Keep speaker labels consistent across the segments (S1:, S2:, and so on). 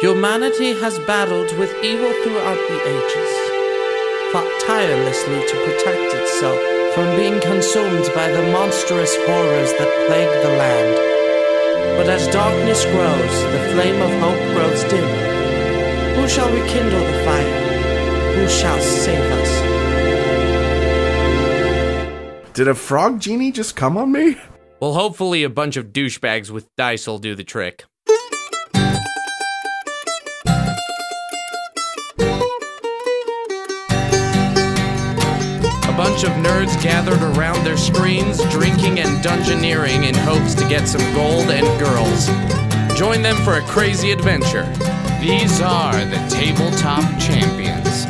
S1: Humanity has battled with evil throughout the ages, fought tirelessly to protect itself from being consumed by the monstrous horrors that plague the land. But as darkness grows, the flame of hope grows dim. Who shall rekindle the fire? Who shall save us?
S2: Did a frog genie just come on me?
S3: Well, hopefully, a bunch of douchebags with dice will do the trick. A bunch of nerds gathered around their screens, drinking and dungeoneering in hopes to get some gold and girls. Join them for a crazy adventure. These are the Tabletop Champions.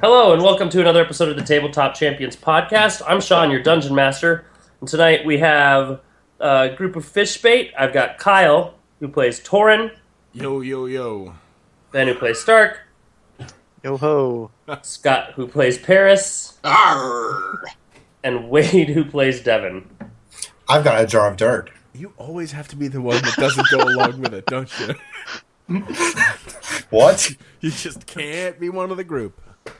S4: Hello, and welcome to another episode of the Tabletop Champions podcast. I'm Sean, your dungeon master, and tonight we have a group of fish bait. I've got Kyle, who plays Torin,
S2: Yo, yo, yo.
S4: Ben, who plays Stark,
S5: Yo ho.
S4: Scott, who plays Paris, and Wade, who plays Devin.
S6: I've got a jar of dirt.
S2: You always have to be the one that doesn't go along with it, don't you?
S6: What?
S2: You just can't be one of the group.
S5: Yeah,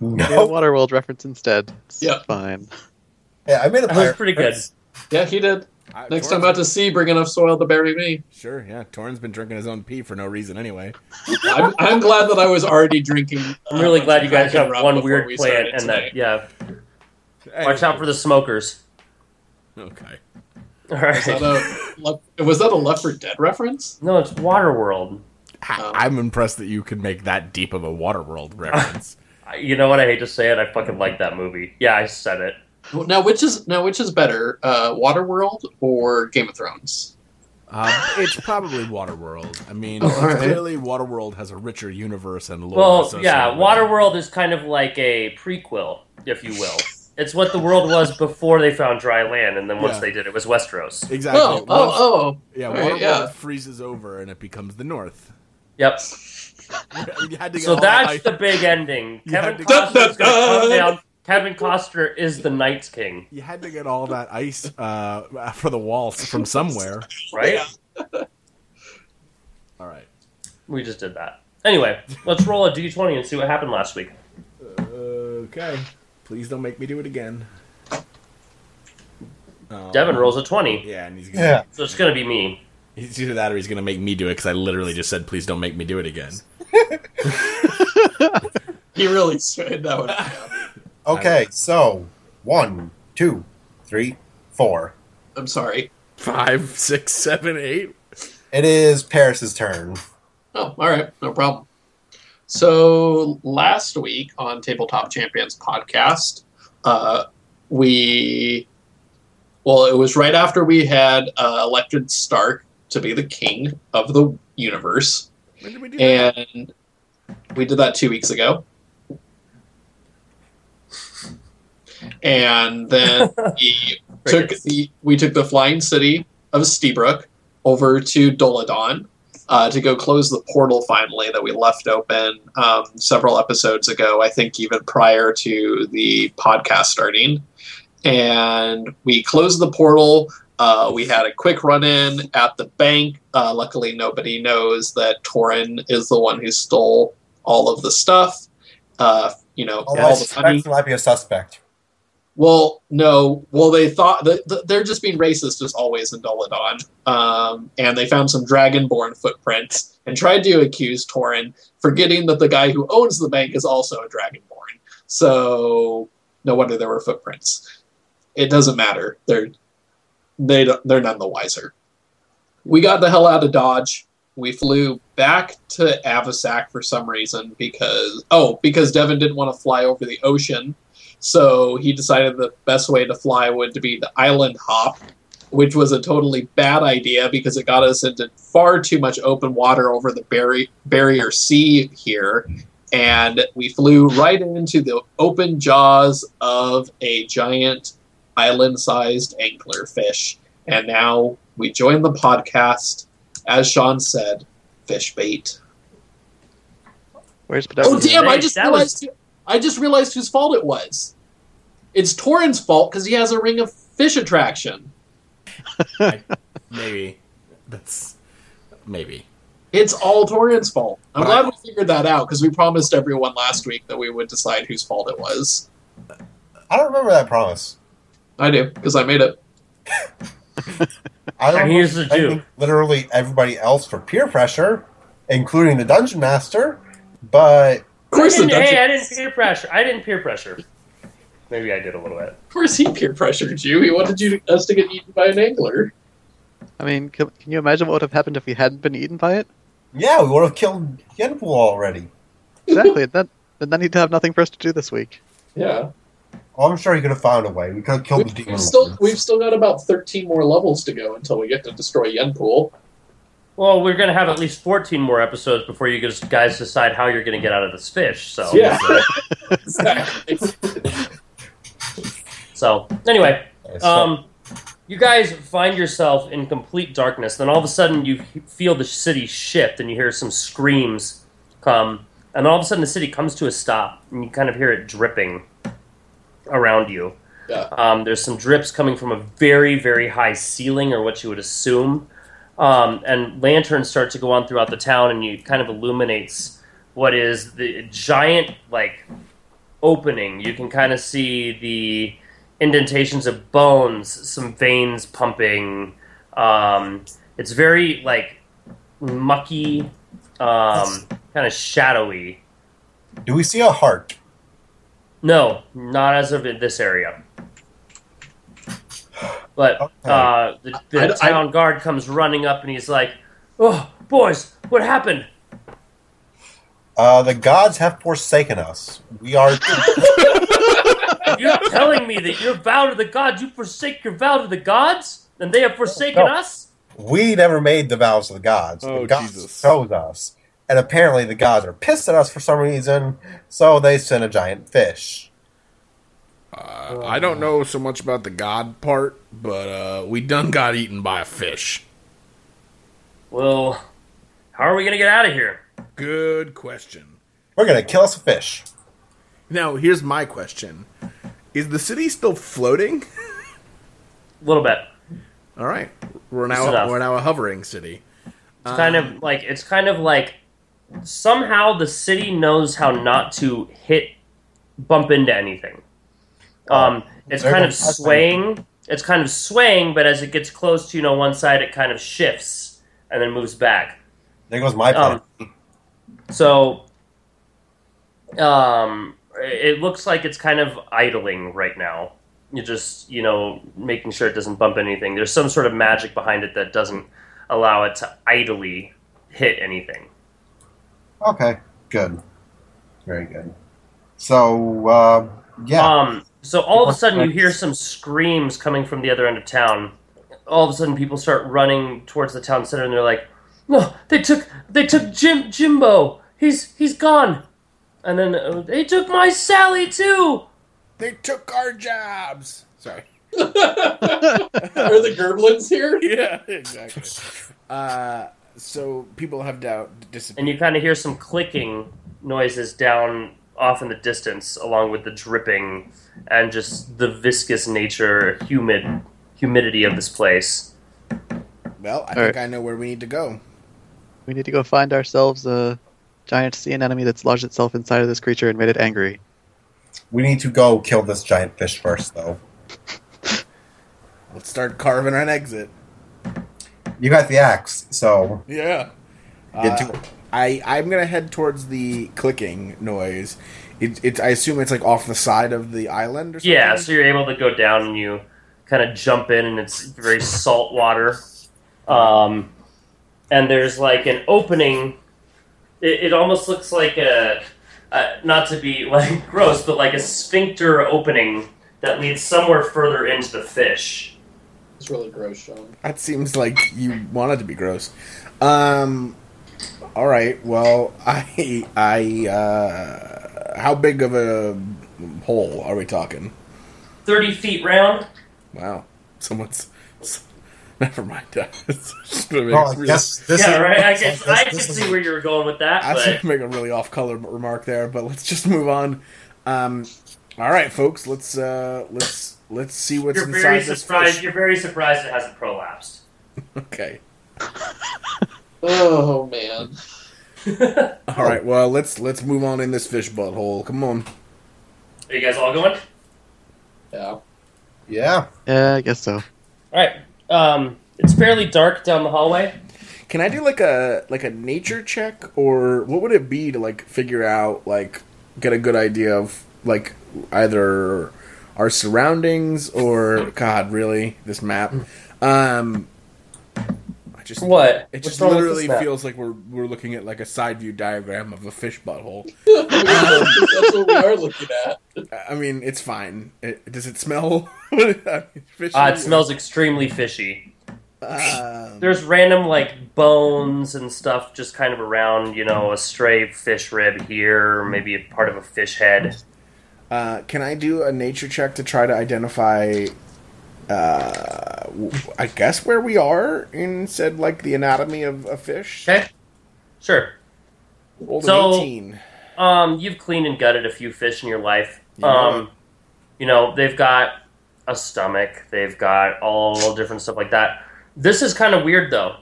S6: No.
S5: Waterworld reference instead. It's
S7: Oh. Yeah.
S5: fine.
S6: Yeah, I made a
S4: That was
S6: pirate.
S4: pretty good.
S7: Yeah, he did.
S2: I-
S7: Next
S2: Torrin's
S7: time out to sea, bring enough soil to bury me.
S2: Sure, yeah. Torrin's been drinking his own pee for no reason anyway.
S7: I'm, I'm glad that I was already drinking.
S4: I'm really
S7: uh,
S4: glad you guys
S7: Kraken
S4: have
S7: rum
S4: one
S7: before
S4: weird
S7: we
S4: plant
S7: started
S4: and that.
S7: tonight.
S4: Yeah,
S2: Hey.
S4: watch out for the smokers.
S2: Okay.
S4: All
S7: Is that
S4: right.
S7: a Lef- was that a Left 4 Dead reference?
S4: No, it's Waterworld.
S2: I- I'm impressed that you could make that deep of a Waterworld reference.
S4: I- You know what? I hate to say it. I fucking like that movie. Yeah, I said it.
S7: Now, which is now which is better, uh, Waterworld or Game of Thrones?
S2: uh, it's probably Waterworld. I mean,
S7: Oh, all right.
S2: clearly Waterworld has a richer universe and lore.
S4: Well,
S2: associated
S4: yeah,
S2: with it.
S4: Waterworld is kind of like a prequel, if you will. It's what the world was before they found dry land, and then once
S2: Yeah.
S4: they did, it was Westeros.
S2: Exactly.
S7: Oh,
S2: Once-
S7: oh, oh.
S2: Yeah,
S7: All
S2: Waterworld
S7: right, yeah.
S2: freezes over and it becomes the North.
S4: Yep.
S2: You had to
S4: So
S2: get-
S4: that's the big ending.
S2: You had
S4: Kevin
S2: to-
S7: Dun, dun,
S4: Costner's gonna come
S7: dun.
S4: down. Kevin Costner is the Night's King,
S2: You had to get all that ice uh, for the waltz from somewhere.
S4: right?
S7: Yeah.
S2: All right.
S4: We just did that. Anyway, let's roll a d20 and see what happened last week.
S2: Okay. Please don't make me do it again. Oh,
S4: Devin rolls a 20,
S2: Yeah, and he's gonna,
S6: Yeah.
S4: so it's gonna be me.
S2: He's either that or he's gonna make me do it because I literally just said, "Please don't make me do it again."
S7: He really straightened that one. out.
S6: Okay, so one, two, three, four.
S7: I'm sorry.
S2: Five, six, seven, eight.
S6: It is Paris's turn.
S7: Oh, all right, no problem. So last week on Tabletop Champions podcast, uh, we well, it was right after we had uh, elected Stark to be the king of the universe,
S2: When did we do that?
S7: and we did that two weeks ago. And then we took
S4: Crickets.
S7: the we took the flying city of Steebrook over to Doladon uh, to go close the portal finally that we left open um, several episodes ago. I think even prior to the podcast starting, and we closed the portal. Uh, we had a quick run in at the bank. Uh, luckily, nobody knows that Torin is the one who stole all of the stuff. Uh, you know,
S6: Although
S7: all
S6: I
S7: the money.
S6: suspect he might be a suspect.
S7: Well, no. Well, they thought th- th- they're just being racist as always in Dolodon. Um, and they found some dragonborn footprints and tried to accuse Torin, forgetting that the guy who owns the bank is also a dragonborn. So no wonder there were footprints. It doesn't matter. They're they don't, they're none the wiser. We got the hell out of Dodge. We flew back to Avasac for some reason because oh because Devin didn't want to fly over the ocean so he decided the best way to fly would to be the island hop, which was a totally bad idea because it got us into far too much open water over the barri- barrier sea here. And we flew right into the open jaws of a giant island sized anglerfish. And now we join the podcast, as Sean said, fish bait.
S5: Where's
S7: Oh
S5: Penelope?
S7: damn! I
S4: Hey,
S7: just
S4: that
S7: realized. who- I just realized whose fault it was. It's Torin's fault because he has a ring of fish attraction.
S2: Maybe. That's maybe.
S7: It's all Torin's fault. I'm
S8: But I-
S7: glad we figured that out because we promised everyone last week that we would decide whose fault it was.
S6: I don't remember that promise.
S7: I do because I made it.
S6: I
S4: And
S6: remember
S4: here's the
S6: blaming
S4: Jew.
S6: Literally everybody else for peer pressure, including the dungeon master. But
S7: Of course, the
S4: And,
S7: dungeon,
S4: hey, I didn't peer pressure. I didn't peer pressure. Maybe I did a little bit.
S7: of course, he peer pressured you. He wanted you to, us to get eaten by an angler.
S5: I mean, can, can you imagine what would have happened if we hadn't been eaten by it?
S6: yeah, we would have killed Yenpool already.
S5: Exactly. then, then then he'd have nothing for us to do this week.
S7: Yeah,
S6: Oh, I'm sure he could have found a way. We could have killed
S7: we've,
S6: the
S7: we've
S6: demon.
S7: still we've still got about 13 more levels to go until we get to destroy Yenpool.
S4: Well, we're gonna have at least fourteen more episodes before you guys- guys decide how you're gonna get out of this fish. So
S7: Yeah, exactly.
S4: So anyway,
S6: Yeah, so-
S4: um, you guys find yourself in complete darkness. Then all of a sudden, you he- feel the city shift, and you hear some screams come. And all of a sudden, the city comes to a stop, and you kind of hear it dripping around you.
S7: Yeah.
S4: Um, there's some drips coming from a very, very high ceiling, or what you would assume. Um, and lanterns start to go on throughout the town, and you kind of illuminates what is the giant like opening. You can kind of see the indentations of bones, some veins pumping. Um, it's very like mucky, um, kind of shadowy.
S6: Do we see a heart?
S4: No, not as of this area. But uh, the, the
S7: I- I-
S4: town guard comes running up and he's like, "Oh, boys, what happened?"
S6: Uh, the gods have forsaken us. We are.
S4: If You're telling me that your vow to the gods, you forsake your vow to the gods, and they have forsaken
S6: No.
S4: us.
S6: we never made the vows of the gods.
S8: Oh,
S6: the gods
S8: Jesus.
S6: chose us, and apparently the gods are pissed at us for some reason. So they sent a giant fish.
S8: Uh, I don't know so much about the god part, but uh, we done got eaten by a fish.
S4: Well, how are we gonna get out of here?
S8: Good question.
S6: We're gonna kill us a fish.
S8: Now, here's my question: Is the city still floating?
S4: A little bit.
S8: All right, we're
S4: Close
S8: now
S4: enough.
S8: we're now a hovering city.
S4: It's kind of like it's kind of like somehow the city knows how not to hit bump into anything. Um, it's
S6: They're
S4: kind
S6: gonna
S4: of
S6: pass
S4: swaying. It's kind of swaying, but as it gets close to you know one side, it kind of shifts and then moves back.
S6: There goes my plan.
S4: Um, so, um, it looks like it's kind of idling right now. You're just you know making sure it doesn't bump anything. There's some sort of magic behind it that doesn't allow it to idly hit anything. Oh.
S6: okay, good, very good. So uh, yeah,
S4: Um, so all of a sudden you hear some screams coming from the other end of town. All of a sudden people start running towards the town center and they're like, "No, they took they took Jim Jimbo. He's he's gone." And then uh, they took my Sally too.
S8: They took our jobs. Sorry.
S7: Are the Gerblins here?
S8: Yeah, exactly. uh, so people have doubt disappeared.
S4: And you kind of hear some clicking noises down off in the distance along with the dripping and just the viscous nature, humid humidity of this place.
S8: Well, I
S5: All
S8: think I know where we need to go.
S5: We need to go find ourselves a giant sea anemone that's lodged itself inside of this creature and made it angry.
S6: we need to go kill this giant fish first, though.
S8: Let's start carving an exit.
S6: You got the axe, so
S8: Yeah.
S4: Uh,
S6: Get to it.
S8: Uh, I I'm gonna head towards the clicking noise. It, it's I assume it's like off the side of the island or something.
S4: Yeah, so you're able to go down and you kind of jump in, and it's very salt water. Um, and there's like an opening. It, it almost looks like a, a, not to be like gross, but like a sphincter opening that leads somewhere further into the fish.
S7: It's really gross, Sean.
S8: that seems like you want it to be gross. Um. All right. Well, I I uh, how big of a hole are we talking?
S4: 30 feet round?
S8: Wow. Someone's. Never mind. It's just gonna make
S6: oh,
S8: a really-
S6: yes, this
S4: yeah,
S6: is
S4: right? I can, I
S6: this
S4: can
S6: is-
S4: see where you were going with that,
S8: I was going
S4: but
S8: to make a really off-color remark there, but let's just move on. Um, all right, folks, let's uh, let's let's see what's
S4: you're
S8: inside
S4: very
S8: this
S4: surprised.
S8: fish.
S4: You're very surprised it hasn't prolapsed.
S8: Okay.
S7: Oh man.
S8: All right, well let's let's move on in this fish butthole. Come on.
S4: Are you guys all going? All
S7: Yeah.
S6: Yeah.
S5: Yeah, I guess so.
S4: right. Um, it's fairly dark down the hallway.
S8: Can I do like a like a nature check or what would it be to like figure out like get a good idea of like either our surroundings or God really this map? Um, I just
S4: What?
S8: It
S4: What's
S8: just
S4: wrong with
S8: literally
S4: this map?
S8: feels like we're we're looking at like a side view diagram of a fish butthole.
S7: That's what we are looking at.
S8: I mean, it's fine. It, does it smell? fishy?
S4: Uh, it smells extremely fishy.
S8: Um,
S4: There's random like bones and stuff just kind of around. You know, a stray fish rib here, maybe a part of a fish head.
S8: Uh, can I do a nature check to try to identify, uh, w- I guess where we are in said like the anatomy of a fish?
S4: Okay. Sure.
S8: Rolled an
S4: So-
S8: eighteen.
S4: Um, you've cleaned and gutted a few fish in your life.
S8: know
S4: um, you know they've got a stomach. They've got all different stuff like that. This is kind of weird though.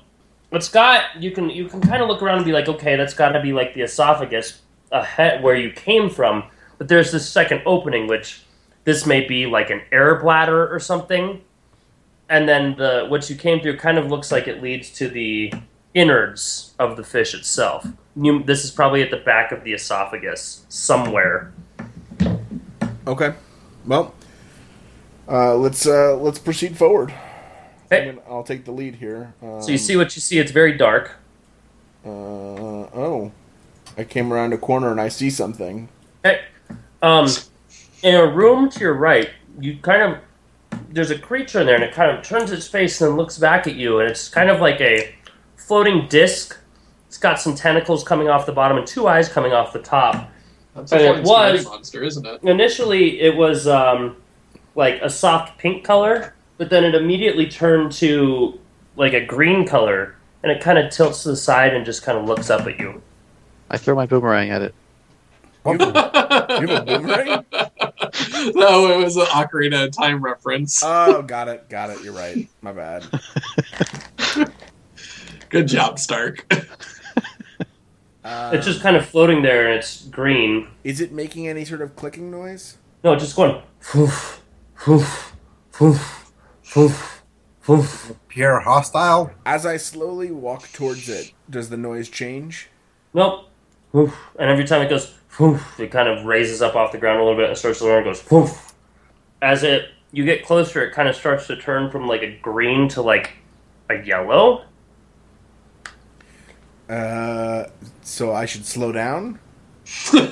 S4: It's got you can you can kind of look around and be like, okay, that's got to be like the esophagus, a head where you came from. But there's this second opening, which this may be like an air bladder or something. And then the what you came through kind of looks like it leads to the innards of the fish itself. You, this is probably at the back of the esophagus somewhere.
S8: Okay. Well, uh, let's uh, let's proceed forward.
S4: Okay.
S8: I mean, I'll take the lead here. Um,
S4: So you see what you see. It's very dark.
S8: Uh, oh, I came around a corner and I see something.
S4: Okay. Um, in a room to your right, you kind of there's a creature in there, and it kind of turns its face and then looks back at you, and it's kind of like a floating disc. It's got some tentacles coming off the bottom and two eyes coming off the top.
S7: That's
S4: And it
S7: a fucking spaghetti
S4: was-
S7: monster, isn't it?
S4: Initially, it was um, like a soft pink color, but then it immediately turned to like a green color, and it kind of tilts to the side and just kind of looks up at you.
S5: I throw my boomerang at it.
S8: You have a, you have a boomerang?
S7: No, it was an Ocarina of Time reference.
S8: Oh, got it, got it. You're right. My bad.
S7: Good job, Stark.
S8: Uh,
S4: It's just kind of floating there, and it's green.
S8: Is it making any sort of clicking noise?
S4: No, just going. Poof, poof, poof, poof, poof.
S6: Pure hostile.
S8: As I slowly walk towards it, does the noise change?
S4: Nope. Poof. And every time it goes poof, it kind of raises up off the ground a little bit and starts to learn. It goes poof. As it you get closer, it kind of starts to turn from like a green to like a yellow.
S8: Uh, so I should slow down.
S4: and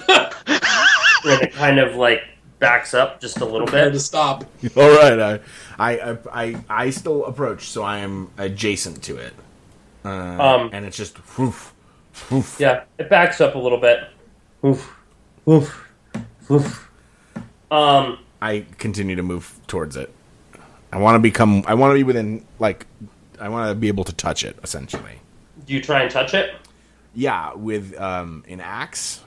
S4: it kind of like backs up just a little
S7: Prepare to
S4: bit.
S7: stop.
S8: All right, I, I, I, I still approach, so I am adjacent to it, uh,
S4: Um,
S8: and it's just woof, woof.
S4: Yeah, it backs up a little bit. Oof, oof, oof. Um,
S8: I continue to move towards it. I want to become. I want to be within like. I want to be able to touch it essentially.
S4: do you try and touch it?
S8: Yeah, with um, an axe.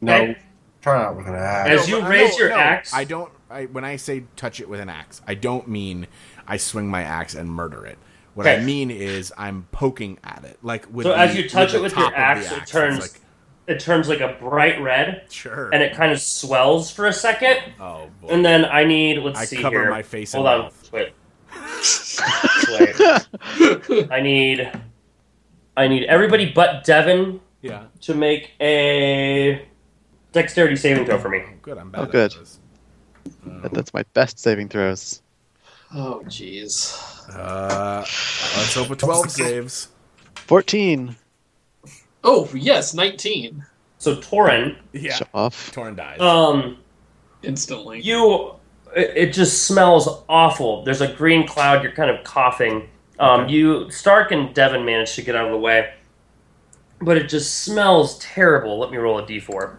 S6: No. Try not with an axe.
S4: As you raise your axe,
S8: I don't. I, when I say touch it with an axe, I don't mean I swing my axe and murder it. What I
S4: Okay.
S8: mean is I'm poking at it, like with
S4: So
S8: the-
S4: as you touch
S8: the
S4: it with
S8: top
S4: your
S8: of the
S4: axe, it
S8: It's
S4: turns
S8: like,
S4: it turns like a bright red,
S8: sure,
S4: and it kind of swells for a second,
S8: oh boy,
S4: and then I need let's
S8: I
S4: see
S8: cover
S4: here.
S8: my face
S4: Hold
S8: and
S4: on,
S8: mouth.
S4: wait. wait. I need, I need everybody but Devin
S8: yeah,
S4: to make a dexterity saving throw for me.
S8: good. I'm bad.
S5: Oh,
S8: at
S5: good.
S8: those.
S5: That, that's my best saving throws.
S7: Oh, jeez.
S8: Uh, let's hope a twelve saves.
S5: 14.
S7: Oh, yes, 19.
S4: So Torin,
S8: Yeah,
S5: Show off.
S8: Torn dies.
S4: um,
S7: Instantly.
S4: you it it just smells awful there's a green cloud you're kind of coughing um, you stark and devin managed to get out of the way but it just smells terrible let me roll a d4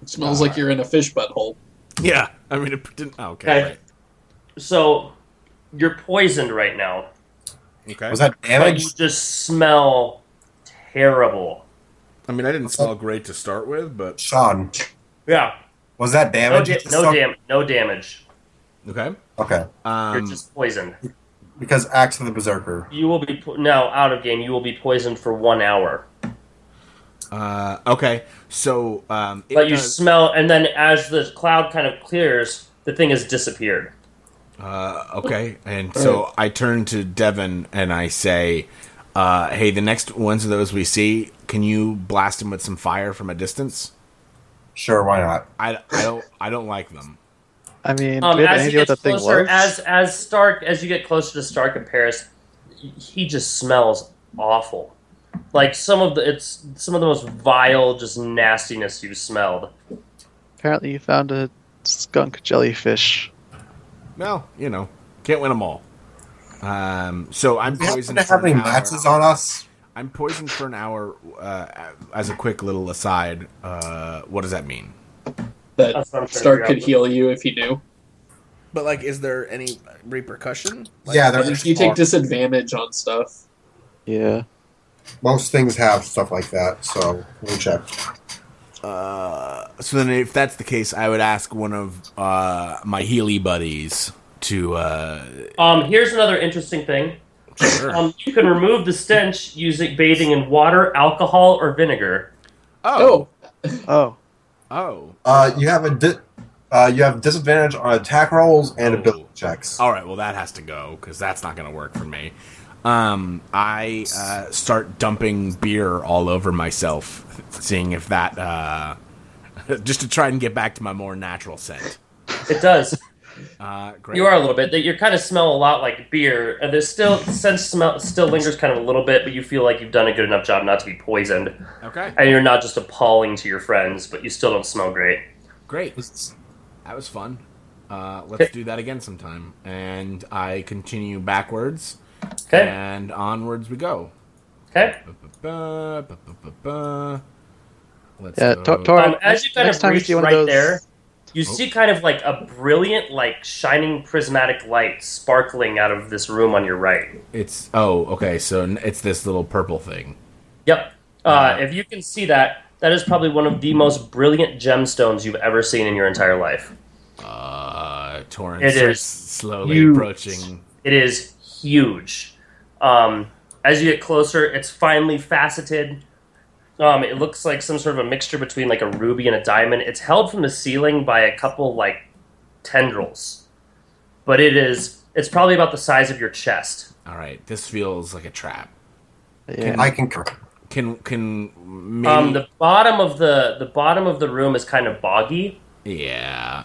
S7: It smells like you're in a fish butthole.
S8: yeah, I mean it didn't. Oh, okay,
S4: Okay. so you're poisoned right now
S8: right. okay.
S6: Was that
S4: but you
S6: damage?
S4: just smell terrible
S8: I mean, I didn't smell great to start with, but
S6: Sean,
S4: yeah
S6: was
S4: no,
S6: that damage?
S4: da- no, dam- no damage
S8: okay.
S6: Okay.
S8: Um,
S4: you're just poisoned
S6: because Axe of the Berserker.
S4: You will be po- no out of game. You will be poisoned for one hour.
S8: Uh, okay, so um, it
S4: but you
S8: does-
S4: smell, and then as the cloud kind of clears, the thing has disappeared.
S8: Uh, okay, and so I turn to Devin and I say, uh, "Hey, the next ones of those we see, can you blast them with some fire from a distance?
S6: Sure, why not?
S8: I, I don't I don't like them.
S5: I mean,
S4: Um,
S5: we have an
S4: as you
S5: idea what
S4: get
S5: that thing
S4: closer,
S5: was.
S4: as as Stark, as you get closer to Stark and Paris, he just smells awful. Like some of the, it's some of the most vile, just nastiness you've smelled.
S5: Apparently, you found a skunk jellyfish.
S8: Well, you know, can't win them all. Um, so I'm
S6: Do you happen
S8: poisoned
S6: to
S8: for
S6: have
S8: an
S6: any
S8: hour.
S6: matches on us?
S8: I'm poisoned for an hour. Uh, as a quick little aside, uh, what does that mean?
S7: That
S4: That's what I'm trying to
S7: Stark
S4: figure
S7: could
S4: out.
S7: heal you if he knew.
S2: But like, is there any repercussion? Like,
S6: yeah, they're
S7: You,
S6: just
S7: you take
S6: hard.
S7: disadvantage on stuff.
S5: Yeah.
S6: Most things have stuff like that, so we'll check.
S8: Uh, so then, if that's the case, I would ask one of uh, my Healy buddies to. Uh,
S4: Um, here's another interesting thing.
S8: sure.
S4: Um, you can remove the stench using bathing in water, alcohol, or vinegar.
S7: Oh,
S5: Oh,
S8: Oh.
S6: Uh, you have a di- uh, you have disadvantage on attack rolls and
S8: Oh.
S6: ability checks.
S8: All right. Well, that has to go because that's not going to work for me. Um, I uh, start dumping beer all over myself, seeing if that uh, just to try and get back to my more natural scent.
S4: It does.
S8: Uh, great.
S4: You are a little bit. You kind of smell a lot like beer. And there's still scent smell still lingers kind of a little bit, but you feel like you've done a good enough job not to be poisoned,
S8: okay.
S4: and you're not just appalling to your friends, but you still don't smell great.
S8: Great. That was fun. Uh, let's do that again sometime. And I continue backwards
S4: Okay.
S8: and onwards we go.
S4: Okay.
S8: Ba-ba-ba, ba-ba-ba. Let's
S5: yeah.
S8: go.
S5: Tor- Torrin,
S4: Um, as you kind
S5: next
S4: of
S5: time you
S4: reach
S5: see one
S4: right
S5: of those,
S4: there, you see kind of like a brilliant, like shining prismatic light sparkling out of this room on your right.
S8: It's oh okay. So n- it's this little purple thing.
S4: Yep. Uh, if you can see that, that is probably one of the most brilliant gemstones you've ever seen in your entire life.
S8: Uh, Torrance
S4: It is
S8: starts slowly
S4: huge.
S8: approaching.
S4: It is huge. Um, as you get closer, it's finely faceted. Um, it looks like some sort of a mixture between like a ruby and a diamond. It's held from the ceiling by a couple like tendrils, but it is. It's probably about the size of your chest.
S8: All right, this feels like a trap.
S5: yeah.
S6: I can. cor-
S8: Can can maybe
S4: Um, the bottom of the the bottom of the room is kind of boggy.
S8: yeah.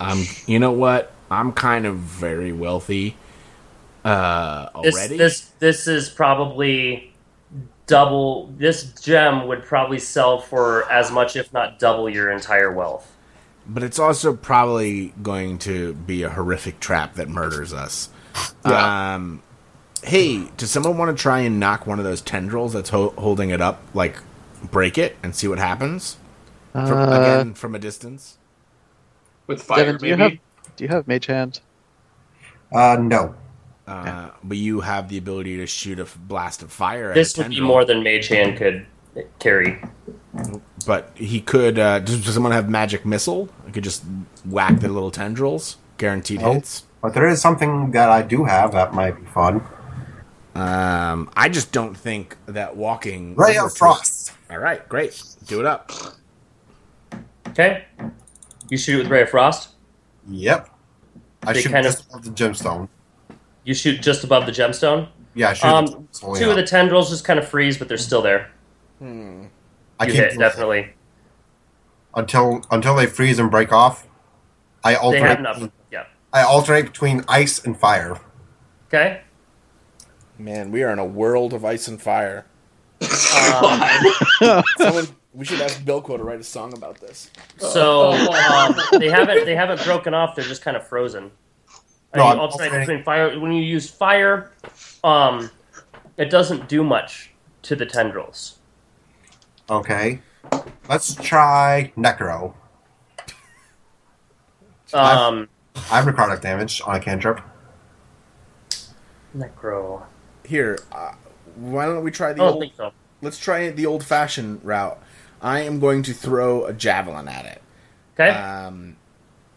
S8: Um, you know what? I'm kind of very wealthy. Uh,
S4: This
S8: already.
S4: this this is probably double. This gem would probably sell for as much, if not double, your entire wealth.
S8: But it's also probably going to be a horrific trap that murders us. Um, hey, does someone want to try and knock one of those tendrils that's ho- holding it up, like break it and see what happens? From,
S5: Uh,
S8: again, from a distance.
S7: with fire
S5: Devin, do you
S7: maybe.
S5: do you have mage hand?
S6: Uh, no.
S8: Uh, but you have the ability to shoot a f- blast of fire. At
S4: This
S8: a
S4: would be
S8: tendril,
S4: more than Mage Hand could carry.
S8: But he could. Uh, does, does someone have magic missile? I could just whack the little tendrils. Guaranteed
S6: No.
S8: hits.
S6: But there is something that I do have that might be fun.
S8: Um, I just don't think that walking.
S6: Ray
S8: over
S6: of
S8: to-
S6: Frost.
S8: All right, great. Do it up.
S4: Okay. You shoot it with Ray of Frost.
S6: Yep. I
S4: They
S6: should
S4: kind of-
S6: just have the gemstone.
S4: You shoot just above the gemstone.
S6: Yeah, I should.
S4: Um,
S6: oh,
S4: two of the tendrils just kind of freeze, but they're still there.
S6: I
S4: You
S6: can't
S4: hit
S6: do it.
S4: definitely.
S6: until until they freeze and break off. I
S4: They have
S6: alternate.
S4: enough. Yeah.
S6: I alternate between ice and fire.
S4: Okay.
S2: man, we are in a world of ice and fire.
S4: Um,
S2: Someone, we should ask Bilko to write a song about this.
S4: so um, they haven't they haven't broken off. They're just kind of frozen. And
S6: No,
S4: you
S6: I'm
S4: alternate
S6: alternating.
S4: between fire. When you use fire, um, it doesn't do much to the tendrils.
S6: Okay. Let's try necro.
S4: Um,
S6: I have necrotic damage on a cantrip.
S4: necro.
S2: Here, uh, why don't we try
S4: I
S2: the
S4: don't
S2: old?
S4: think so.
S2: Let's try the old-fashioned route. I am going to throw a javelin at it.
S4: Okay.
S8: Uh,
S2: Um,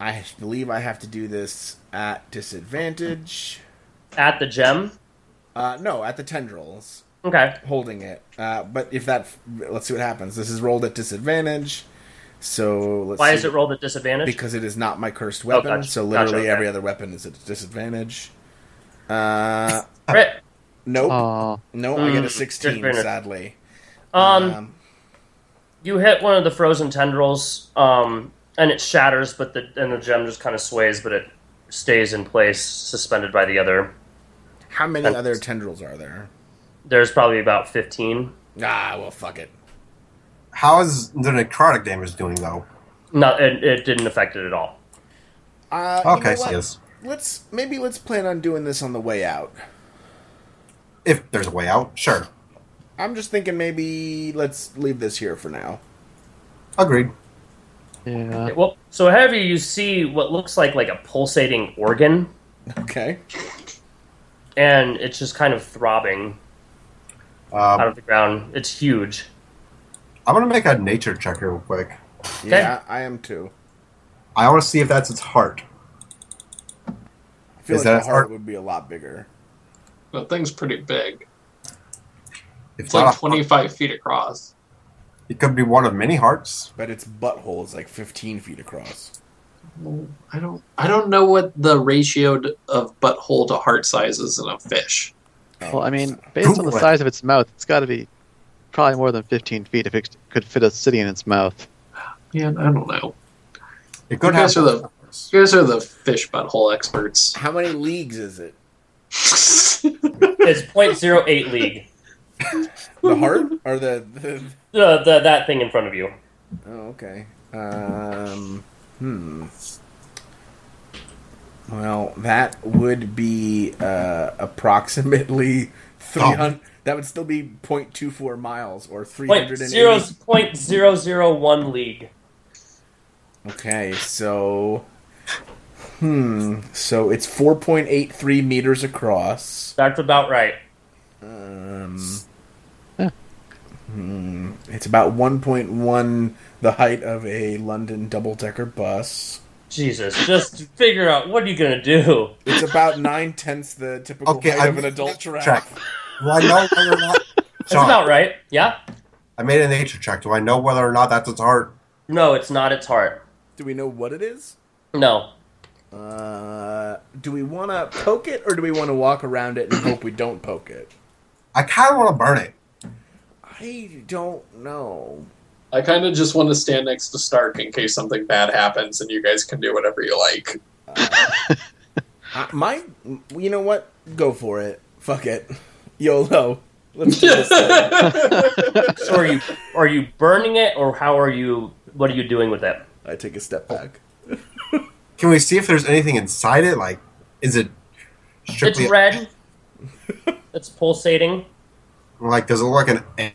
S2: I believe I have to do this at disadvantage.
S4: at the gem?
S8: Uh, no, at the tendrils,
S4: Okay.
S8: holding it. Uh, but if that, let's see what happens. This is rolled at disadvantage. So let's
S4: Why
S8: see.
S4: is it rolled at disadvantage? Oh,
S8: Because it is not my cursed weapon.
S4: gotcha.
S8: So
S4: Gotcha,
S8: literally
S4: okay.
S8: every other weapon is at disadvantage. Uh,
S4: Crit.
S8: nope,
S5: Oh,
S8: nope. I get a
S4: Mm,
S8: sixteen.
S4: disadvantage.
S8: Sadly,
S4: Um, you hit one of the frozen tendrils, um, and it shatters, but the and the gem just kind of sways, but it stays in place, suspended by the other.
S8: how many other tendrils are there?
S4: There's probably about fifteen.
S8: Ah, well, fuck it.
S6: How is the necrotic damage doing though?
S4: Not it, it didn't affect it at all.
S8: Uh, you
S6: Okay,
S8: know what?
S6: so yes.
S8: Let's maybe let's plan on doing this on the way out.
S6: If there's a way out, sure.
S8: I'm just thinking maybe let's leave this here for now.
S6: Agreed.
S5: yeah.
S4: Well, so ahead of you, you see what looks like like a pulsating organ,
S8: Okay.
S4: and it's just kind of throbbing out
S6: Um,
S4: of the ground. It's huge.
S6: I'm gonna make a nature check real quick.
S8: Yeah, I am too.
S6: I want to see if that's its heart.
S8: I feel
S6: Is
S8: like
S6: that
S8: the heart
S6: art?
S8: would be a lot bigger.
S7: That thing's pretty big.
S6: If
S7: It's
S6: not
S7: like
S6: a-
S7: 25 feet across.
S6: It could be one of many hearts.
S8: But its butthole is like 15 feet across.
S7: Well, I don't. I don't know what the ratio d- of butthole to heart size is in a fish.
S5: Well, I mean, based on the
S6: Google it.
S5: size of its mouth, it's got to be probably more than 15 feet if it could fit a city in its mouth.
S7: Man, I don't know.
S6: It could
S7: You
S6: have
S7: guys are the- You guys are the fish butthole experts.
S8: How many leagues is it?
S4: It's .08 league.
S8: The heart or the, the
S4: The, the that thing in front of you.
S8: Oh, okay. Um, hmm. Well, that would be uh, approximately 300.
S6: Oh.
S8: That would still be 0.24 miles or
S4: Point
S8: 380.
S4: zero point zero zero one league.
S8: Okay, so. Hmm. So it's 4.83 meters across.
S4: That's about right.
S8: Um,
S5: Huh.
S8: hmm, it's about 1.1 the height of a London double decker bus.
S4: Jesus, just figure out what are you gonna do.
S8: It's about nine tenths the typical
S6: Okay,
S8: height
S6: I
S8: of an adult giraffe.
S6: check. Do I know whether or not?
S4: That's
S6: John,
S4: about right. Yeah.
S6: I made a nature check. Do I know whether or not that's its heart?
S4: No, it's not its heart.
S8: Do we know what it is?
S4: No.
S8: Uh, do we want to poke it or do we want to walk around it and hope we don't poke it?
S6: I kind of want to burn it.
S8: I don't know.
S7: I kind of just want to stand next to Stark in case something bad happens, and you guys can do whatever you like.
S8: I, my, you know what? Go for it. Fuck it. YOLO. Let's do this. thing.
S4: So are you are you burning it or how are you what are you doing with it?
S8: I take a
S6: Oh,
S8: step back.
S6: Can we see if there's anything inside it? Like, is it
S4: It's
S6: strictly
S4: red. It's pulsating.
S6: like? Does it look like an e-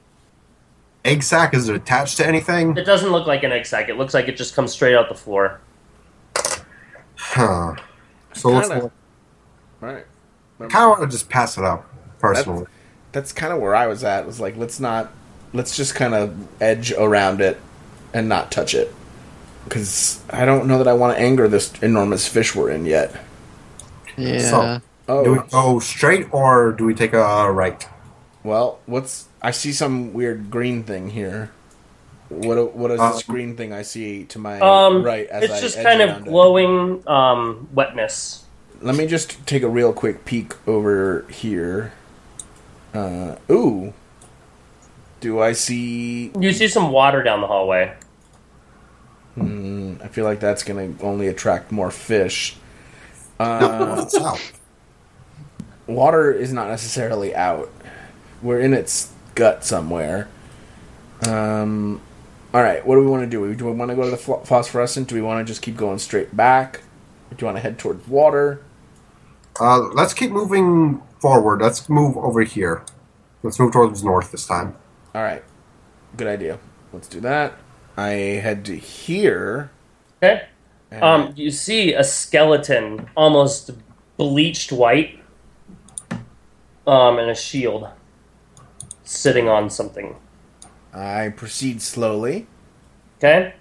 S6: egg sac? Is it attached to anything?
S4: It doesn't look like an egg sac. It looks like it just comes straight out the floor.
S6: Huh. So let's
S8: Kinda.
S6: kind
S8: All right.
S6: of want to just pass it up personally.
S8: That's kind of where I was at. Was like, let's not, let's just kind of edge around it and not touch it. Because I don't know that I want to anger this enormous fish we're in yet.
S5: Yeah.
S6: So- Do we
S8: Oh,
S6: go straight or do we take a right?
S8: well, what's I see some weird green thing here. What what is this
S6: Um,
S8: green thing I see to my
S4: Um
S8: right? As
S4: it's
S8: I
S4: just
S8: edge
S4: kind of
S8: around it?
S4: glowing um, wetness.
S8: Let me just take a real quick peek over here. Uh, ooh, do I see?
S4: You see some water down the hallway.
S8: Mm, I feel like that's gonna only attract more fish.
S6: Uh, south.
S8: Water is not necessarily out. We're in its gut somewhere. Um. All right. What do we want to do? Do we want to go to the ph- phosphorescent? Do we want to just keep going straight back? Do you want to head towards water?
S6: Uh, let's keep moving forward. Let's move over here. Let's move towards north this time.
S8: All right. Good idea. Let's do that. I head to here.
S4: Okay?
S8: and-
S4: Um, you see a skeleton almost bleached white. Um, and a shield sitting on something.
S8: I proceed slowly.
S4: Okay?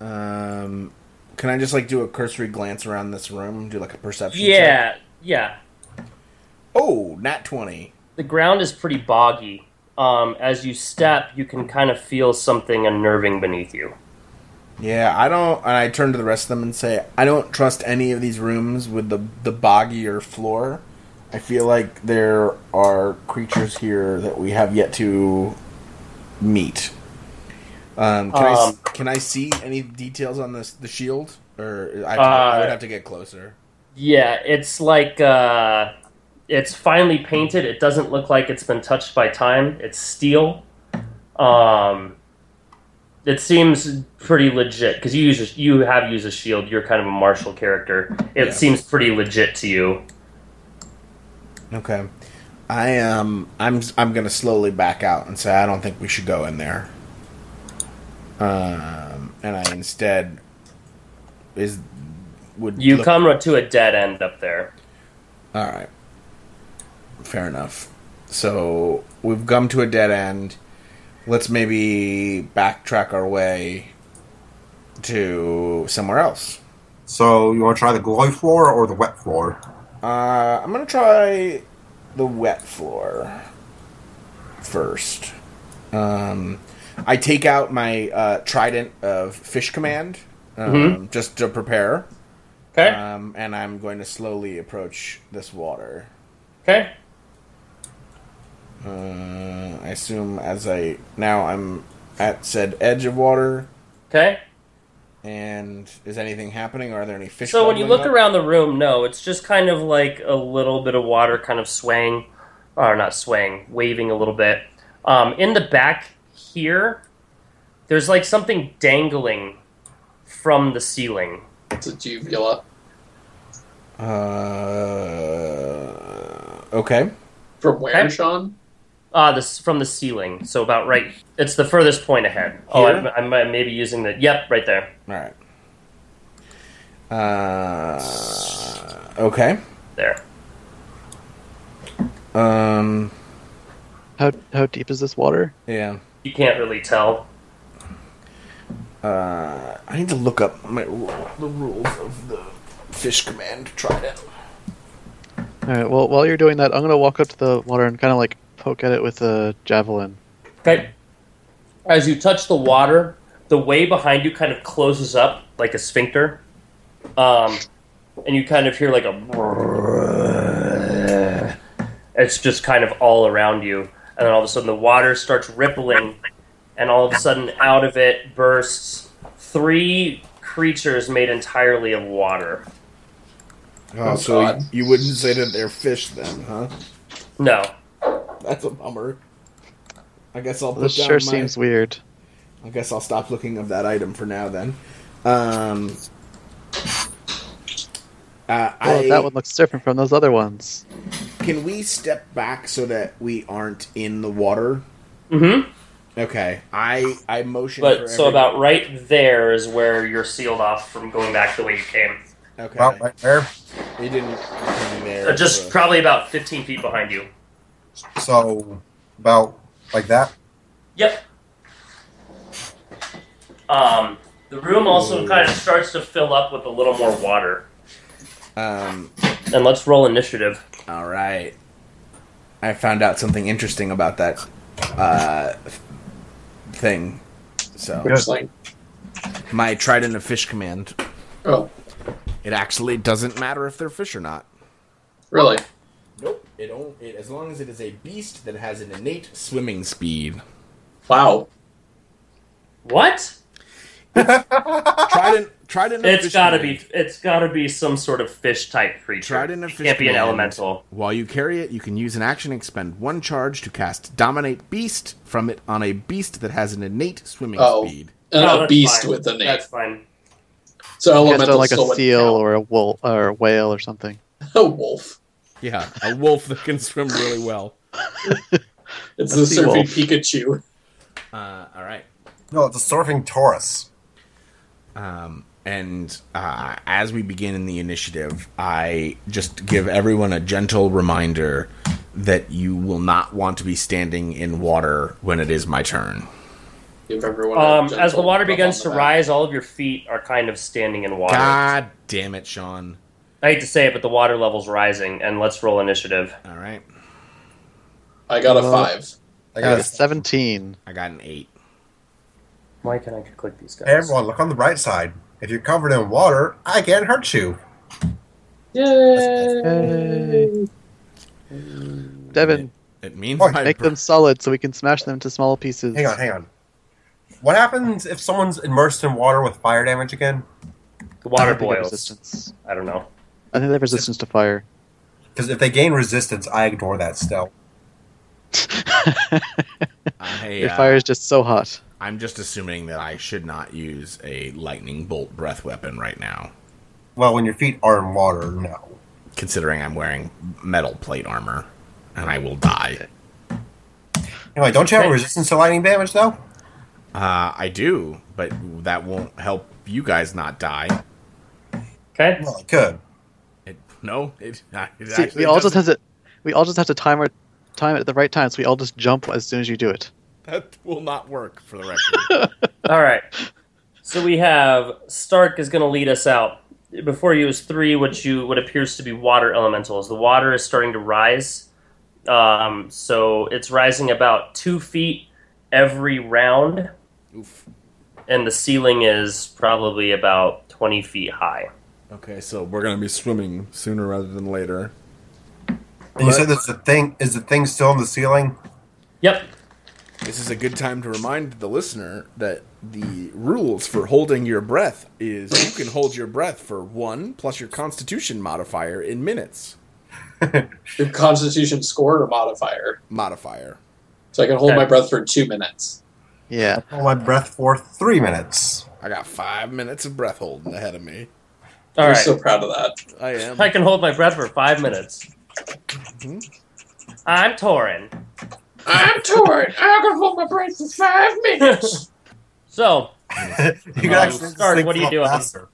S8: Um, can I just like do a cursory glance around this room? Do like a perception?
S4: Yeah,
S8: check?
S4: yeah.
S8: Oh, nat 20.
S4: The ground is pretty boggy. Um, as you step, you can kind of feel something unnerving beneath you.
S8: Yeah, I don't. And I turn to the rest of them and say, I don't trust any of these rooms with the the boggier floor. I feel like there are creatures here that we have yet to meet. Um, can, I s
S4: Um.
S8: I, can I see any details on this the shield? Or I, have to- I
S4: Uh,
S8: would have to get closer.
S4: Yeah, it's like uh, it's finely painted. It doesn't look like it's been touched by time. It's steel. Um, it seems pretty legit because you use a, you have used a shield. You're kind of a martial character. It
S8: Yeah.
S4: seems pretty legit to you.
S8: Okay, I um, I'm I'm gonna slowly back out and say I don't think we should go in there. Um, and I instead is would
S4: You
S8: look-
S4: come to a dead end up there.
S8: All right. Fair enough. So we've come to a dead end. Let's maybe backtrack our way to somewhere else.
S6: So you want to try the glowy floor or the wet floor?
S8: Uh, I'm gonna try the wet floor first. Um, I take out my uh, trident of fish command um, just to prepare,
S4: Mm-hmm. Okay.
S8: um, and I'm going to slowly approach this water.
S4: okay.
S8: Uh, I assume as I now I'm at said edge of water,
S4: Okay.
S8: and is anything happening? Are there any fish?
S4: So when you
S8: bubbling
S4: look
S8: up?
S4: around the room, no, it's just kind of like a little bit of water kind of swaying, or not swaying, waving a little bit. Um, in the back here, there's like something dangling from the ceiling.
S7: It's a juvula.
S8: uh, okay,
S7: From where,
S4: Okay.
S7: Sean?
S4: Ah, this from the ceiling. So about right. It's the furthest point ahead. Oh,
S8: Here?
S4: I'm, I'm uh, maybe using the. Yep, right there.
S8: all right. Uh, okay.
S4: There.
S8: Um,
S5: How how deep is this water?
S8: yeah.
S4: You can't really tell.
S8: Uh, I need to look up my rule, the rules of the fish command trident.
S5: All right. Well, while you're doing that, I'm gonna walk up to the water and kind of like poke at it with a javelin.
S4: Okay. As you touch the water, the way behind you kind of closes up like a sphincter. Um, and you kind of hear like a. It's just kind of all around you. And then all of a sudden the water starts rippling. And all of a sudden out of it bursts three creatures made entirely of water.
S8: Oh, so
S7: God.
S8: you wouldn't say that they're fish then, huh?
S4: No.
S8: That's a bummer. I guess I'll put
S5: This
S8: down
S5: sure
S8: my-
S5: seems weird.
S8: I guess I'll stop looking up that item for now. Then, um, uh,
S5: Well,
S8: I,
S5: that one looks different from those other ones.
S8: can we step back so that we aren't in the water?
S4: Mm hmm.
S8: Okay, I I motion. for
S4: But so
S8: every-
S4: about right there is where you're sealed off from going back the way you came.
S8: okay,
S6: Well, right there.
S8: it didn't come
S4: Uh,
S8: there.
S4: just
S8: so-
S4: probably about 15 feet behind you.
S6: So about like that.
S4: Yep. Um, the room also kind of starts to fill up with a little more water.
S8: um.
S4: And let's roll initiative.
S8: All right, I found out something interesting about that uh thing. So
S7: Which like,
S8: my trident of fish command.
S7: oh,
S8: It actually doesn't matter if they're fish or not.
S7: really?
S8: Nope. It, on- it as long as it is a beast that has an innate swimming speed.
S7: Wow.
S4: What?
S8: Trident. Trident. of
S4: It's
S8: fish
S4: gotta be.
S8: command.
S4: It's gotta be some sort of fish type creature.
S8: Trident of
S4: It
S8: fish
S4: Can't be an
S8: command.
S4: elemental.
S8: While you carry it, you can use an action expend one charge to cast Dominate Beast from it on a beast that has an innate swimming
S7: Oh.
S8: speed.
S7: And
S4: No,
S7: a
S4: that's
S7: beast
S4: fine.
S7: with a name.
S4: That's fine.
S7: So
S5: You guys
S7: elemental
S5: are like
S7: still
S5: a
S7: wouldn't
S5: seal
S7: count.
S5: or a wolf or a whale or something.
S7: a wolf.
S8: Yeah, a wolf that can swim really well.
S7: It's
S5: A
S7: the
S5: sea
S7: surfing
S5: wolf.
S7: Pikachu.
S8: Uh, all right.
S6: No, it's a surfing Taurus.
S8: Um, and uh, as we begin in the initiative, I just give everyone a gentle reminder that you will not want to be standing in water when it is my turn.
S7: Give everyone a
S4: Um, as the
S7: gentle
S4: water
S7: rub on
S4: begins
S7: the
S4: to
S7: back.
S4: rise, all of your feet are kind of standing in water.
S8: God damn it, Sean.
S4: I hate to say it, but the water level's rising, and let's roll initiative.
S8: All right.
S7: I got a five.
S6: I
S5: I got
S6: got
S5: a 17.
S8: I got an eight.
S4: Why can I click these guys?
S6: everyone. Look on the bright side. If you're covered in water, I can't hurt you.
S7: Yay!
S5: Devin,
S8: It means
S4: Oh,
S6: Or
S8: my
S5: make
S8: br-
S5: them solid so we can smash them into small pieces.
S6: Hang on, hang on. What happens if someone's immersed in water with fire damage again?
S4: The water
S5: I don't think they have
S4: boils.
S5: resistance.
S4: I don't know.
S5: I think they have resistance to fire.
S6: Because if they gain resistance, I ignore that still.
S8: I,
S5: Your
S8: uh,
S5: fire is just so hot.
S8: I'm just assuming that I should not use a lightning bolt breath weapon right now,
S6: Well, when your feet are in water, no.
S8: considering I'm wearing metal plate armor, and I will die.
S6: Anyway, don't you have resistance to lightning damage though?
S8: Uh, I do, but that won't help you guys not die.
S4: Okay.
S6: Well, it could.
S8: It, no, it. it
S5: See,
S8: actually
S5: we all just
S8: doesn't-
S5: has it. We all just have to time our time it at the right time, so we all just jump as soon as you do it.
S8: that will not work for the record.
S4: All right. So we have Stark is going to lead us out. Before you is three, what you what appears to be water elementals. The water is starting to rise. Um, so it's rising about two feet every round,
S8: Oof.
S4: and the ceiling is probably about twenty feet high.
S8: Okay, so we're gonna be swimming sooner rather than later.
S6: And you said that the thing is the thing still in the ceiling?
S4: Yep.
S8: This is a good time to remind the listener that the rules for holding your breath is you can hold your breath for one plus your constitution modifier in minutes.
S7: Your Constitution score or modifier,
S8: Modifier.
S7: so I can hold
S4: Okay.
S7: my breath for two minutes.
S5: Yeah.
S6: Hold my breath for three minutes.
S8: I got five minutes of breath holding ahead of me.
S4: All
S7: I'm
S4: right.
S7: so proud of that.
S8: I am.
S4: I can hold my breath for five minutes. I'm Torin.
S7: I'm torn. I can hold my breath for five minutes.
S4: So
S6: You can
S4: on.
S6: actually
S4: Start,
S6: think
S4: what are you
S6: a lot
S4: doing?
S6: faster.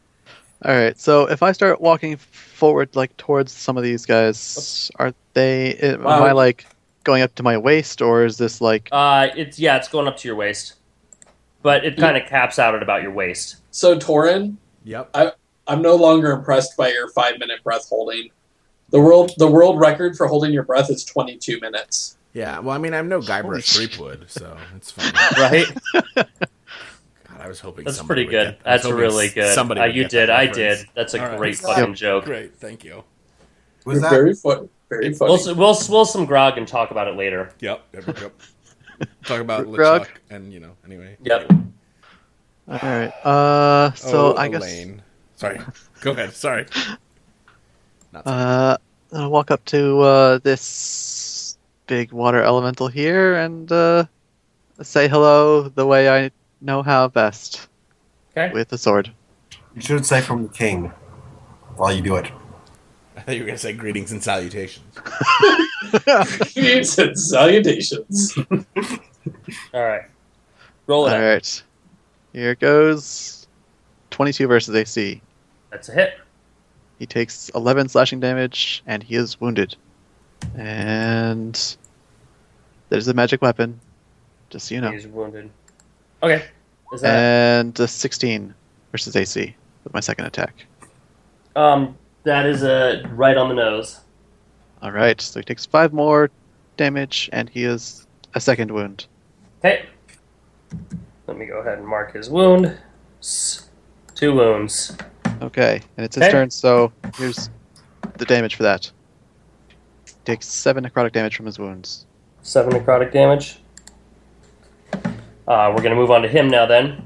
S5: All right. So if I start walking forward, like towards some of these guys, are they? Am
S7: Wow.
S5: I like going up to my waist, or is this like?
S4: Uh, it's yeah, it's going up to your waist, but it kind of caps out at about your waist.
S7: so Torin,
S8: Yep.
S7: I'm no longer impressed by your five minute breath holding. The world the world record for holding your breath is 22 minutes.
S8: Yeah. Well, I mean, I'm no Guybrush
S5: Holy
S8: Threepwood, so it's fine.
S4: Right?
S8: God, I was hoping
S4: That's
S8: somebody
S4: pretty
S8: would
S4: good.
S8: get- I was
S4: That's
S8: hoping
S4: really good.
S8: Somebody,
S4: Uh,
S8: would
S4: you
S8: get that
S4: did. I
S8: reference.
S4: did. That's a
S8: All right.
S4: great fucking joke.
S8: Great. Thank you.
S6: Who's
S7: You're
S6: that?
S7: very fun, very funny.
S4: We'll, we'll we'll some grog and talk about it later.
S8: Yep. Yep. yep, yep. Talk about
S5: Grog.
S8: LeChuck and you know. Anyway.
S4: Yep.
S5: All right. Uh. So
S8: Oh,
S5: I guess.
S8: Elaine. Sorry. Go ahead. Sorry. Not sorry.
S5: Uh, I walk up to uh, this big water elemental here and uh, say hello the way I know how best.
S4: Okay.
S5: With the sword.
S6: You should say from the king while you do it.
S8: I thought you were gonna say greetings and salutations.
S7: Greetings and salutations.
S4: All right. Roll it.
S5: All
S4: up.
S5: right. Here goes. 22 versus AC.
S4: That's a hit.
S5: He takes 11 slashing damage and he is wounded. And there's a magic weapon. Just so you know.
S4: He's wounded. Okay. Is that
S5: And a 16 versus AC with my second attack. Uh,
S4: um? That is a right on the nose.
S5: All right, so he takes five more damage, and he is a second wound.
S4: Okay. Let me go ahead and mark his wound. S- Two wounds.
S5: Okay, and it's his
S4: Okay.
S5: turn. So here's the damage for that. He takes seven necrotic damage from his wounds.
S4: Seven necrotic damage. Uh, we're going to move on to him now. Then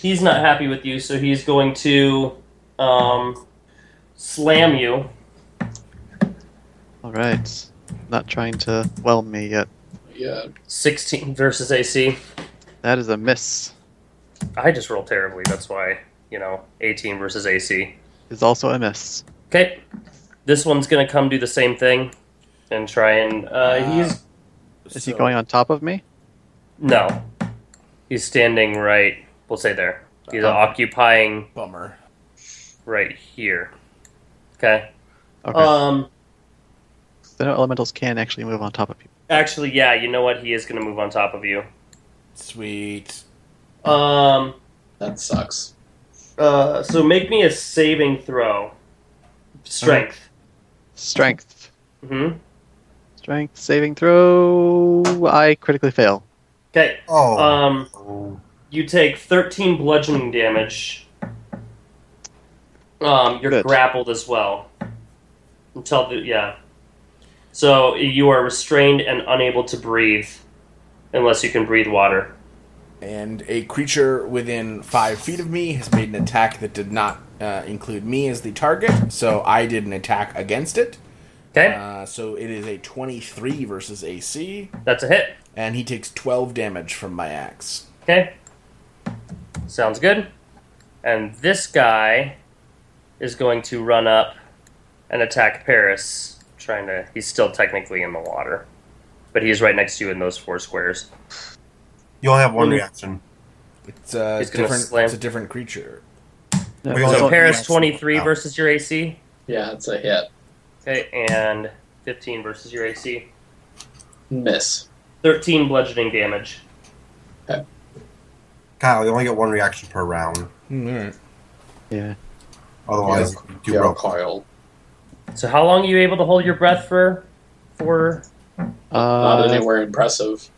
S4: he's not happy with you, so he's going to um, slam you.
S5: All right, not trying to whelm me yet.
S7: yeah.
S4: Sixteen versus AC.
S5: That is a miss.
S4: I just rolled terribly. That's why you know eighteen versus AC.
S5: Is also a miss.
S4: Okay, this one's going to come do the same thing and try and uh, he's
S5: Is he going on top of me?
S4: no, he's standing right. We'll say there. He's occupying
S8: Bummer.
S4: right here. Okay.
S5: Okay.
S4: Um.
S5: so no elementals can actually move on top of you.
S4: Actually, yeah. You know what? He is going to move on top of you.
S8: Sweet.
S4: Um.
S7: That sucks.
S4: Uh. So make me a saving throw Strength.
S5: Strength.
S4: hmm
S5: Strength saving throw. I critically fail.
S4: Okay.
S6: Oh.
S4: Um, you take 13 bludgeoning damage. Um, you're
S5: Good.
S4: grappled as well. Until the yeah. So you are restrained and unable to breathe, unless you can breathe water.
S8: and a creature within five feet of me has made an attack that did not uh, include me as the target, so I did an attack against it.
S4: Okay,
S8: Uh, so it is a 23 versus AC,
S4: that's a hit.
S8: and he takes 12 damage from my axe.
S4: Okay. Sounds good. And this guy is going to run up and attack Paris, trying to. He's still technically in the water, but he's right next to you in those four squares.
S6: You only have one reaction.
S8: It's a
S4: He's gonna
S8: different.
S4: slam.
S8: It's a different creature.
S5: No, Oh,
S6: We
S5: I
S6: only
S4: So
S5: don't-
S6: have
S4: Paris
S6: Yes.
S4: twenty three
S6: Wow.
S4: versus your AC.
S7: Yeah, it's a hit.
S4: Okay, and fifteen versus your AC.
S7: Miss.
S4: Thirteen bludgeoning damage.
S6: Kyle, you only get one reaction per round.
S8: Hmm,
S5: yeah.
S6: Otherwise, you do
S7: Your
S6: roll.
S7: coil.
S4: So how long are you able to hold your breath for? For
S7: Not
S5: Uh,
S7: anywhere impressive.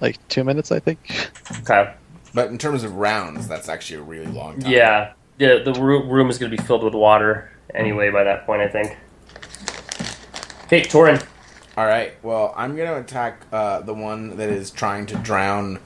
S5: like two minutes, I think.
S4: okay,
S8: But in terms of rounds, that's actually a really long time.
S4: yeah, the the roo- room is going to be filled with water anyway by that point. I think. Okay, Torin.
S8: All right. Well, I'm going to attack uh, the one that is trying to drown.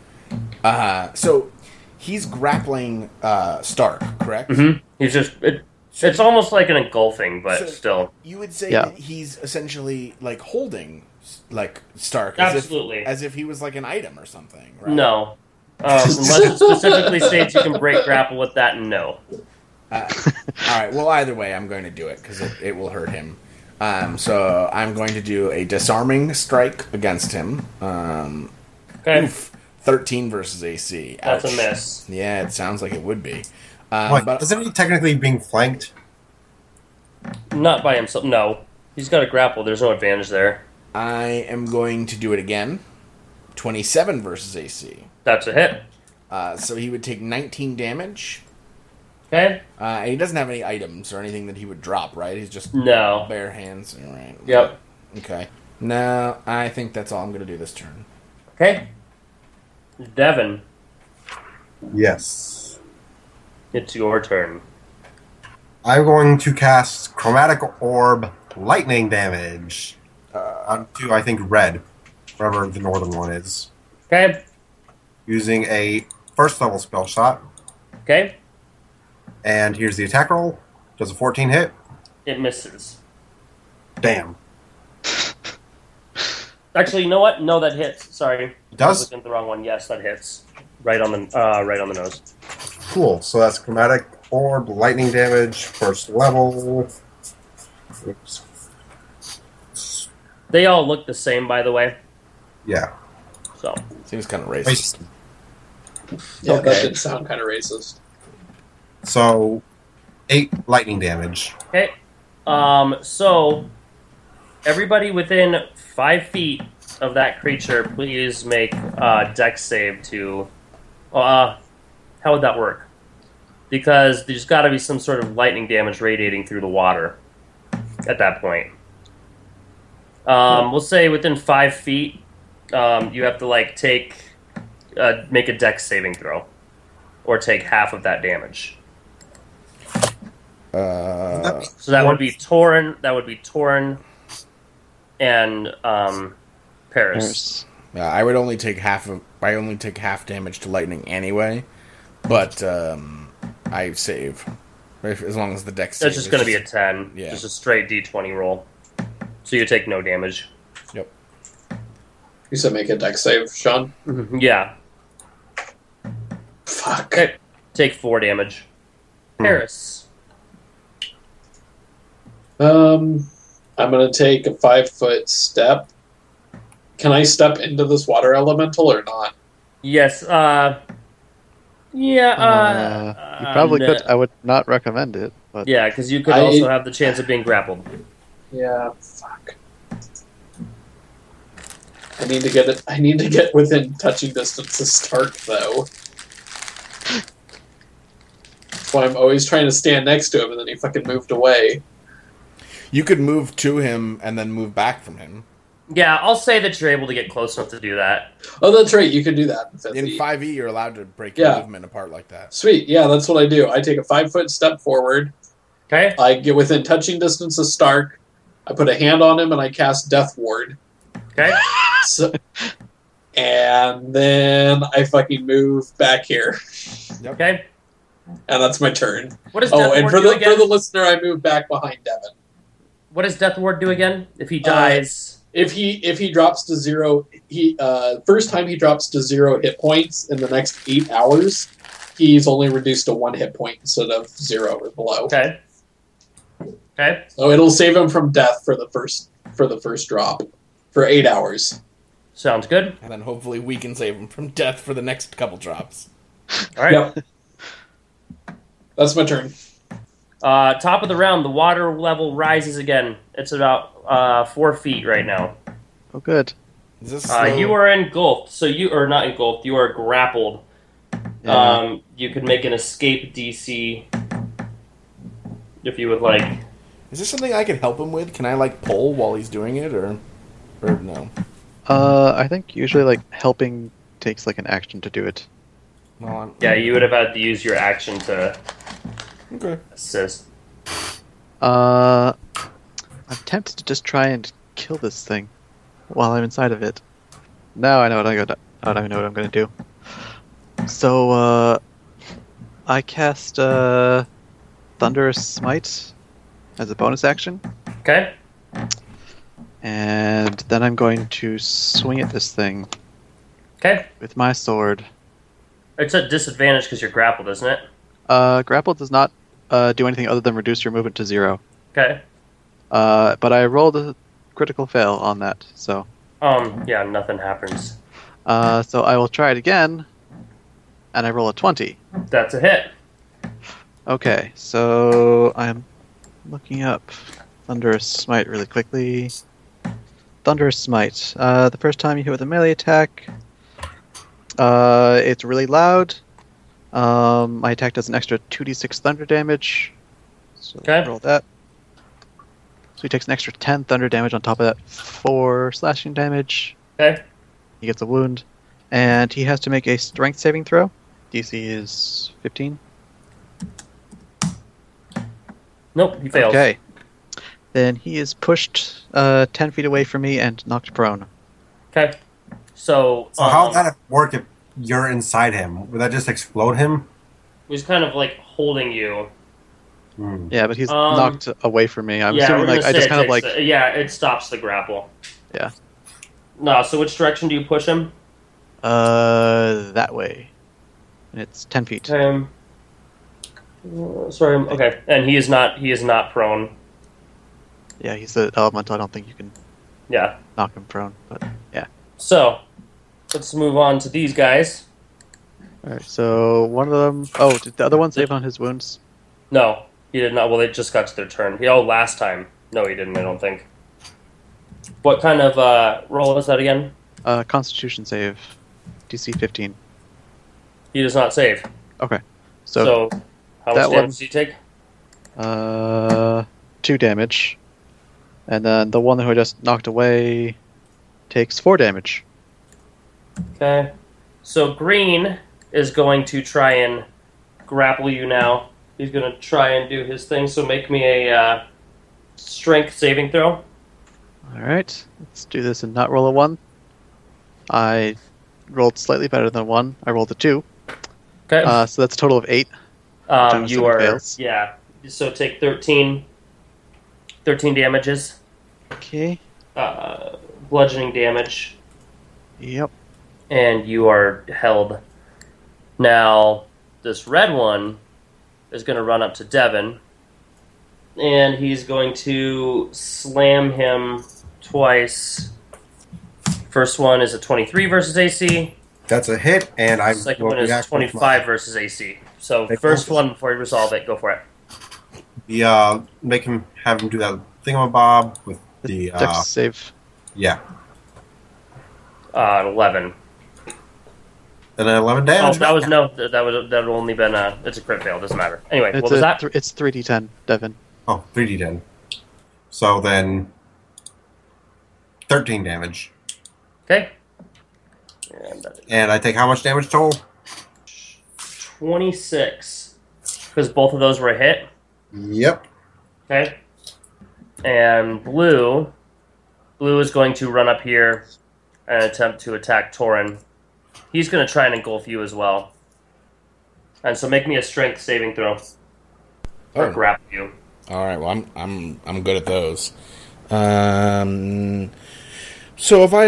S8: Uh, so he's grappling uh, Stark, correct?
S4: Mm-hmm. He's just it, it's almost like an engulfing, but
S8: So-
S4: still.
S8: You would say
S5: Yeah.
S8: that he's essentially like holding like Stark,
S4: Absolutely.
S8: as if, as if he was like an item or something. Right?
S4: No. Um, unless it specifically states you can break grapple with that, no.
S8: All right. Well, either way, I'm going to do it because it, it will hurt him. Um, so I'm going to do a disarming strike against him. Um,
S4: Okay,
S8: oof, 13 versus AC.
S4: that's a
S8: Ouch.
S4: miss.
S8: Yeah, it sounds like it would be. Um,
S6: Wait,
S8: but
S6: isn't he technically being flanked?
S4: Not by himself. No, he's got a grapple. There's no advantage there.
S8: I am going to do it again. 27 versus AC.
S4: That's a hit.
S8: Uh, so he would take 19 damage.
S4: Okay.
S8: Uh, and he doesn't have any items or anything that he would drop, right? He's just
S4: No.
S8: bare hands. All right.
S4: Yep.
S8: Okay. No, I think that's all I'm going to do this turn.
S4: Okay. Devin,
S6: Yes.
S4: it's your turn.
S6: I'm going to cast Chromatic Orb Lightning Damage onto, I think, red, wherever the northern one is,
S4: Okay.
S6: using a first level spell shot.
S4: Okay.
S6: And here's the attack roll. Does a 14 hit?
S4: It misses.
S6: Damn.
S4: Actually, you know what? No, that hits. Sorry.
S6: It
S4: I was
S6: does?
S4: looking at the wrong one. Yes, that hits. Right on the uh, right on the nose.
S6: Cool. So that's Chromatic Orb Lightning Damage, first level. Oops.
S4: They all look the same, by the way.
S6: Yeah.
S4: So
S8: Seems kind of racist.
S7: Yeah,
S4: Okay.
S7: that did sound kind of racist.
S6: So, 8 lightning damage.
S4: okay. Um. So everybody within five feet of that creature, please make uh, deck save to. Uh, how would that work? Because there's got to be some sort of lightning damage radiating through the water at that point. Um, we'll say within five feet, um, you have to like take, uh, make a deck saving throw, or take half of that damage.
S8: Uh,
S4: So that would be Torin. That would be Torin, and um, Paris.
S5: There's-
S8: yeah, I would only take half of. I only take half damage to lightning anyway, but um, I save if, as long as the deck.
S4: That's just going to be a ten.
S8: Yeah.
S4: Just a straight D twenty roll. So you take no damage.
S7: You said make a deck save, Sean?
S5: Mm-hmm.
S4: Yeah.
S7: Fuck.
S4: Okay. Take four damage.
S7: Hmm.
S4: Paris.
S7: Um, I'm gonna take a five foot step. Can I step into this water elemental or not?
S4: Yes. Uh. Yeah. Uh.
S5: Uh, you probably
S4: uh,
S5: could. I would not recommend it, but
S4: Yeah, because you could
S7: I-
S4: also have the chance of being grappled.
S7: Yeah. Fuck. I need to get it. I need to get within touching distance to Stark though. That's why I'm always trying to stand next to him, and then he fucking moved away.
S8: You could move to him and then move back from him.
S4: Yeah, I'll say that you're able to get close enough to do that.
S7: Oh, that's right. You can do that. fifth
S8: In
S7: feet.
S8: 5e, you're allowed to break your
S7: Yeah.
S8: movement apart like that.
S7: Sweet. Yeah, that's what I do. I take a five foot step forward.
S4: Okay.
S7: I get within touching distance of Stark. I put a hand on him and I cast Death Ward.
S4: Okay.
S7: So, and then I fucking move back here,
S4: Okay.
S7: and that's my turn.
S4: What does Death
S7: Oh, and
S4: Ward
S7: for
S4: do
S7: the
S4: again?
S7: for the listener, I move back behind Devin.
S4: what does Death Ward do again? If he
S7: Uh,
S4: dies,
S7: If he if he drops to zero, he uh, first time he drops to zero hit points in the next eight hours, he's only reduced to one hit point instead of zero or below.
S4: okay. Okay.
S7: So it'll save him from death for the first for the first drop for eight hours.
S4: Sounds good.
S8: And then hopefully we can save him from death for the next couple drops.
S4: All right.
S7: Yep. That's my turn.
S4: Uh, top of the round, the water level rises again. It's about uh, four feet right now.
S5: Oh, good.
S8: Is this
S4: Uh,
S8: slow?
S4: you are engulfed, so you are not engulfed. You are grappled.
S5: Yeah.
S4: Um, you could make an escape DC if you would like.
S8: Is this something I can help him with? Can I like pull while he's doing it, or, or no?
S5: Uh, I think usually like helping takes like an action to do it.
S8: Well, I'm,
S4: Yeah, you would have had to use your action to
S8: Okay.
S4: assist.
S5: Uh, I'm tempted to just try and kill this thing while I'm inside of it. Now I know what I'm gonna. I don't know what I'm gonna do. So uh, I cast uh, thunderous smite as a bonus action,
S4: Okay.
S5: and then I'm going to swing at this thing
S4: Okay.
S5: with my sword.
S4: It's a disadvantage because you're grappled, isn't it?
S5: Uh, grapple does not uh, do anything other than reduce your movement to zero.
S4: Okay.
S5: Uh, but I rolled a critical fail on that, so
S4: Um. Yeah. Nothing happens.
S5: uh, so I will try it again, and I roll a twenty.
S4: That's a hit.
S5: Okay, so I'm looking up thunderous smite really quickly. Thunderous smite. Uh, the first time you hit with a melee attack, uh, it's really loud. Um, my attack does an extra two d six thunder damage. So
S4: Okay.
S5: roll that. So he takes an extra ten thunder damage on top of that four slashing damage.
S4: Okay.
S5: He gets a wound, and he has to make a strength saving throw. DC is fifteen.
S4: Nope. He fails.
S5: Okay. Then he is pushed uh, 10 feet away from me and knocked prone.
S4: Okay. So.
S6: So how
S4: um,
S6: would that work if you're inside him? Would that just explode him?
S4: He's kind of like holding you.
S6: Hmm.
S5: Yeah, but he's
S4: Um,
S5: knocked away from me. I'm
S4: yeah,
S5: assuming
S4: we're gonna
S5: like I
S4: say
S5: just
S4: it
S5: kind of like
S4: takes the- yeah, it stops the grapple.
S5: Yeah.
S4: No. So which direction do you push him?
S5: uh that way. And it's 10 feet.
S4: Um. uh, Sorry. I'm- Okay. And he is not. He is not prone.
S5: Yeah, he's an elemental. I don't think you can
S4: Yeah.
S5: knock him prone. But yeah.
S4: So let's move on to these guys.
S5: All right. So one of them. Oh, did the other one save on his wounds?
S4: No, he did not. Well, they just got to their turn. He, oh, last time. No, he didn't. I don't think. What kind of uh, roll was that again?
S5: Uh, Constitution save, DC 15.
S4: He does not save.
S5: Okay. So,
S4: So, how
S5: that
S4: much
S5: one-
S4: damage does he take?
S5: Uh, two damage, and then the one who I just knocked away takes four damage.
S4: Okay. So Green is going to try and grapple you now. He's going to try and do his thing. So make me a uh, strength saving throw.
S5: All right, let's do this and not roll a one. I rolled slightly better than one. I rolled a two,
S4: Okay.
S5: uh, so that's a total of eight.
S4: um,
S5: Jonathan
S4: you are
S5: fails.
S4: yeah. So take 13, 13 damages,
S5: Okay.
S4: uh, bludgeoning damage.
S5: Yep.
S4: and you are held. Now, this red one is going to run up to Devin, and he's going to slam him twice. First one is a 23 versus AC.
S6: That's a hit, and I
S4: Second
S6: will
S4: one is
S6: react with
S4: 25 versus AC. So
S6: Take
S4: first
S6: both.
S4: one before you resolve it, go for it.
S6: my- the uh, make him have him do that thingamabob with the uh,
S5: Dex save.
S6: yeah,
S4: Uh, 11.
S6: and an eleven
S4: Oh,
S6: damage.
S4: that was no. That was that would only been a. It's a crit fail. Doesn't matter. Anyway,
S5: It's
S4: what was
S5: a
S4: that?
S5: thr- it's three d ten, Devin.
S6: Oh, 3d10. So then, thirteen damage.
S4: Okay. And that is
S6: And I take how much damage total?
S4: 26. Because both of those were a hit.
S6: Yep.
S4: Okay. And blue. Blue is going to run up here and attempt to attack Torin. He's going to try and engulf you as well. And so make me a strength saving throw. Or
S8: Oh.
S4: grapple you.
S8: All right. Well, I'm I'm I'm good at those. Um. So if I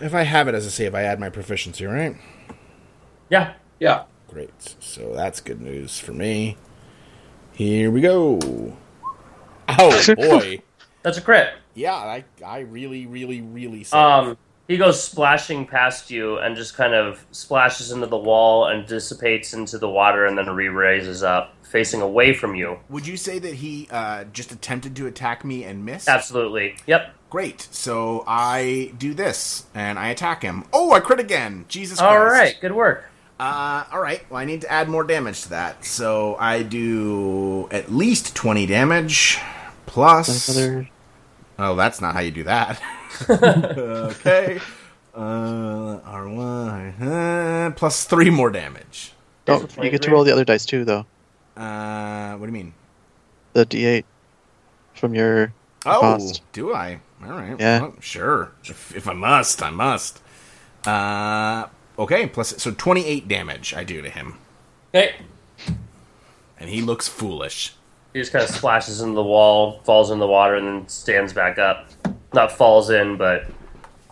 S8: if I have it as a save, I add my proficiency, right?
S4: Yeah.
S7: Yeah.
S8: Great. So that's good news for me. Here we go. Oh boy.
S4: That's a crit.
S8: yeah, I I really really really. Saved.
S4: Um, he goes splashing past you and just kind of splashes into the wall and dissipates into the water and then re-raises up, facing away from you.
S8: Would you say that he uh, just attempted to attack me and missed?
S4: Absolutely. Yep.
S8: Great. So I do this and I attack him. Oh, I crit again. Jesus Christ.
S4: All right. Good work.
S8: Uh, all right. Well, I need to add more damage to that. So I do at least 20 damage plus.
S5: Another-
S8: Oh, that's not how you do that. okay. Uh, R1. uh, plus three more damage.
S5: Don't, you get to roll the other dice too, though.
S8: Uh, what do you mean?
S5: The d8 from your
S8: Oh,
S5: cost.
S8: do I? All right.
S5: Yeah.
S8: well, sure. If, if I must, I must. Uh, okay. Plus, so 28 damage I do to him.
S4: Okay.
S8: And he looks foolish.
S4: He just kind of splashes into the wall, falls in the water, and then stands back up. Not falls in, but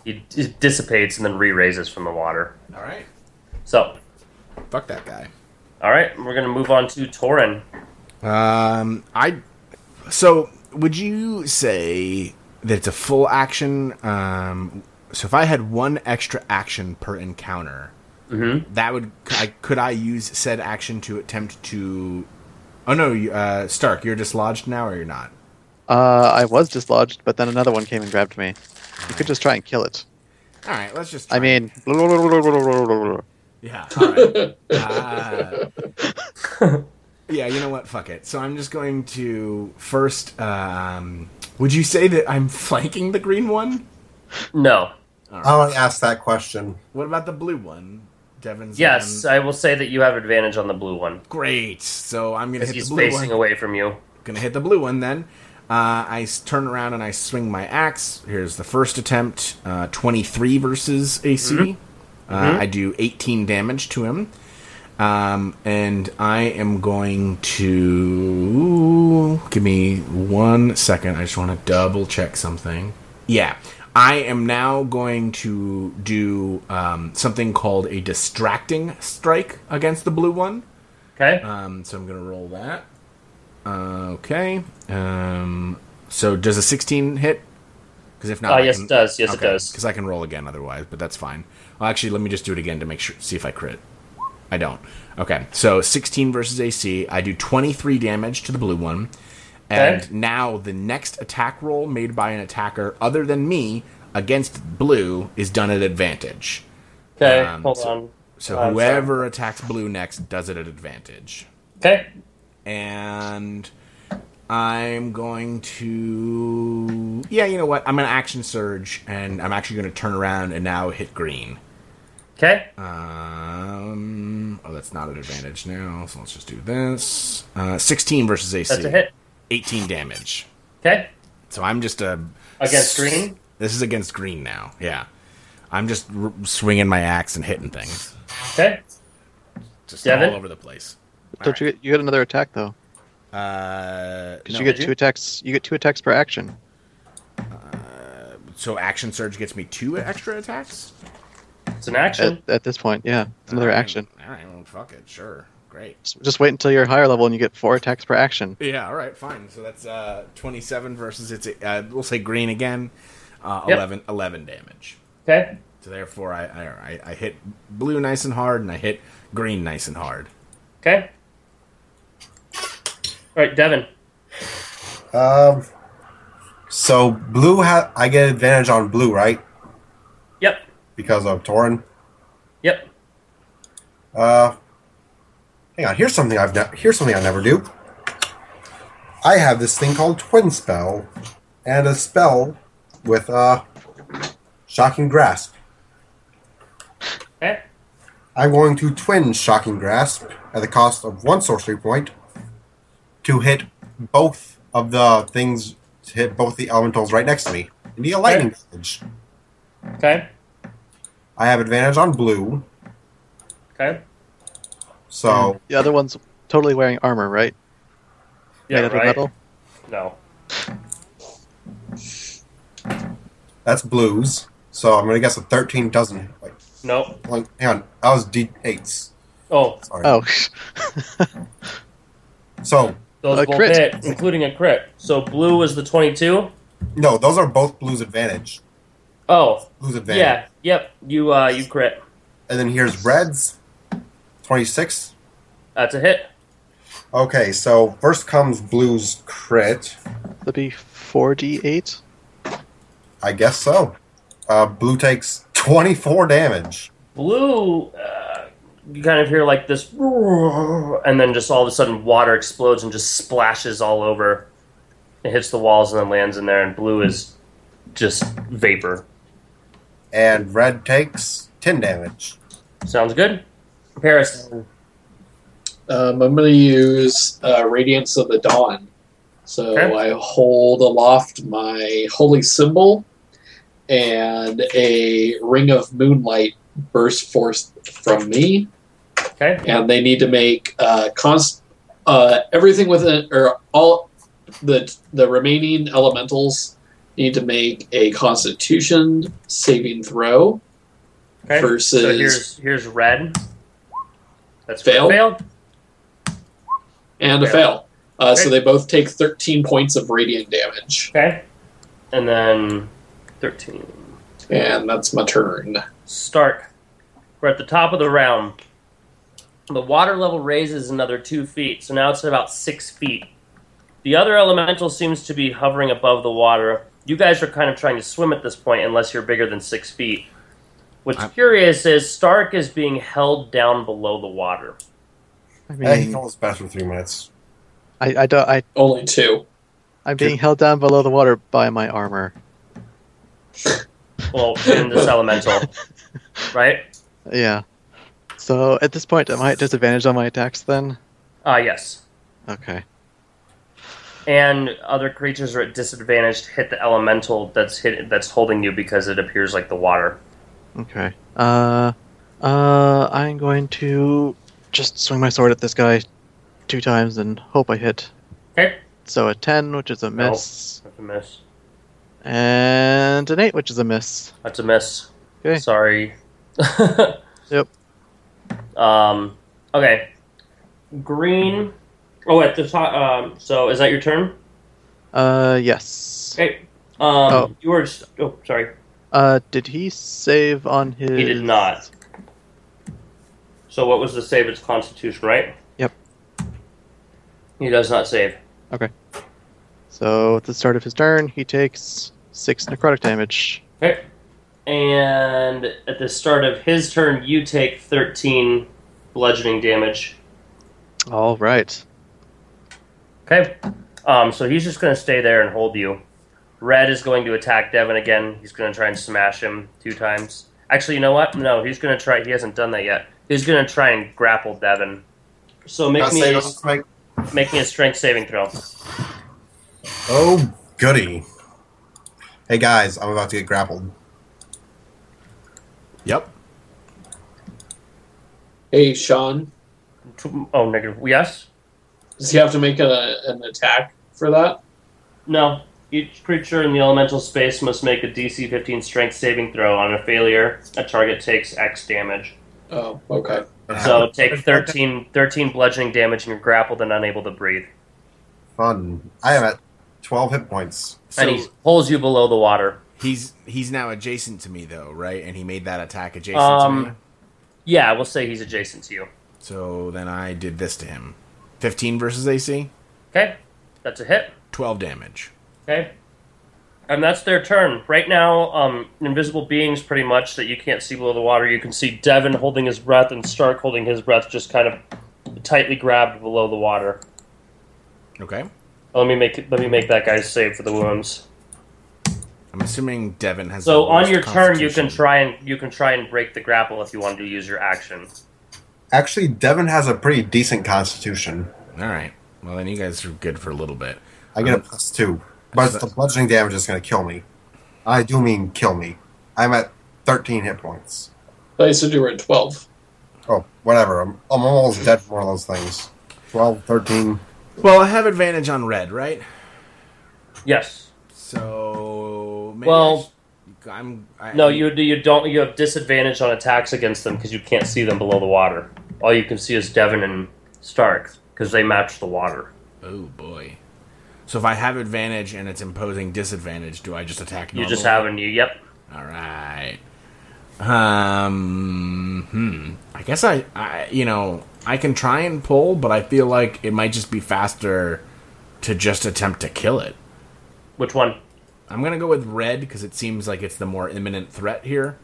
S4: he d- dissipates and then re-raises from the water.
S8: All right.
S4: So,
S8: Fuck that guy.
S4: all right, we're gonna move on to Torin.
S8: Um, I. So, would you say that it's a full action? Um, so if I had one extra action per encounter, that would I, could I use said action to attempt to? Oh no, you- uh, Stark, you're dislodged now, or you're not?
S5: Uh, I was dislodged, but then another one came and grabbed me. You could just try and kill it.
S8: All right, let's just.
S5: I
S8: try.
S5: mean, okay.
S8: yeah. All right. Uh, yeah, you know what? Fuck it. So I'm just going to first. Um, would you say that I'm flanking the green one?
S4: No.
S6: I only asked that question.
S8: What about the blue one? Devin's
S4: Yes,
S8: on-
S4: I will say that you have advantage on the blue one
S8: Great. So I'm gonna
S4: because
S8: hit
S4: he's
S8: the blue
S4: facing
S8: one.
S4: away from you.
S8: Gonna hit the blue one then. Uh, I s- turn around and I swing my axe. Here's the first attempt. Uh, 23 versus AC. Uh, I do 18 damage to him. Um, and I am going to give me one second. I just want to double check something. Yeah, I am now going to do um, something called a distracting strike against the blue one.
S4: Okay.
S8: Um, so I'm gonna roll that. Uh, okay. Um, so does a 16 hit? Because if not,
S4: Uh, yes, it does. Yes, it does.
S8: Because I can roll again otherwise, but that's fine. Well, actually, let me just do it again to make sure. See if I crit. I don't. Okay. So 16 versus AC. I do 23 damage to the blue one. And
S4: Okay.
S8: now the next attack roll made by an attacker other than me against blue is done at advantage.
S4: okay.
S8: um,
S4: hold
S8: so-
S4: on.
S8: So
S4: Uh, so-
S8: whoever attacks blue next does it at advantage
S4: Okay.
S8: and I'm going to yeah, you know what? I'm gonna action surge, and I'm actually gonna turn around and now hit green.
S4: Okay.
S8: Uh, Um, oh, that's not an advantage now, so let's just do this. Uh, 16 versus AC.
S4: That's a hit.
S8: 18 damage.
S4: Okay.
S8: So I'm just a
S4: Against green?
S8: This is against green now. Yeah, I'm just r- swinging my axe and hitting things,
S4: Okay.
S8: just
S4: Devin?
S8: all over the place.
S5: Don't you get, you get another attack though?
S8: Uh,
S5: Because
S8: no,
S5: you get
S8: did
S5: two attacks. You get two attacks per action.
S8: So action surge gets me two extra attacks.
S4: It's an action.
S5: At, at this point, yeah, it's another
S8: All right.
S5: action.
S8: All right, well, fuck it, sure, great.
S5: Just- Just wait until you're higher level and you get four attacks per action.
S8: Yeah, all right, fine. So that's uh, 27 versus it's uh, we'll say green again, uh,
S4: Yep.
S8: 11, 11 damage.
S4: okay.
S8: So therefore, I, I I I hit blue nice and hard, and I hit green nice and hard.
S4: Okay. All right, Devin.
S6: Um, so blue, ha- I get advantage on blue, right?
S4: Yep.
S6: Because of Torin.
S4: Yep.
S6: Uh, hang on. Here's something I've ne- here's something I never do. I have this thing called Twin Spell, and a spell with uh, Shocking Grasp.
S4: Okay.
S6: I'm going to twin Shocking Grasp at the cost of one sorcery point to hit both of the things, to hit both the elementals right next to me. And deal lightning damage.
S4: Okay.
S6: I have advantage on blue,
S4: Okay.
S6: so
S5: The other one's totally wearing armor, right?
S4: Yeah.
S5: Made out of
S4: right.
S5: metal.
S4: No.
S6: that's blues. So I'm going to guess a 13 doesn't. Like,
S4: No.
S6: like, hang on, that was D8s.
S4: Oh,
S6: Sorry.
S5: Oh,
S6: So,
S4: those
S5: A
S4: both
S5: crit.
S4: hit, including a crit. So blue was the twenty-two.
S6: no, those are both blues advantage.
S4: Oh,
S6: Blues advantage.
S4: yeah. Yep. You uh, you crit.
S6: And then here's Reds, 26.
S4: That's a hit.
S6: Okay, so first comes Blue's crit.
S5: that'd be four d eight.
S6: I guess so. Uh, Blue takes 24 damage.
S4: Blue. Uh, you kind of hear like this, and then just all of a sudden, water explodes and just splashes all over. It hits the walls and then lands in there, and blue is just vapor.
S6: And Red takes 10 damage.
S4: Sounds good. Paris.
S7: Um, I'm going to use uh, Radiance of the Dawn. So
S4: Okay.
S7: I hold aloft my holy symbol, and a ring of moonlight bursts forth from me.
S4: Okay.
S7: and they need to make uh, const uh, everything within or all the the remaining elementals need to make a Constitution saving throw.
S4: Okay.
S7: Versus-
S4: So here's here's red. That's
S7: Fail?
S4: Fail.
S7: and a
S4: Yeah.
S7: fail. Uh, So they
S4: Okay.
S7: both take 13 points of radiant damage,
S4: Okay. And then 13.
S7: and that's my turn.
S4: Start. We're at the top of the round. The water level raises another two feet, so now it's at about six feet. The other elemental seems to be hovering above the water. You guys are kind of trying to swim at this point, unless you're bigger than six feet. What's
S8: I'm-
S4: curious is Stark is being held down below the water.
S5: I
S6: Hey, he
S5: mean,
S6: can best for three minutes.
S5: I, I don't. I
S7: Only two.
S5: I'm being held down below the water by my armor.
S4: Well, in this elemental, right?
S5: Yeah. So at this point, am I at disadvantage on my attacks then?
S4: Ah, yes.
S5: Okay.
S4: and other creatures are at disadvantage to hit the elemental that's hit that's holding you because it appears like the water.
S5: Okay. Uh, uh, I'm going to just swing my sword at this guy two times and hope I hit.
S4: Okay,
S5: So a ten, which is a miss,
S4: that's a miss.
S5: and an eight, which is a miss.
S4: That's a miss.
S5: Okay.
S4: Sorry.
S5: Yep.
S4: Um. Okay. Green. Oh, at the top. Um. So is that your turn?
S5: Uh, yes.
S4: Okay. Um.
S5: Oh.
S4: You were. Just, oh, sorry.
S5: Uh, did he save on his?
S4: He did not. So what was the save? It's Constitution, right?
S5: Yep.
S4: He does not save.
S5: So at the start of his turn, he takes six necrotic damage.
S4: Okay. And at the start of his turn, you take 13 bludgeoning damage.
S5: All right.
S4: Okay. Um, so he's just going to stay there and hold you. Red is going to attack Devin again. He's going to try and smash him two times. Actually, you know what? No, he's going to try. He hasn't done that yet. He's going to try and grapple Devin. So make
S6: Gotta
S4: me,
S6: save
S4: a,
S6: us, make-
S4: make me a strength saving throw.
S6: Oh, goody. Hey, guys, I'm about to get grappled.
S8: Yep.
S7: Hey, Sean,
S4: Tw- Oh, negative. Yes?
S7: does he have to make a, an attack for that?
S4: No. Each creature in the elemental space must make a DC 15 strength saving throw. On a failure, a target takes X damage.
S7: Oh, okay.
S4: So take 13, 13 bludgeoning damage and you're grappled and unable to breathe.
S6: Fun. I am at 12 hit points.
S4: and he holds you below the water.
S8: He's he's now adjacent to me though, right? And he made that attack adjacent
S4: Um,
S8: to me.
S4: Yeah, we'll say he's adjacent to you.
S8: So then I did this to him. 15 versus AC,
S4: Okay? That's a hit.
S8: 12 damage.
S4: Okay? And that's their turn. Right now, um, invisible beings pretty much that you can't see below the water. You can see Devin holding his breath and Stark holding his breath just kind of tightly grabbed below the water.
S8: Okay.
S4: Let me make let me make that guy save for the wounds.
S2: I'm assuming Devin has.
S4: So
S2: the
S4: on
S2: worst
S4: your turn, you can
S2: constitution.
S4: try and you can try and break the grapple if you want to use your action.
S6: Actually, Devin has a pretty decent constitution.
S2: All right. Well, then you guys are good for a little bit.
S6: I get a plus two, but the bludgeoning damage is going to kill me. I do mean kill me. I'm at 13 hit points.
S7: I said you were at 12.
S6: Oh, whatever. I'm, I'm almost dead for one of those things. 12, 13.
S2: Well, I have advantage on red, right?
S4: Yes.
S2: So maybe
S4: Well-
S2: I am I,
S4: No, you you don't. You have disadvantage on attacks against them because you can't see them below the water. All you can see is Devin and Stark because they match the water.
S2: Oh boy. So if I have advantage and it's imposing disadvantage, do I just attack?
S4: You
S2: Normal?
S4: just haven't. You yep.
S2: All right. Um. Hmm. I guess I, I. You know, I can try and pull, but I feel like it might just be faster to just attempt to kill it.
S4: Which one?
S2: I'm gonna go with red because it seems like it's the more imminent threat here.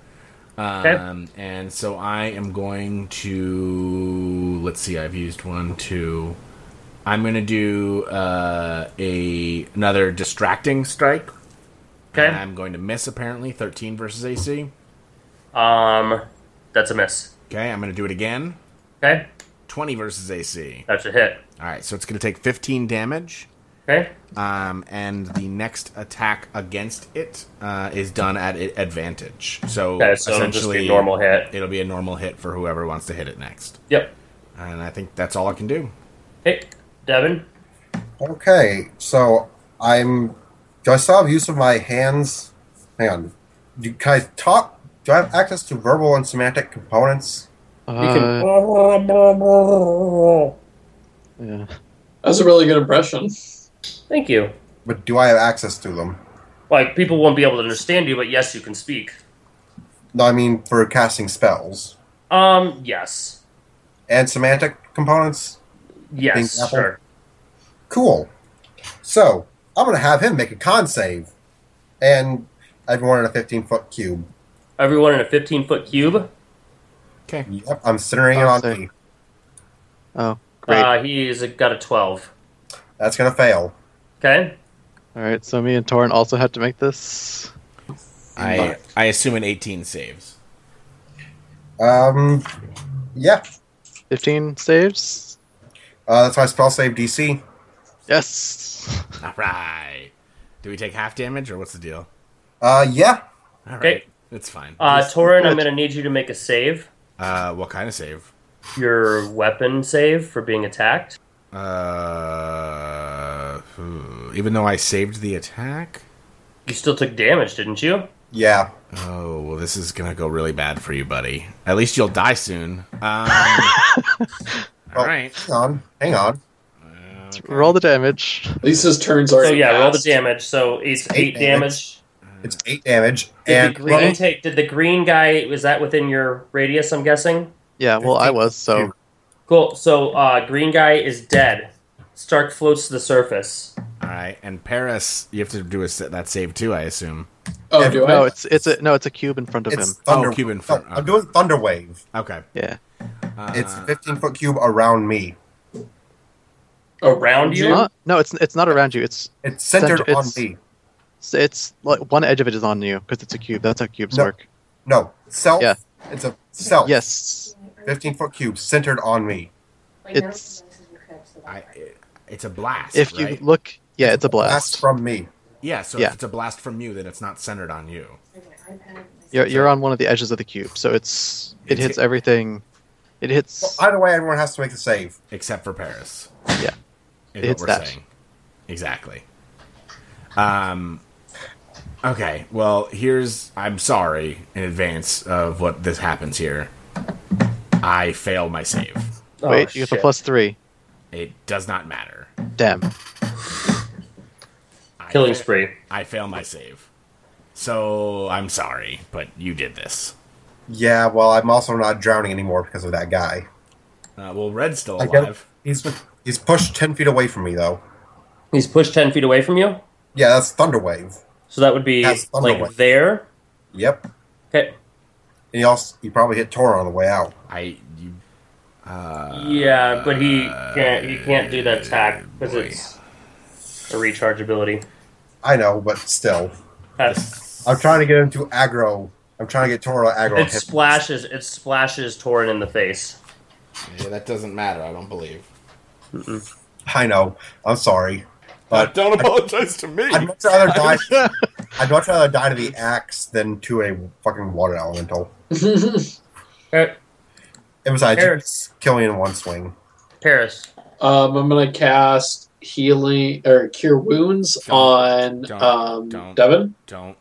S4: Okay.
S2: Um, and so I am going to let's see. I've used one, two. I'm gonna do uh, a another distracting strike.
S4: okay.
S2: I'm going to miss apparently 13 versus AC.
S4: Um, that's a miss.
S2: Okay, I'm gonna do it again.
S4: Okay,
S2: 20 versus AC.
S4: that's a hit.
S2: All right, so it's gonna take 15 damage.
S4: Okay,
S2: Um, and the next attack against it uh, is done at i- advantage. So,
S4: okay. So it'll just be a normal hit.
S2: It'll be a normal hit for whoever wants to hit it next.
S4: Yep.
S2: And I think that's all I can do.
S4: Hey, Devin.
S6: Okay, so I'm. Do I still have use of my hands? Hang on. Do, can I talk? Do I have access to verbal and semantic components?
S5: Uh, yeah.
S7: That's a really good impression.
S4: Thank you.
S6: But do I have access to them?
S4: Like people won't be able to understand you, but yes, you can speak.
S6: No, I mean for casting spells
S4: Um, yes,
S6: and semantic components. Think
S4: yes,
S6: Apple?
S4: sure.
S6: Cool. So I'm gonna have him make a con save, and everyone in a 15 foot cube.
S4: Everyone in a fifteen-foot cube.
S2: Okay.
S6: Yep, I'm centering it
S5: Con
S6: on
S5: save.
S6: me.
S5: Oh, great.
S4: Uh, he's got a twelve.
S6: That's gonna fail.
S4: Okay.
S5: All right, so me and Torrin also have to make this.
S2: I I assume an 18 saves.
S6: Um, yeah.
S5: 15 saves.
S6: Uh, that's my spell save DC.
S5: Yes.
S2: All right. Do we take half damage or what's the deal?
S6: Uh, yeah.
S2: All right.
S4: Okay.
S2: It's fine.
S4: Uh, Torin, I'm
S5: good.
S4: going to need you to make a save.
S2: Uh, what kind of save?
S4: Your weapon save for being attacked.
S2: Uh, hmm, even though I saved the attack.
S4: You still took damage, didn't you?
S6: Yeah.
S2: Oh well, this is gonna go really bad for you, buddy. At least you'll die soon. Um, all right.
S6: Hang on. Hang on.
S5: Roll the damage.
S7: At least his turns are.
S4: So yeah, roll the damage. So it's eight,
S6: Eight
S4: damage.
S6: It's eight damage.
S4: Did
S6: And
S4: the green take? Did the green guy? Was that within your radius? I'm guessing.
S5: Yeah, well, I was, so.
S4: Cool. So uh, green guy is dead. Stark floats to the surface.
S2: All right. And Paris, you have to do a, sa- that save too, I assume.
S7: Oh, do
S5: No,
S7: I?
S5: it's it's a no, it's a cube in front of
S6: it's
S5: him.
S6: thunder.
S2: Oh, cube in
S6: No,
S2: front. Ah.
S6: I'm doing thunder wave.
S2: Okay.
S5: Yeah.
S6: It's a 15 foot cube around me.
S4: Around you?
S5: Not- no, it's it's not around you. It's
S6: It's centered
S5: Center-
S6: on
S5: it's-
S6: me.
S5: it's like one edge of it is on you because it's a cube. That's how cubes
S6: No.
S5: work.
S6: No, self.
S5: Yeah.
S6: It's a self.
S5: Yes.
S6: 15 foot cube centered on me.
S5: It's-
S2: I, it's a blast.
S5: If you
S2: right?
S5: look, yeah, it's a
S6: That's
S5: blast.
S6: from me.
S2: yeah. So
S5: yeah.
S2: if it's a blast from you, then it's not centered on you.
S5: You're you're on one of the edges of the cube, so it's it
S2: It's
S5: hits
S2: hit-
S5: everything. It hits.
S6: Either way, everyone has to make the save.
S2: except for Paris.
S5: Yeah.
S2: is
S5: It's
S2: what we're
S5: that.
S2: saying. Exactly. Um. Okay. Well, here's. I'm sorry in advance of what this happens here. I fail my save.
S4: Oh,
S5: Wait, you have a
S4: shit.
S5: plus three.
S2: It does not matter.
S5: Damn.
S2: I
S4: Killing
S2: fa-
S4: spree.
S2: I fail my save. So I'm sorry, but you did this.
S6: Yeah, well, I'm also not drowning anymore because of that guy.
S2: Uh, well, Red's still
S6: I get
S2: alive.
S6: He's he's pushed 10 feet away from me, though.
S4: He's pushed ten feet away from you.
S6: Yeah, that's thunder wave.
S4: So that would be
S6: That's thunder
S4: like
S6: wave.
S4: there.
S6: Yep. And
S4: Okay.
S6: he also he probably hit Tor on the way out.
S2: I. You,
S4: Yeah, but he can't. You can't do that attack because it's a recharge ability.
S6: I know, but still.
S4: That's-
S6: I'm trying to get him to aggro. I'm trying to get Toro aggro.
S4: it splashes. It splashes Torin in the face.
S8: Yeah, that doesn't matter. I don't believe.
S6: I know. I'm sorry, but
S8: don't apologize to me.
S6: I'd much rather die. I'd much rather die to the axe than to a fucking water elemental.
S4: Okay,
S6: It was I
S4: Uh, Paris.
S6: just killing in one swing.
S4: Paris.
S7: Um, I'm gonna cast healing or cure wounds
S8: Don't.
S7: on
S8: Don't.
S7: um,
S8: Don't.
S7: Devin.
S8: don't.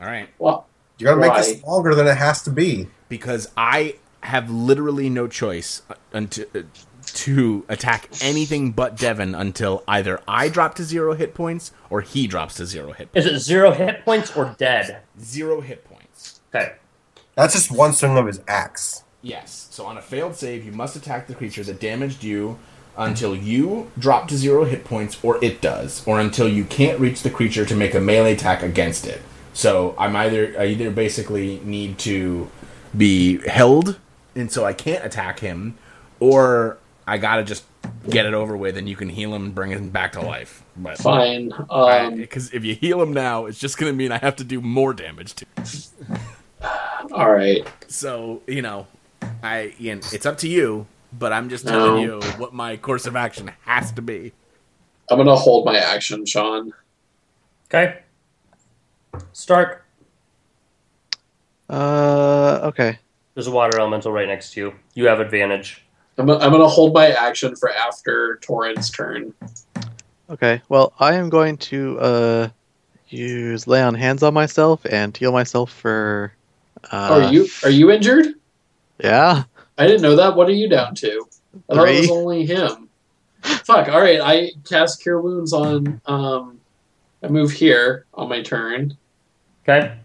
S8: All right.
S7: Well,
S6: You gotta make
S7: Why?
S6: this longer than it has to be.
S8: because I have literally no choice until to attack anything but Devon until either I drop to zero hit points or he drops to zero hit
S4: Is it zero hit points or dead?
S8: zero hit points.
S4: Okay.
S6: That's just one swing of his axe.
S8: Yes. So on a failed save, you must attack the creature that damaged you until you drop to zero hit points or it does, or until you can't reach the creature to make a melee attack against it. So I'm either I either basically need to be held and so I can't attack him, or I gotta just get it over with and you can heal him and bring him back to life. But
S7: fine. Um,
S8: because if you heal him now, it's just gonna mean I have to do more damage to
S7: all right.
S8: so you know, I Ian, it's up to you, but I'm just
S7: No.
S8: telling you what my course of action has to be.
S7: I'm gonna hold my action, Sean.
S4: Okay. Stark.
S5: Uh, okay.
S4: There's a water elemental right next to you. You have advantage.
S7: I'm, I'm gonna hold my action for after Torrin's turn.
S5: Okay. Well, I am going to uh, use lay on hands on myself and heal myself for. Uh,
S7: are you are you injured?
S5: Yeah.
S7: I didn't know that. What are you down to? I thought it was
S5: Three.
S7: only him. Fuck. All right. I cast Cure Wounds on. Um, I move here on my turn.
S4: Okay.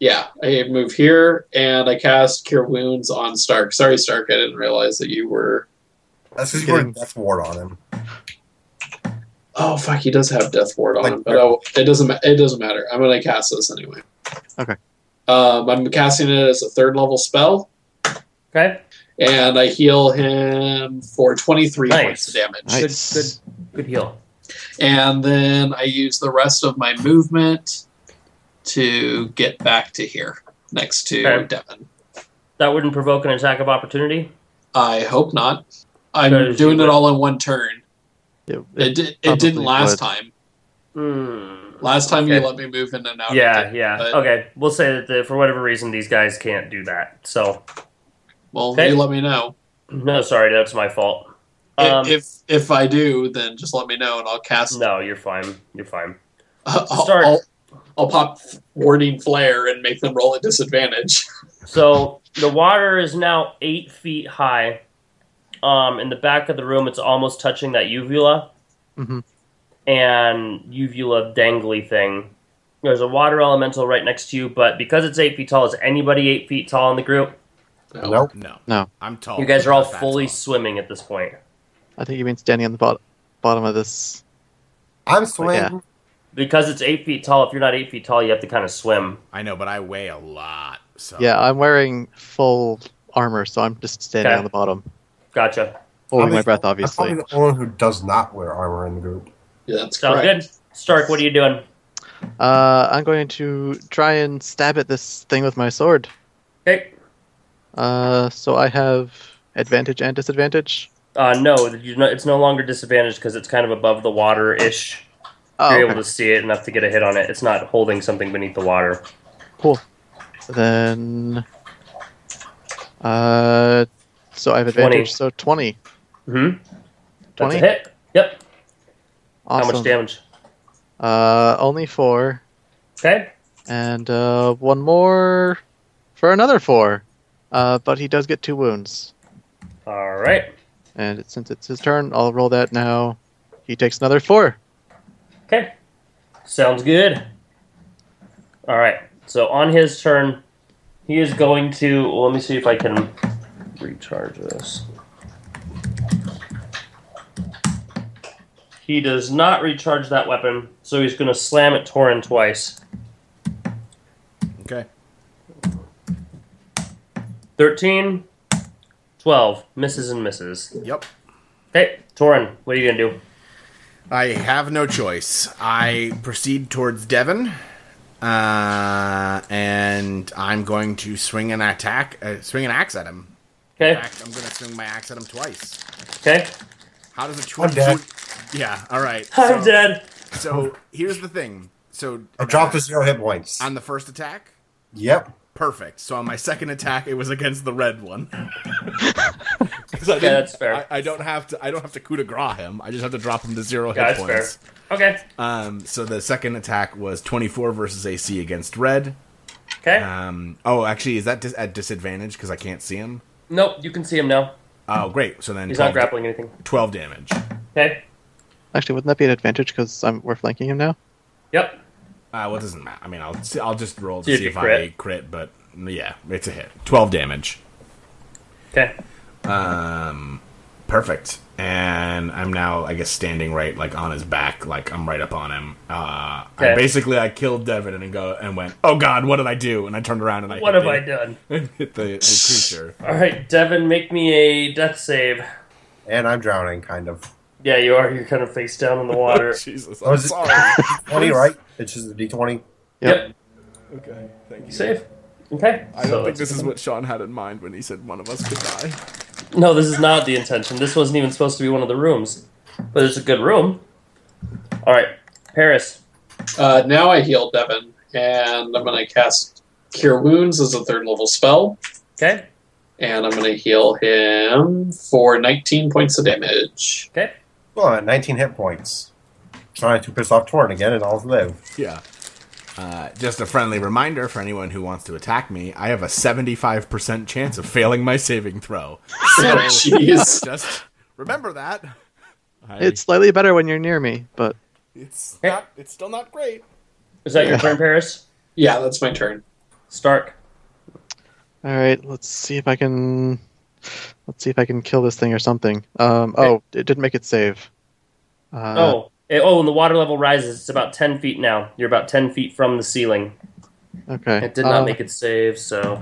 S7: Yeah, I move here and I cast Cure Wounds on Stark. Sorry, Stark. I didn't realize that you were.
S6: That's just
S5: Kidding.
S6: putting death ward on him.
S7: Oh fuck, he does have Death Ward on
S6: Like-
S7: him, but oh, it doesn't. ma- It doesn't matter. I'm gonna cast this anyway.
S5: Okay.
S7: Um, I'm casting it as a third level spell,
S4: Okay.
S7: and I heal him for 23
S4: Nice.
S7: points of damage.
S5: Nice.
S4: Good heal.
S7: and then I use the rest of my movement to get back to here next to
S4: Okay.
S7: Devin.
S4: That wouldn't provoke an attack of opportunity.
S7: I hope not. I'm
S4: That is
S7: doing
S4: good.
S7: it all in one turn.
S5: It- it-
S7: It, did, it didn't
S5: probably
S7: last
S5: would.
S7: time.
S4: Hmm.
S7: Last time you
S4: Okay.
S7: let me move in and out. of
S4: Yeah,
S7: there,
S4: yeah.
S7: but-
S4: Okay, we'll say that the, for whatever reason these guys can't do that. So
S7: Well,
S4: Okay.
S7: you let me know.
S4: no, sorry, that's my fault.
S7: I-
S4: Um,
S7: if if I do, then just let me know and I'll cast.
S4: no, you're fine. You're fine.
S7: I'll,
S4: Start.
S7: I'll, I'll pop warding flare and make them roll at disadvantage.
S4: So the water is now eight feet high. Um, in the back of the room, it's almost touching that uvula
S7: Mm-hmm.
S5: Mhm.
S4: and uvula dangly thing. There's a water elemental right next to you, but because it's eight feet tall, is anybody eight feet tall in the group?
S5: Oh,
S7: No.
S6: Nope.
S8: No,
S5: No.
S8: I'm
S7: Oh,
S8: tall.
S4: You guys are all
S8: That's
S4: fully
S8: all.
S4: swimming at this point.
S5: I think you mean standing on the bottom bottom of this.
S6: I'm swinging.
S5: yeah.
S4: Because it's eight feet tall, if you're not eight feet tall, you have to kind of swim.
S8: I know, but I weigh a lot.
S2: Oh.
S8: So
S5: Yeah, I'm wearing full armor, so I'm just standing
S4: Okay.
S5: on the bottom,
S4: Gotcha.
S5: holding
S6: I'm
S5: my
S6: the-
S5: breath,
S6: I'm
S5: obviously.
S6: probably the only one who does not wear armor in the group.
S7: Yeah, that's
S4: Sounds
S7: correct.
S4: good. Stark, what are you doing?
S5: Uh, I'm going to try and stab at this thing with my sword.
S4: Okay.
S5: Uh, so I have advantage and disadvantage.
S4: Uh, no, you know, it's no longer disadvantaged because it's kind of above the water ish.
S5: Oh,
S4: You're
S5: okay.
S4: able to see it enough to get a hit on it. It's not holding something beneath the water.
S5: cool. Then, uh, so I have
S4: 20.
S5: advantage. So twenty.
S4: Mm-hmm. That's
S5: 20?
S4: a hit. Yep.
S5: Awesome.
S4: How much damage?
S5: Uh, only four,
S4: Okay.
S5: and uh, one more for another four. Uh, but he does get two wounds.
S4: All right.
S5: And it- since it's his turn, I'll roll that now. He takes another four.
S4: Okay. Sounds good. All right. So on his turn, he is going to. Well, let me see if I can recharge this. He does not recharge that weapon, so he's going to slam at Torin twice.
S8: okay.
S4: 13, 12. Misses and misses.
S8: Yep.
S4: Okay, Torin, what are you going to do?
S8: I have no choice. I proceed towards Devon. Uh, and I'm going to swing an attack, uh, swing an axe at him. In
S4: Okay.
S8: fact, I'm going to swing my axe at him twice.
S4: Okay.
S8: How does a
S6: I'm dead.
S8: 22 Yeah, all right.
S4: I'm
S8: so,
S4: dead.
S8: So here's the thing. So uh,
S6: I dropped to zero hit points.
S8: on the first attack,
S6: Yep.
S8: perfect. So on my second attack, it was against the red one. 'Cause I
S4: Okay,
S8: didn't-
S4: that's fair.
S8: I, I don't have to. I don't have to coup de grace him. I just have to drop him to zero
S4: Yeah,
S8: hit
S4: that's fair.
S8: points.
S4: Okay.
S8: Um, so the second attack was 24 versus AC against red.
S4: Okay.
S8: Um, oh, actually, is that dis- at disadvantage because I can't see him?
S4: nope. You can see him now.
S8: Oh, great. So then
S4: He's not
S8: 12,
S4: grappling anything.
S8: 12 damage. Uh,
S4: Okay.
S5: Actually, wouldn't that be an advantage because we're flanking him now?
S4: Yep.
S8: Uh, well, it doesn't matter. I mean, I'll see, I'll just roll to
S4: See if
S8: see
S4: you
S8: if I
S4: crit.
S8: crit, but yeah, it's a hit. 12 damage.
S4: Okay.
S8: Perfect. And I'm now, I guess, standing right like on his back, like I'm right up on him. Uh, I-
S4: Okay.
S8: basically, I killed Devin and go and went, "Oh God, what did I do?" And I turned around and I
S4: What
S8: hit
S4: have I
S8: the-
S4: done?
S8: hit the, the creature.
S4: All right, Devin, make me a death save.
S6: And I'm drowning, kind of.
S4: Yeah, you are. You're kind of face down in the water.
S8: Jesus,
S6: Oh,
S8: I'm
S6: is it-
S8: sorry.
S6: 20, right? It's just a d20.
S4: yep.
S8: okay, thank you.
S4: Save. Okay.
S8: I don't think this is what Sean had in mind when he said one of us could die.
S4: No, this is not the intention. This wasn't even supposed to be one of the rooms, but it's a good room. All right, Paris.
S7: Uh, now I heal Devin, and I'm going to cast Cure Wounds as a third level spell,
S4: Okay.
S7: and I'm going to heal him for 19 points of damage.
S4: Okay.
S6: Well, I'm at 19 hit points. Trying to piss off Torrent again, and I'll live.
S8: Yeah. Uh, just a friendly reminder for anyone who wants to attack me: I have a seventy-five percent chance of failing my saving throw.
S7: Jeez.
S8: Just remember that. I-
S5: It's slightly better when you're near me, but
S8: it's not it's still not great.
S4: Is that your turn, Paris?
S7: Yeah, that's my turn.
S4: Stark.
S5: all right. Let's see if I can. Let's see if I can kill this thing or something. Um, oh, it didn't make it save. Uh,
S4: oh. Eh, Oh, and the water level rises. It's about ten feet now. You're about ten feet from the ceiling.
S5: okay.
S4: It did not
S5: Uh,
S4: make it save, so.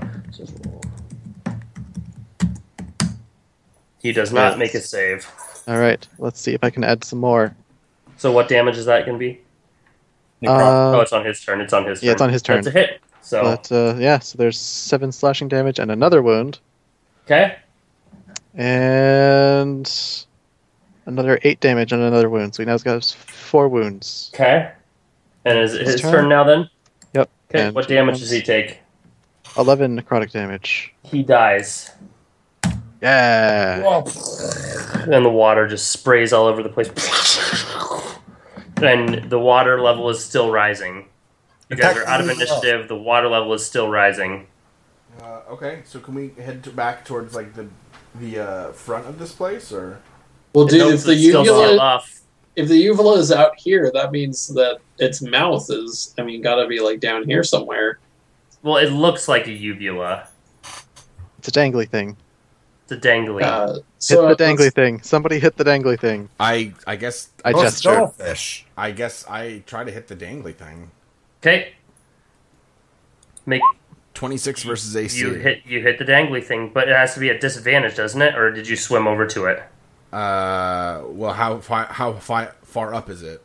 S4: He does not make a save.
S5: All right. Let's see if I can add some more.
S4: So what damage is that going to be?
S5: Uh,
S4: oh, it's on his turn. It's on his turn.
S5: yeah, it's on his turn.
S4: That's a hit. So
S5: But uh, yeah, so there's seven slashing damage and another wound,
S4: okay,
S5: and another eight damage and another wound. So he now has got four wounds.
S4: okay. And is it
S5: His
S4: his turn,
S5: turn.
S4: now? Then
S5: Yep.
S4: okay.
S5: and
S4: what damage does he take?
S5: Eleven necrotic damage.
S4: He dies,
S5: Yeah.
S4: and the water just sprays all over the place. and the water level is still rising. You guys are out of initiative. The water level is still rising.
S8: Uh, okay, so can we head to back towards like the the uh, front of this place, or
S7: Well,
S4: It
S7: dude,
S4: helps
S7: if the
S4: it still seal
S7: uvula
S4: off.
S7: if the uvula is out here, that means that its mouth is, I mean, gotta be like down here somewhere.
S4: Well, it looks like a uvula.
S5: It's a dangly thing.
S4: It's a dangly.
S7: Uh,
S5: Hit
S7: so
S5: the dangly thing. Somebody hit the dangly thing.
S8: I I guess
S5: I
S6: Oh, it's
S5: gestured.
S6: Starfish.
S8: I guess I try to hit the dangly thing.
S4: okay. Make
S8: Twenty six versus AC.
S4: you hit you hit the dangly thing, but it has to be at disadvantage, doesn't it? Or did you swim over to it?
S8: Uh, well, how far how far far up is it?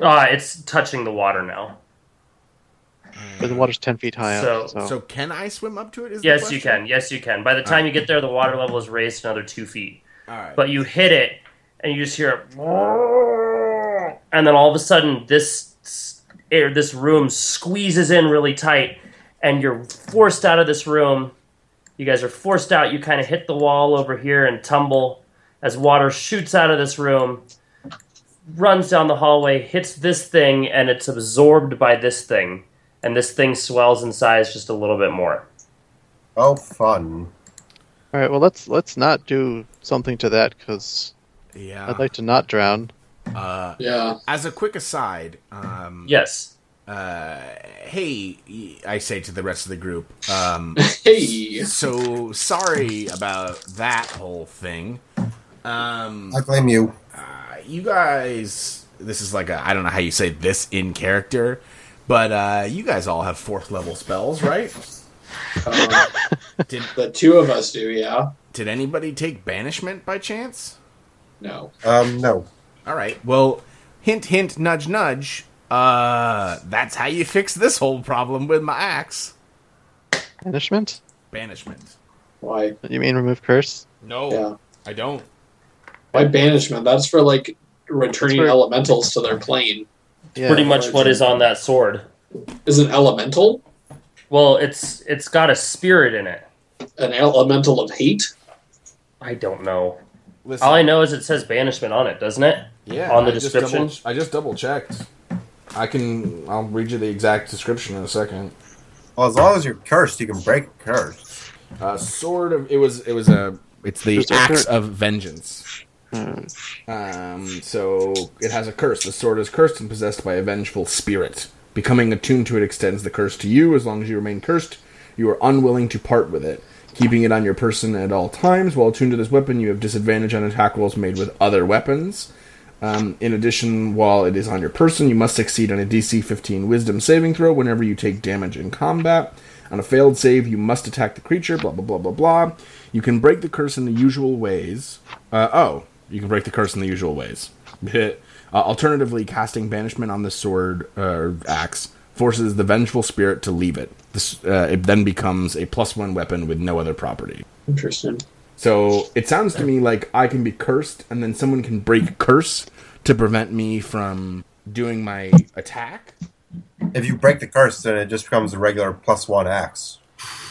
S4: Uh, it's touching the water now.
S5: But the water's ten feet high up.
S4: So-
S2: Oh.
S5: So,
S8: So can I swim up to it? Is the
S4: Yes, you
S8: question?
S4: can. Yes, you can. By the time you get there, the water level is raised another two feet.
S8: All right.
S4: But you hit it, and you just hear, a and then all of a sudden, this s- air, this room squeezes in really tight, and you're forced out of this room. You guys are forced out. You kind of hit the wall over here and tumble as water shoots out of this room, runs down the hallway, hits this thing, and it's absorbed by this thing. And this thing swells in size just a little bit more.
S6: Oh, fun.
S5: all right. Well, let's let's not do something to that because
S8: yeah.
S5: I'd like to not drown.
S7: yeah,
S8: As a quick aside, um,
S4: Yes.
S8: hey, y- I say to the rest of the group, um,
S7: hey,
S8: so sorry about that whole thing. Um,
S6: I blame you.
S8: you guys this is like a i don't know how you say this in character but uh you guys all have fourth level spells right
S7: uh,
S8: did
S7: the two of us do, yeah.
S8: did anybody take banishment by chance
S7: No,
S6: Um, no.
S8: all right well hint hint nudge nudge Uh, that's how you fix this whole problem with my axe.
S5: Banishment?
S8: Banishment.
S7: Why?
S5: You mean remove curse?
S8: No,
S7: Yeah.
S8: I don't.
S7: Why banishment? That's for like returning
S5: That's for-
S7: elementals to their plane.
S5: Yeah.
S4: Pretty much what is on that sword.
S7: Is an elemental
S4: Well, it's it's got a spirit in it.
S7: an elemental of hate?
S4: I don't know.
S8: Listen,
S4: All I know is it says banishment on it, doesn't it?
S8: yeah,
S4: on the
S8: I just
S4: description?
S8: double- I just double checked. I can. I'll read you the exact description in a second.
S6: Well, as long as you're cursed, you can break curse.
S8: Uh, sword of it was it was a it's the
S5: Just a
S8: axe
S5: curse. Hmm.
S8: of vengeance. Um, so it has a curse. The sword is cursed and possessed by a vengeful spirit. Becoming attuned to it extends the curse to you. As long as you remain cursed, you are unwilling to part with it. Keeping it on your person at all times. While attuned to this weapon, you have disadvantage on attack rolls made with other weapons. Um, in addition, while it is on your person, you must succeed on a DC 15 Wisdom saving throw whenever you take damage in combat. On a failed save, you must attack the creature. Blah blah blah blah blah. You can break the curse in the usual ways. Uh, oh, you can break the curse in the usual ways. uh, alternatively, casting banishment on the sword uh, or axe forces the vengeful spirit to leave it. This, uh, it then becomes a plus one weapon with no other property.
S7: Interesting.
S8: So it sounds to me like I can be cursed, and then someone can break curse to prevent me from doing my attack.
S6: If you break the curse, then it just becomes a regular plus one axe.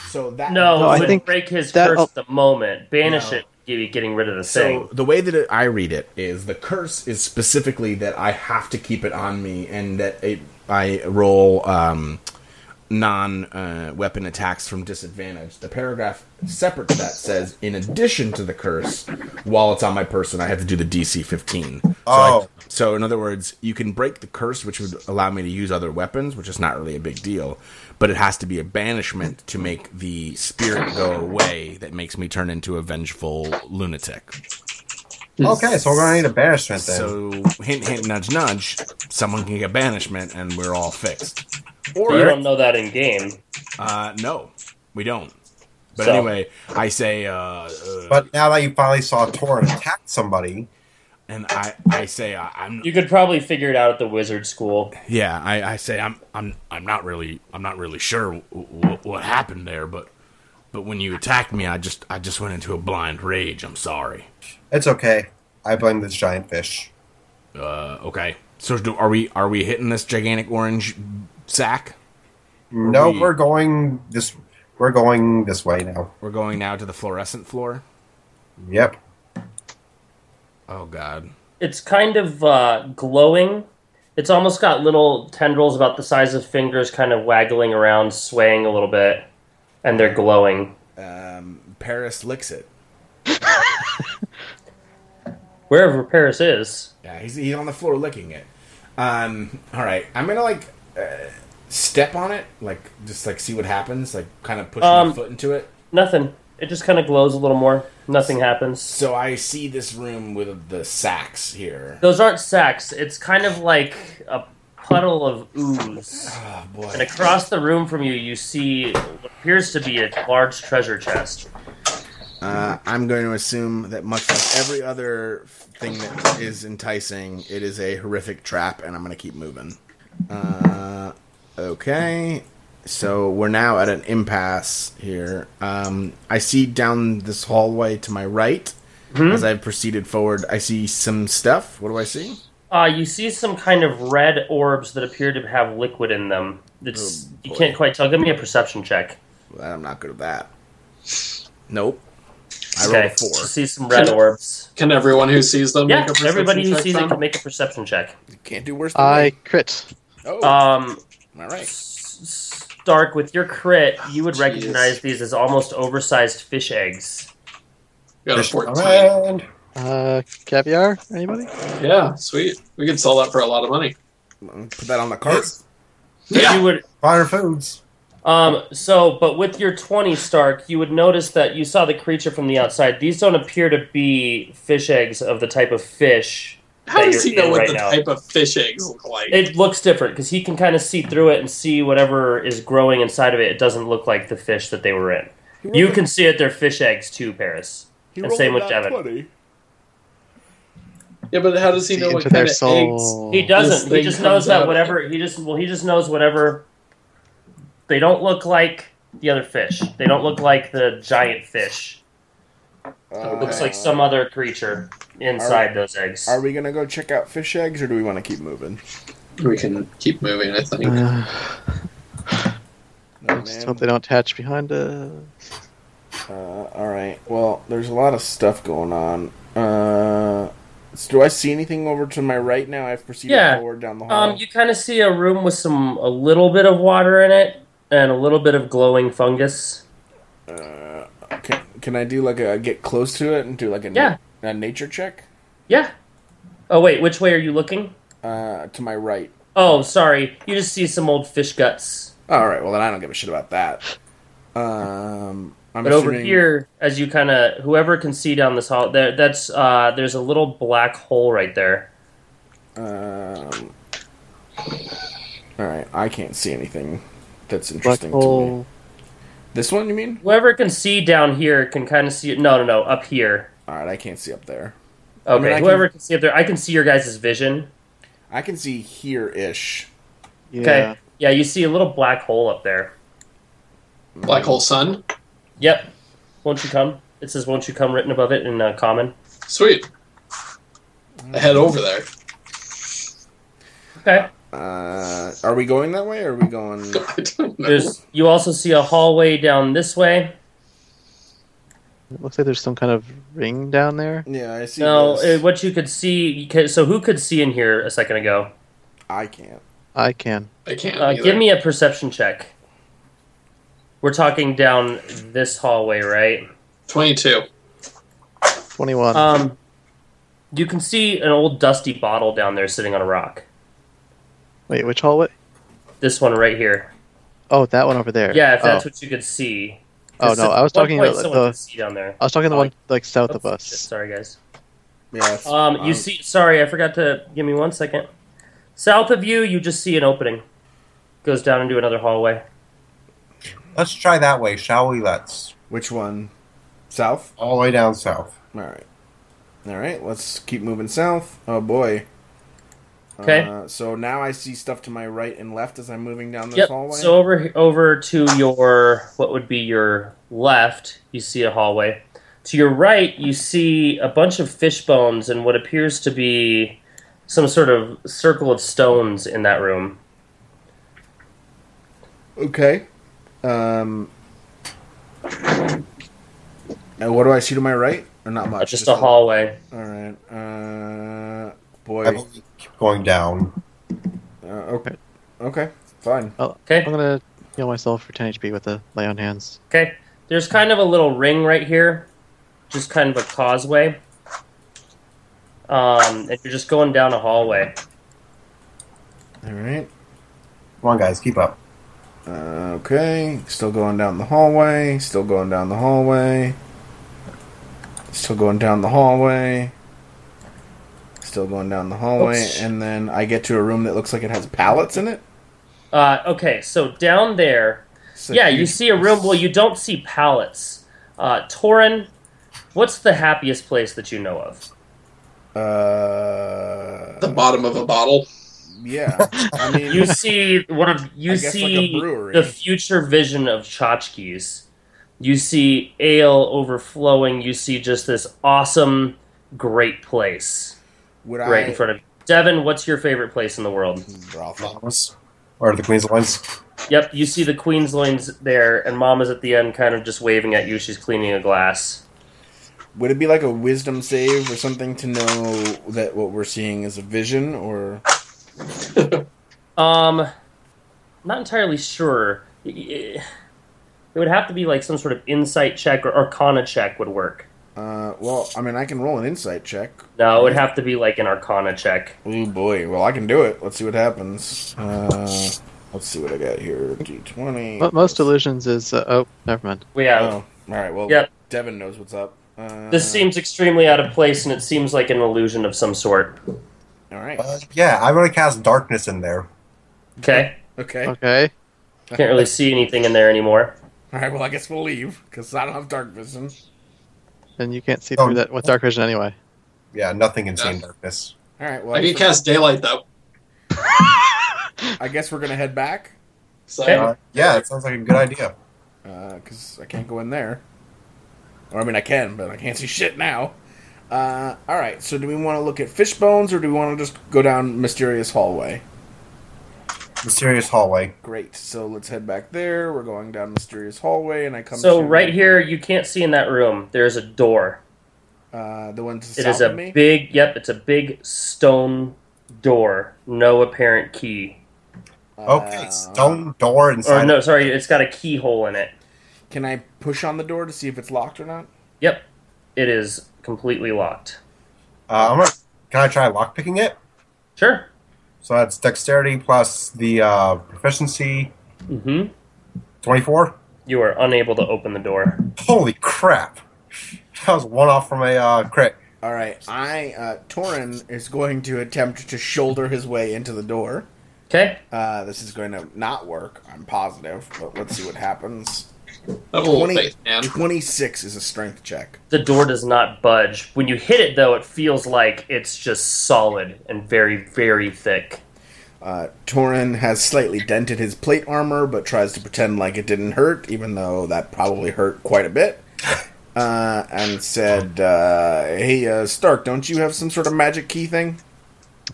S8: So that
S4: No,
S5: No,
S4: it
S5: I
S4: would
S5: think
S4: break his
S5: that-
S4: curse at the moment. Banish
S8: No.
S4: it, give you getting rid of the
S8: So
S4: thing.
S8: the way that it, I read it is the curse is specifically that I have to keep it on me, and that it, I roll um, non uh, weapon attacks from disadvantage. The paragraph separate to that says, in addition to the curse, while it's on my person, I have to do the DC 15. So, I-
S6: Oh.
S8: so in other words, you can break the curse, which would allow me to use other weapons, which is not really a big deal. But it has to be a banishment to make the spirit go away that makes me turn into a vengeful lunatic.
S5: Oh.
S6: Okay, so we're gonna need a banishment then.
S8: So hint, hint, nudge, nudge. Someone can get banishment, and we're all fixed.
S4: But you don't know that in game.
S8: Uh, no, we don't. But
S4: So-
S8: anyway, I say, uh, uh,
S6: but now that you finally saw Torin attack somebody,
S8: and I, I say, uh, I'm,
S4: You could probably figure it out at the wizard school.
S8: yeah, I, I say, I'm, I'm, I'm not really, I'm not really sure w- w- what happened there, but, but when you attacked me, I just, I just went into a blind rage. I'm sorry.
S6: it's okay. I blame this giant fish.
S8: Uh, okay. So do, are we, are we hitting this gigantic orange sack?
S6: No,
S8: we-
S6: we're going this. We're going this way now.
S8: We're going now to the fluorescent floor.
S6: Yep.
S8: Oh God.
S4: It's kind of uh, glowing. It's almost got little tendrils about the size of fingers kind of waggling around, swaying a little bit, and they're glowing.
S8: Um, Paris licks it.
S4: Wherever Paris is,
S8: Yeah, he's, he's on the floor licking it. Um, all right, I'm gonna like uh, step on it, like just like see what happens, like kind of push
S4: Um,
S8: my foot into it.
S4: nothing. It just kind of glows a little more. Nothing happens.
S8: So I see this room with the sacks here.
S4: Those aren't sacks. It's kind of like a puddle of ooze.
S8: Oh
S4: And
S8: boy!
S4: across the room from you, you see what appears to be a large treasure chest.
S8: Uh, I'm going to assume that much like every other thing that is enticing, it is a horrific trap, and I'm gonna keep moving. Uh, okay. So we're now at an impasse here. Um, I see down this hallway to my right, as I've proceeded forward, I see some stuff. What do I see?
S4: Uh, you see some kind of red orbs that appear to have liquid in them. It's,
S8: Oh,
S4: you
S8: boy.
S4: can't quite tell. Give me a perception check.
S8: Well, I'm not good at that. Nope. I rolled
S4: okay.
S8: a four.
S4: You see some red orbs.
S7: Can everyone who sees them
S4: Yeah,
S7: make a perception
S4: everybody who
S7: check
S4: sees it
S7: then?
S4: can make a perception check.
S8: Can't do worse than
S5: I
S8: me.
S5: crit.
S8: Oh,
S4: Um,
S8: all right.
S4: S- Stark, with your crit, you would
S7: Jeez.
S4: recognize these as almost oversized fish eggs.
S7: Got a
S6: Fish
S7: 14.
S6: around.
S5: Uh, caviar? Anybody?
S7: Yeah, sweet. We could sell that for a lot of money.
S8: Put that on the cart.
S4: You would
S6: Fire foods.
S4: Um, so, but with your 20, Stark, you would notice that you saw the creature from the outside. These don't appear to be fish eggs of the type of fish.
S7: How
S4: that
S7: does he
S4: you're
S7: know
S4: in
S7: what
S4: right
S7: the
S4: now.
S7: type of fish eggs look like?
S4: It looks different because he can kind of see through it and see whatever is growing inside of it. It doesn't look like the fish that they were in. You can see it, they're fish eggs too, Paris. And same with Devin.
S7: Yeah, but how does he know what
S5: into
S7: kind
S5: their
S7: of
S5: soul.
S4: He
S7: This
S4: doesn't. He
S7: thing
S4: just
S7: comes
S4: knows that
S7: out.
S4: whatever he just well he just knows whatever they don't look like the other fish. They don't look like the giant fish. It looks like some other creature inside those eggs.
S2: Uh, Are we gonna go check out fish eggs, or do we want to keep moving?
S7: eggs? We can keep moving. I think.
S5: Uh,
S2: No,
S5: just
S2: man.
S5: hope they don't hatch behind us.
S2: Uh, all right. Well, there's a lot of stuff going on. Uh, so do I see anything over to my right now? I've proceeded
S4: Yeah.
S2: forward down the hall.
S4: Um, you kind of see a room with some a little bit of water in it and a little bit of glowing fungus.
S2: can, can I do like a get close to it and do like a, na- a nature check?
S4: Yeah. Oh wait, which way are you looking?
S2: Uh, to my right.
S4: Oh, sorry. You just see some old fish guts.
S2: All right. Well, then I don't give a shit about that. Um, I'm
S4: But over
S2: assuming-
S4: here, as you kind of whoever can see down this hall, there that's uh, there's a little black hole right there.
S2: Um, all right. I can't see anything that's
S5: Black
S2: interesting to me.
S5: hole.
S2: This one, you mean?
S4: Whoever can see down here can kind of see it. No, no, no, up here.
S2: All right. I can't see up there.
S4: Okay,
S2: mean, I
S4: whoever can... see up there, I can see your guys' vision.
S2: I can see here ish.
S5: Yeah.
S4: Okay, yeah. you see a little black hole up there.
S7: Black hole sun.
S4: Yep. Won't you come? It says "Won't you come" written above it in uh, common.
S7: Sweet. I head over there.
S4: Okay.
S2: Uh, are we going that way or are we going
S5: Mm.
S7: I don't know.
S4: There's you also see a hallway down this way.
S5: It looks like there's some kind of ring down there.
S2: yeah i see
S4: No,
S2: this.
S4: uh, what you could see. You ca so who could see in here a second ago?
S2: i can't
S5: I can.
S7: I can't.
S4: Uh,
S7: either.
S4: give me a perception check. We're talking down this hallway, right?
S7: twenty-two.
S5: 21.
S4: Um, you can see an old dusty bottle down there sitting on a rock.
S5: Wait, which hallway?
S4: This one right here.
S5: Oh, that one over there.
S4: Yeah, if that's
S5: oh.
S4: what you could see.
S5: Oh, no, I was
S4: At one
S5: talking
S4: point,
S5: about
S4: someone
S5: the-
S4: could see down there.
S5: I was talking the
S4: Oh,
S5: one like south of
S4: Oops,
S5: us.
S4: shit, sorry, guys.
S2: yeah it's-
S4: Um, you see? Sorry, I forgot to give me one second. South of you, you just see an opening. Goes down into another hallway.
S6: Let's try that way, shall we? Let's
S2: which one south
S6: all the way down south.
S2: all right all right let's keep moving south oh boy
S4: Okay.
S2: uh, so now i see stuff to my right and left as i'm moving down this
S4: Yep.
S2: hallway
S4: So over over to your what would be your left, you see a hallway. To your right, you see a bunch of fish bones and what appears to be some sort of circle of stones in that room.
S2: okay um and what do i see to my right or not much
S4: just a hallway.
S2: all right uh
S6: I
S2: boy
S6: believe- Keep going down.
S2: uh, okay okay fine
S5: Oh, I'm
S4: Okay.
S5: gonna heal myself for 10 HP with a lay on hands.
S4: Okay. There's kind of a little ring right here, just kind of a causeway. Um, and you're just going down a hallway.
S2: all right
S6: Come on, guys, keep up.
S2: Uh, okay, still going down the hallway, still going down the hallway, still going down the hallway, still going down the hallway,
S4: Oops.
S2: and then I get to a room that looks like it has pallets in it.
S4: Uh, okay, so down there,
S2: So
S4: yeah, you see a room. Well, you don't see pallets. Uh, Torin, what's the happiest place that you know of?
S2: Uh,
S7: The bottom of a bottle.
S2: yeah, I mean,
S4: You see one of you
S2: I guess like
S4: see
S2: a brewery.
S4: the future vision of tchotchkes. You see ale overflowing. You see just this awesome, great place
S2: would
S4: right
S2: I
S4: in front of you. Devin, what's your favorite place in the world?
S2: brothel?
S6: Mamas. Or the Queen's ones.
S4: Yep, you see the Queen's loins there, and Mama's at the end, kind of just waving at you. She's cleaning a glass.
S2: Would it be like a wisdom save or something to know that what we're seeing is a vision, or
S4: Um, not entirely sure. Y- y- It would have to be like some sort of insight check or arcana check would work.
S2: uh, well, I mean, I can roll an insight check.
S4: No, it would have to be like an arcana check.
S2: Oh boy! Well, I can do it. Let's see what happens. Uh, let's see what I got here. D twenty.
S5: But most illusions is. Uh, oh, never mind.
S4: Well, yeah,
S2: Oh, all right. Well,
S4: Yep.
S2: Devin knows what's up. Uh,
S4: this seems extremely out of place, and it seems like an illusion of some sort.
S2: all right.
S6: Uh, yeah, I'm gonna cast darkness in there.
S4: Okay,
S2: Okay.
S5: Okay.
S4: can't really see anything in there anymore.
S2: All right. Well, I guess we'll leave because I don't have dark vision.
S5: And you can't see
S6: Oh.
S5: through that with dark vision anyway.
S6: Yeah, nothing can stand
S7: Yeah.
S6: darkness.
S8: All right. Well,
S7: I can cast daylight though.
S8: I guess we're gonna head back
S7: So
S4: Okay.
S6: Uh, yeah, it sounds like a good idea.
S8: because uh, I can't go in there. Or I mean, I can, but I can't see shit now. Uh, all right. So, do we want to look at fish bones, or do we want to just go down mysterious hallway?
S6: Mysterious hallway.
S8: Great. So let's head back there. We're going down mysterious hallway, and I come.
S4: So
S8: to,
S4: right here, you can't see in that room. There's a door.
S8: uh, the one to the
S4: It
S8: south
S4: is
S8: of
S4: a
S8: me.
S4: big. Yep, it's a big stone door. No apparent key.
S6: Okay,
S8: Uh,
S6: stone door inside.
S4: Or no, sorry, it's got a keyhole in it.
S8: Can I push on the door to see if it's locked or not?
S4: Yep, it is completely locked.
S6: Uh, I'm gonna, can I try lockpicking it?
S4: Sure.
S6: So that's dexterity plus the uh, proficiency
S4: Mm-hmm.
S6: 24.
S4: You are unable to open the door.
S6: Holy crap! That was one off from a uh, crit.
S8: All right. I uh, Torin is going to attempt to shoulder his way into the door.
S4: Okay.
S8: Uh, this is going to not work. I'm positive, but let's see what happens.
S7: I'm a little
S8: 20,
S7: faith, Oh, man.
S8: 26 is a strength check.
S4: The door does not budge. When you hit it, though, it feels like it's just solid and very, very thick.
S8: Uh, Torin has slightly dented his plate armor, but tries to pretend like it didn't hurt, even though that probably hurt quite a bit. Uh, and said, uh, "Hey, uh, Stark, don't you have some sort of magic key thing?"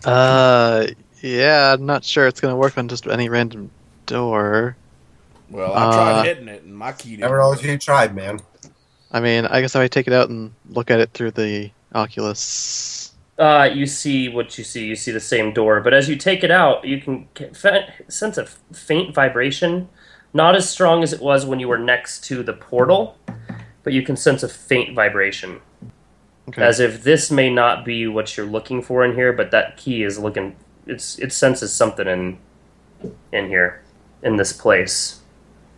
S5: Uh, yeah, I'm not sure it's gonna work on just any random door.
S8: Well, I tried
S5: Uh,
S8: hitting it, and my key didn't.
S6: Never know
S8: work.
S6: if you tried, man.
S5: I mean, I guess if I take it out and look at it through the Oculus.
S4: Uh, you see what you see. You see the same door, but as you take it out, you can get- fa- sense a faint vibration, not as strong as it was when you were next to the portal, but you can sense a faint vibration,
S5: Okay.
S4: as if this may not be what you're looking for in here, but that key is looking. It's it senses something in, in here, in this place.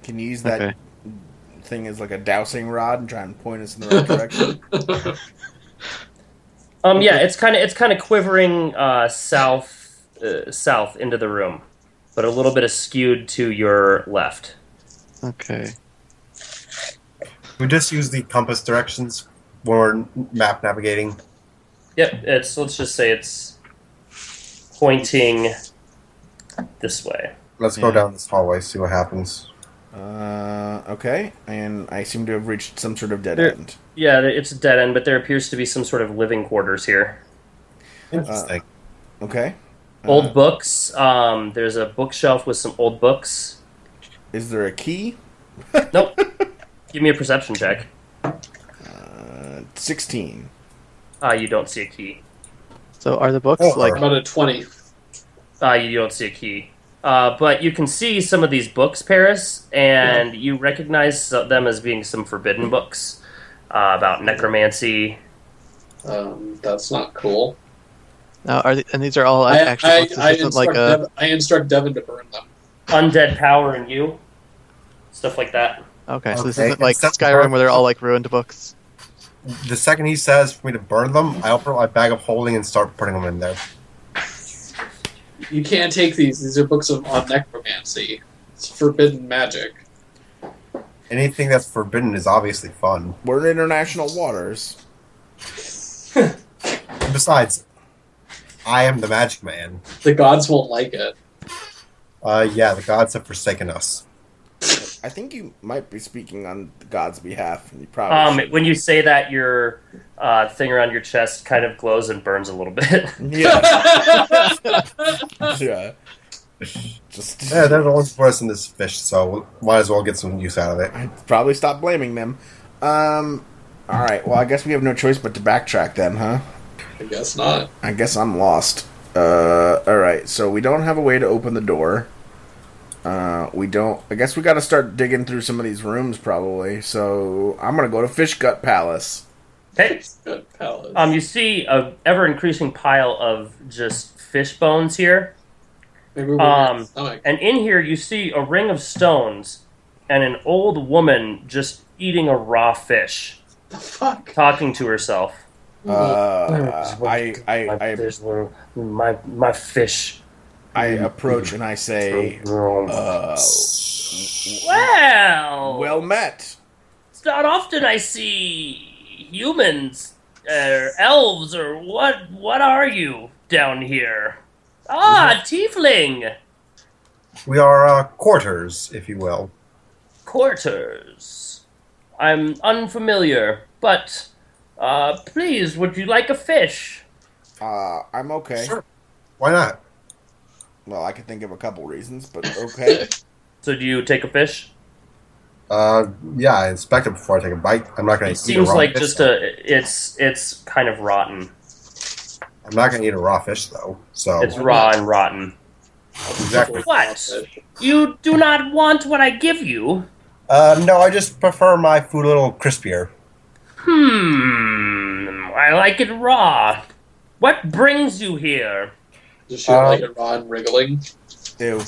S8: Can you use that
S5: okay.
S8: thing as like a dowsing rod and try and point us in the right direction?
S4: Um, yeah, it's kind of it's kind of quivering uh, south uh, south into the room, but a little bit askewed to your left.
S5: Okay.
S6: We just use the compass directions when we're map navigating.
S4: Yep, it's let's just say it's pointing this way.
S6: Let's go
S8: Yeah.
S6: down this hallway, see what happens.
S8: uh, okay, and I seem to have reached some sort of dead
S4: There-
S8: end.
S4: Yeah, th- it's a dead end, but there appears to be some sort of living quarters here.
S6: Interesting.
S8: Okay, Uh,
S4: Old books. Um, there's a bookshelf with some old books.
S8: is there a key?
S4: Nope. Give me a perception check.
S8: Uh, Sixteen.
S4: Ah, you don't see a key.
S5: So are the books
S6: Or-
S5: like?
S7: I'm at a twenty.
S4: Uh, you don't see a key. Uh, but you can see some of these books, Paris, and you recognize so- them as being some forbidden books uh, about necromancy.
S7: Um, that's not cool.
S5: Now, are the, and these are all
S7: I,
S5: actual
S7: I,
S5: books. This
S7: I,
S5: isn't
S7: instruct
S5: like a.
S7: Devin, I instruct Devin to burn them.
S4: Undead power in you. Stuff like that.
S5: Okay, so this
S6: Okay,
S5: isn't like
S6: except for-
S5: Skyrim where they're all like ruined books.
S6: The second he says for me to burn them, I open up my bag of holding and start putting them in there.
S7: You can't take these. These are books of on necromancy. It's forbidden magic.
S6: Anything that's forbidden is obviously fun.
S8: We're in international waters.
S6: And besides, I am the magic man.
S7: The gods won't like it.
S6: Uh, yeah, the gods have forsaken us.
S8: I think you might be speaking on God's behalf. and You probably
S4: Um,
S8: should.
S4: when you say that, your uh, thing around your chest kind of glows and burns a little bit.
S8: yeah, yeah. Just
S6: Yeah, they're the ones worse than this fish, so we might as well get some use out of it.
S8: probably stop blaming them. Um, all right. Well, I guess we have no choice but to backtrack then, huh?
S7: I guess not.
S8: I guess I'm lost. Uh, all right. So we don't have a way to open the door. Uh, we don't. I guess we got to start digging through some of these rooms, probably. So I'm gonna go to Fish Gut Palace.
S4: okay.
S7: Good palace.
S4: Um, you see a ever increasing pile of just fish bones here.
S7: Maybe we're
S4: um,
S7: in stomach.
S4: And in here, you see a ring of stones and an old woman just eating a raw fish,
S7: The fuck.
S4: talking to herself.
S8: Uh, I I I,
S4: my, my fish.
S8: I approach and I say, uh,
S4: Well,
S8: "Well met."
S4: it's not often I see humans or elves or what? What are you down here? Ah,
S8: Mm-hmm.
S4: tiefling
S6: We are uh, quarters, if you will.
S4: quarters. I'm unfamiliar, but uh, please, would you like a fish?
S2: Uh, I'm okay.
S6: Sure. Why not?
S2: Well, I can think of a couple reasons, but okay.
S4: So, do you take a fish?
S6: Uh, yeah, I inspect it before I take a bite. I'm not going
S4: It
S6: to eat a
S4: seems
S6: raw
S4: like
S6: fish.
S4: just a. It's it's kind of rotten.
S6: I'm not going to eat a raw fish though.
S8: Oh,
S6: So
S4: It's raw and rotten.
S6: exactly.
S4: What? You do not want what I give you?
S6: Uh, no, I just prefer my food a little crispier.
S4: Hmm. I like it raw. What brings you here?
S7: Just shoot like a rod wriggling.
S2: Ew.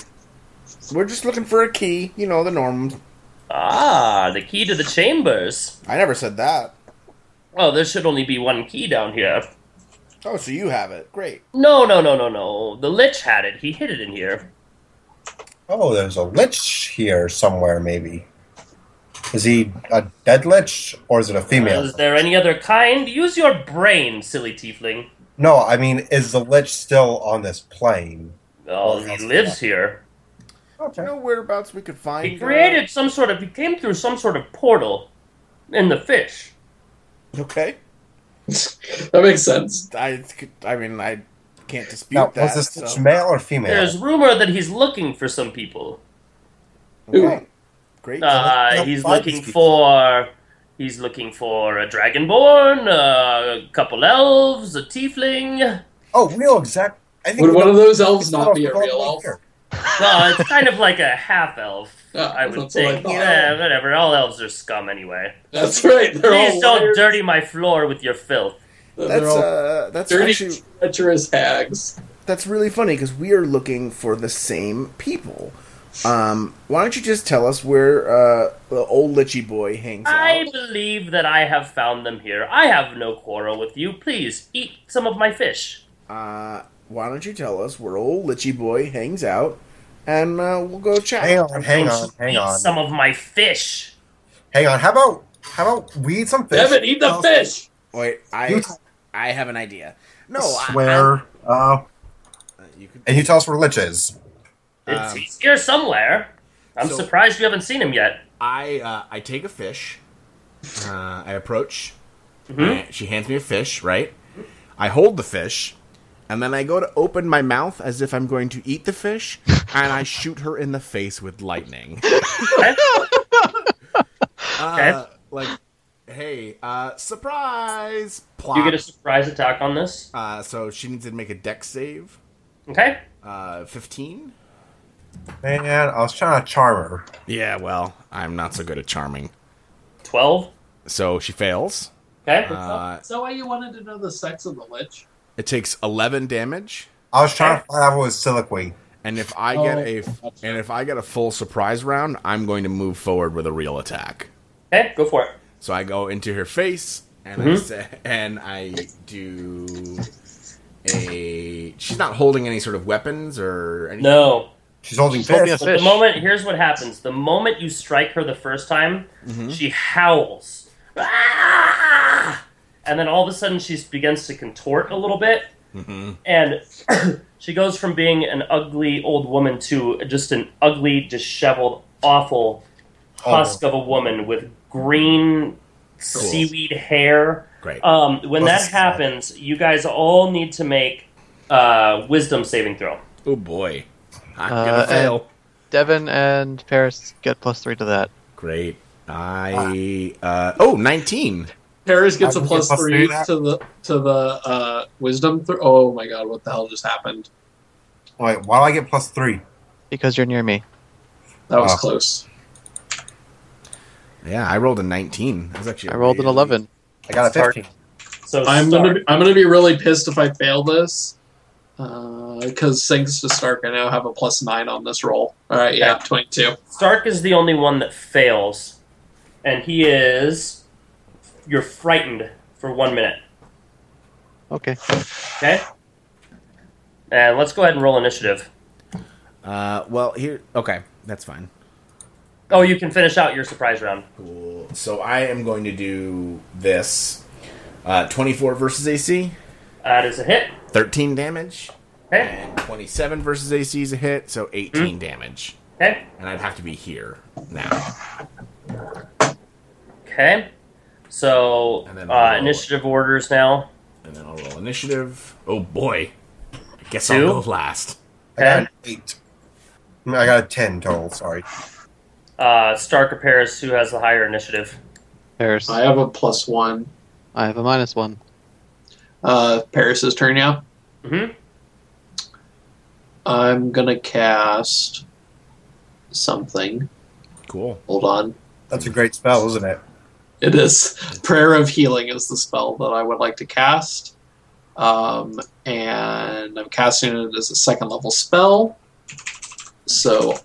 S2: We're just looking for a key, you know, the norm.
S4: Ah, the key to the chambers.
S2: I never said that.
S4: Oh, there should only be one key down here.
S2: Oh, so you have it. Great.
S4: No, no, no, no, no. The Lich had it. He hid it in here.
S6: Oh, there's a lich here somewhere. Maybe is he a dead lich or is it a female?
S4: Is there any other kind? Use your brain, silly tiefling.
S6: No, I mean, is the lich still on this plane?
S4: Oh,
S6: Well,
S4: he
S6: that's-
S4: lives here.
S2: Do you know whereabouts we could find?
S4: He created some sort of. He came through some sort of portal in the fish.
S2: Okay.
S7: That makes sense.
S2: I, I mean, I can't dispute
S6: Now,
S2: that.
S6: was this lich
S2: so-
S6: male or female?
S4: There's rumor that he's looking for some people.
S2: Okay.
S6: Oh,
S2: Great.
S4: Uh, he's looking for. He's looking for a dragonborn, a couple elves, a tiefling.
S6: oh, real exact. I think
S7: Would one of those elves
S6: it's
S7: not be a real
S6: elf.
S7: elf?
S4: Well, it's kind of like a half elf,
S7: Yeah,
S4: I would
S7: that's what I
S4: think.
S7: thought.
S4: Yeah, whatever. All elves are scum anyway.
S7: That's right. They're
S4: Please
S7: all
S4: don't
S7: liars.
S4: dirty my floor with your filth.
S7: They're
S2: that's
S7: all
S2: uh, that's
S7: dirty,
S2: actually
S7: treacherous hags.
S2: that's really funny because we are looking for the same people. Um, why don't you just tell us where uh, the old Litchy boy hangs
S4: I
S2: out?
S4: believe that I have found them here. I have no quarrel with you. Please eat some of my fish.
S2: Uh, why don't you tell us where old Litchy boy hangs out, and uh, we'll go chat.
S6: Hang on, hang on, hang
S4: eat
S6: on,
S4: some of my fish.
S6: hang on. How about how about we eat some fish?
S7: Devin, eat the
S6: I'll
S7: fish.
S2: Wait, I
S6: You-
S2: I have an idea. No, I-
S6: Swear. Uh,
S2: I- you could,
S6: and you tell us where lich is.
S4: It's,
S8: Um,
S4: he's here somewhere. I'm
S8: so-
S4: surprised you haven't seen him yet.
S8: I uh, I take a fish. Uh, I approach.
S4: Mhm.
S8: Uh, she hands me a fish. Right. I hold the fish, and then I go to open my mouth as if I'm going to eat the fish, and I shoot her in the face with lightning.
S4: Okay?
S8: Uh, like, hey, uh, surprise! Plop.
S4: you get a surprise attack on this.
S8: uh, so she needs to make a deck save.
S4: Okay.
S8: Uh, fifteen.
S6: Man, I was trying to charm her.
S8: Yeah. Well, I'm not so good at charming,
S4: 12.
S8: so she fails.
S4: Okay.
S8: Uh,
S7: Is that why you wanted to know the sex of the lich?
S8: it takes eleven damage.
S6: I was trying to find out what was soliloquy.
S8: And if I
S7: Oh,
S8: get a
S7: gotcha.
S8: and if I get a full surprise round, I'm going to move forward with a real attack.
S4: okay, go for it.
S8: So I go into her face and I say, and I do a. She's not holding any sort of weapons or anything.
S4: No.
S6: She's holding
S5: Hold me a
S6: fish.
S4: But
S5: fish.
S4: the moment, here's what happens. The moment you strike her the first time, she howls. Ah! And then all of a sudden, she begins to contort a little bit. And she goes from being an ugly old woman to just an ugly, disheveled, awful husk of a woman with green seaweed hair.
S8: Great.
S4: Um, when
S6: Those
S4: that
S6: are sad.
S4: happens, you guys all need to make uh, wisdom saving throw.
S8: oh boy, I'm
S5: Uh,
S8: gonna fail.
S5: Devin and Paris get plus three to that.
S8: Great. I uh oh 19.
S7: Paris gets a
S6: I can
S7: plus
S6: get plus
S7: three
S6: three to that.
S7: to the to the uh, wisdom. Th- oh my god, what the hell just happened?
S6: Wait, why do I get plus three?
S5: Because you're near me.
S7: That was
S6: Wow.
S7: close.
S8: Yeah, I rolled a 19. That was actually
S5: I rolled an
S8: really-
S5: 11.
S6: I got a fifteen.
S4: So
S7: I'm
S4: start.
S7: gonna be, I'm gonna be really pissed if I fail this, because thanks to Stark, I now have a plus nine on this roll. All right, yeah, twenty two.
S4: Stark is the only one that fails, and he is. You're frightened for one minute.
S5: Okay.
S4: Okay. And let's go ahead and roll initiative.
S8: Uh well, here okay, that's fine.
S4: Oh, you can finish out your surprise round.
S8: Cool. So I am going to do this. Uh, 24 versus AC,
S4: That is a hit.
S8: 13 damage.
S4: Okay. Hmm.
S8: And 27 versus AC is a hit, so 18 damage.
S4: Okay.
S8: And I'd have to be here now.
S4: Okay. So
S8: And then I'll
S4: uh,
S8: roll.
S4: initiative orders now.
S8: And then I'll roll initiative. Oh boy. I guess
S4: Two?
S8: I'll go last.
S6: I got an
S4: Okay.
S6: eight. No, I got a ten total. Sorry.
S4: Uh, Stark or Paris, who has the higher initiative?
S5: Paris.
S7: I have a plus one.
S5: I have a minus one.
S7: Uh, Paris's turn now. Mm-hmm.
S4: Mhm.
S7: I'm gonna cast something.
S8: Cool.
S7: Hold on.
S6: That's a great spell, isn't it?
S7: It is prayer of healing is the spell that I would like to cast, um, and I'm casting it as a second level spell. So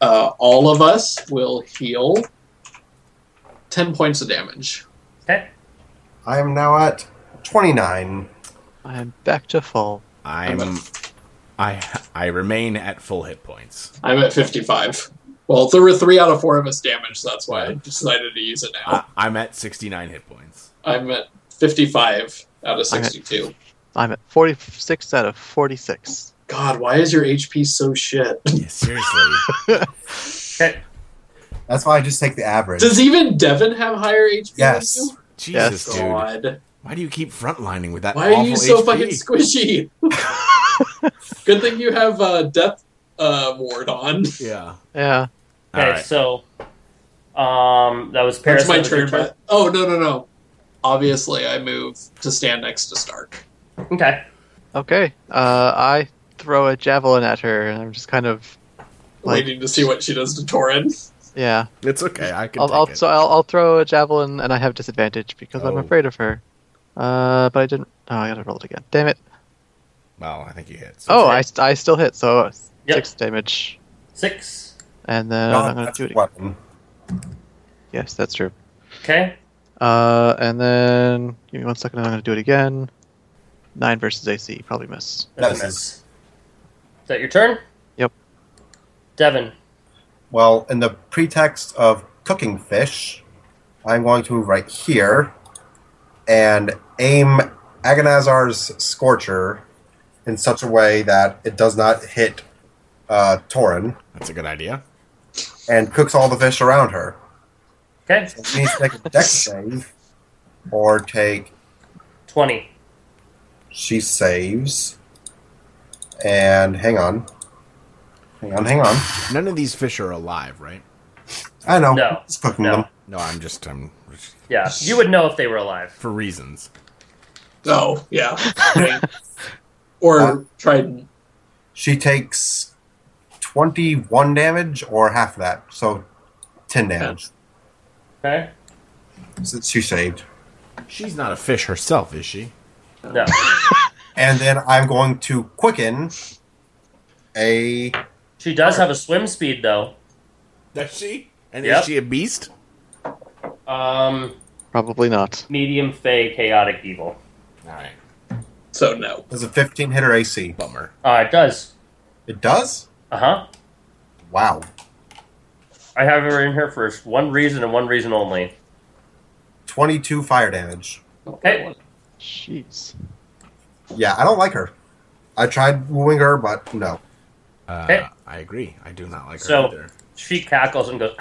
S7: uh, all of us will heal ten points of damage.
S4: Okay.
S6: I am now at twenty nine.
S5: I am back to full.
S8: I'm I I remain at full hit points.
S7: I'm at fifty-five. Well, there were three out of four of us damaged. so That's why I decided to use it now.
S8: I, I'm at 69 hit points.
S7: I'm at fifty-five out of
S5: Okay.
S7: sixty-two.
S5: I'm at 46 out of 46.
S7: God, why is your HP so shit?
S8: Yeah, seriously.
S4: Okay.
S6: That's why I just take the average.
S7: Does even Devin have higher HP? than
S6: Yes.
S7: you?
S8: Jesus,
S5: Yes.
S8: dude.
S7: God.
S8: Why do you keep frontlining with that?
S7: Why are you
S8: awful
S7: so
S8: HP?
S7: fucking squishy? Good thing you have uh, death uh, ward on.
S8: Yeah.
S5: Yeah.
S8: All
S4: Okay.
S8: right.
S4: So um, that was Paris.
S7: That's my
S4: that was your
S7: turn. But... Oh no no no! Obviously, I move to stand next to Stark.
S4: Okay.
S5: Okay. Uh, I throw a javelin at her, and I'm just kind of like,
S7: Waiting to see what she does to Torin.
S5: yeah.
S8: It's okay. I can
S5: I'll,
S8: take
S5: I'll,
S8: it.
S5: so I'll, I'll throw a javelin, and I have disadvantage because I'm
S8: Oh.
S5: afraid of her. Uh, but I didn't. Oh, I gotta roll it again. Damn it.
S8: well, I think you hit. so-
S5: Oh, I, st- I still hit, so
S4: Yep.
S5: six damage.
S4: Six.
S5: And then
S6: Not
S5: I'm gonna
S6: that's
S5: Uh, do it. Again.
S6: weapon.
S5: Yes, that's true.
S4: Okay.
S5: Uh, and then give me one second. I'm gonna do it again. Nine versus AC, probably miss.
S6: That
S4: Is
S6: misses.
S4: that your turn?
S5: Yep.
S4: Devin.
S6: Well, in the pretext of cooking fish, I'm going to move right here and aim Agonazar's Scorcher in such a way that it does not hit uh, Torin
S8: That's a good idea.
S6: and cooks all the fish around her.
S4: Okay.
S6: She needs to make a dex save or take
S4: Twenty.
S6: she saves. And hang on. Hang on, hang on.
S8: None of these fish are alive, right?
S6: I know.
S4: No.
S6: It's cooking
S4: No.
S6: them.
S8: No, I'm just I'm just-
S4: Yeah. You would know if they were alive.
S8: for reasons.
S7: Oh yeah. or
S6: Uh,
S7: Trident.
S6: She takes 21 damage or half that, so 10 damage
S4: Okay.
S6: since she saved.
S8: She's not a fish herself, is she?
S4: No.
S6: And then I'm going to quicken a.
S4: She does have a swim speed though.
S8: Does she? And
S4: Yep.
S8: is she a beast?
S4: Um,
S5: Probably not.
S4: medium fey chaotic evil.
S8: All right.
S7: So no.
S6: Does a 15 hit her AC?
S8: Bummer.
S4: Uh, it does.
S6: It does?
S4: Uh huh.
S6: Wow.
S4: I have her in here for one reason and one reason only.
S6: 22 fire damage.
S4: Okay.
S5: Jeez.
S6: Yeah, I don't like her. I tried wooing her, but no.
S8: Uh,
S4: Okay.
S8: I agree. I do not like her
S4: So-
S8: either.
S4: She cackles and goes,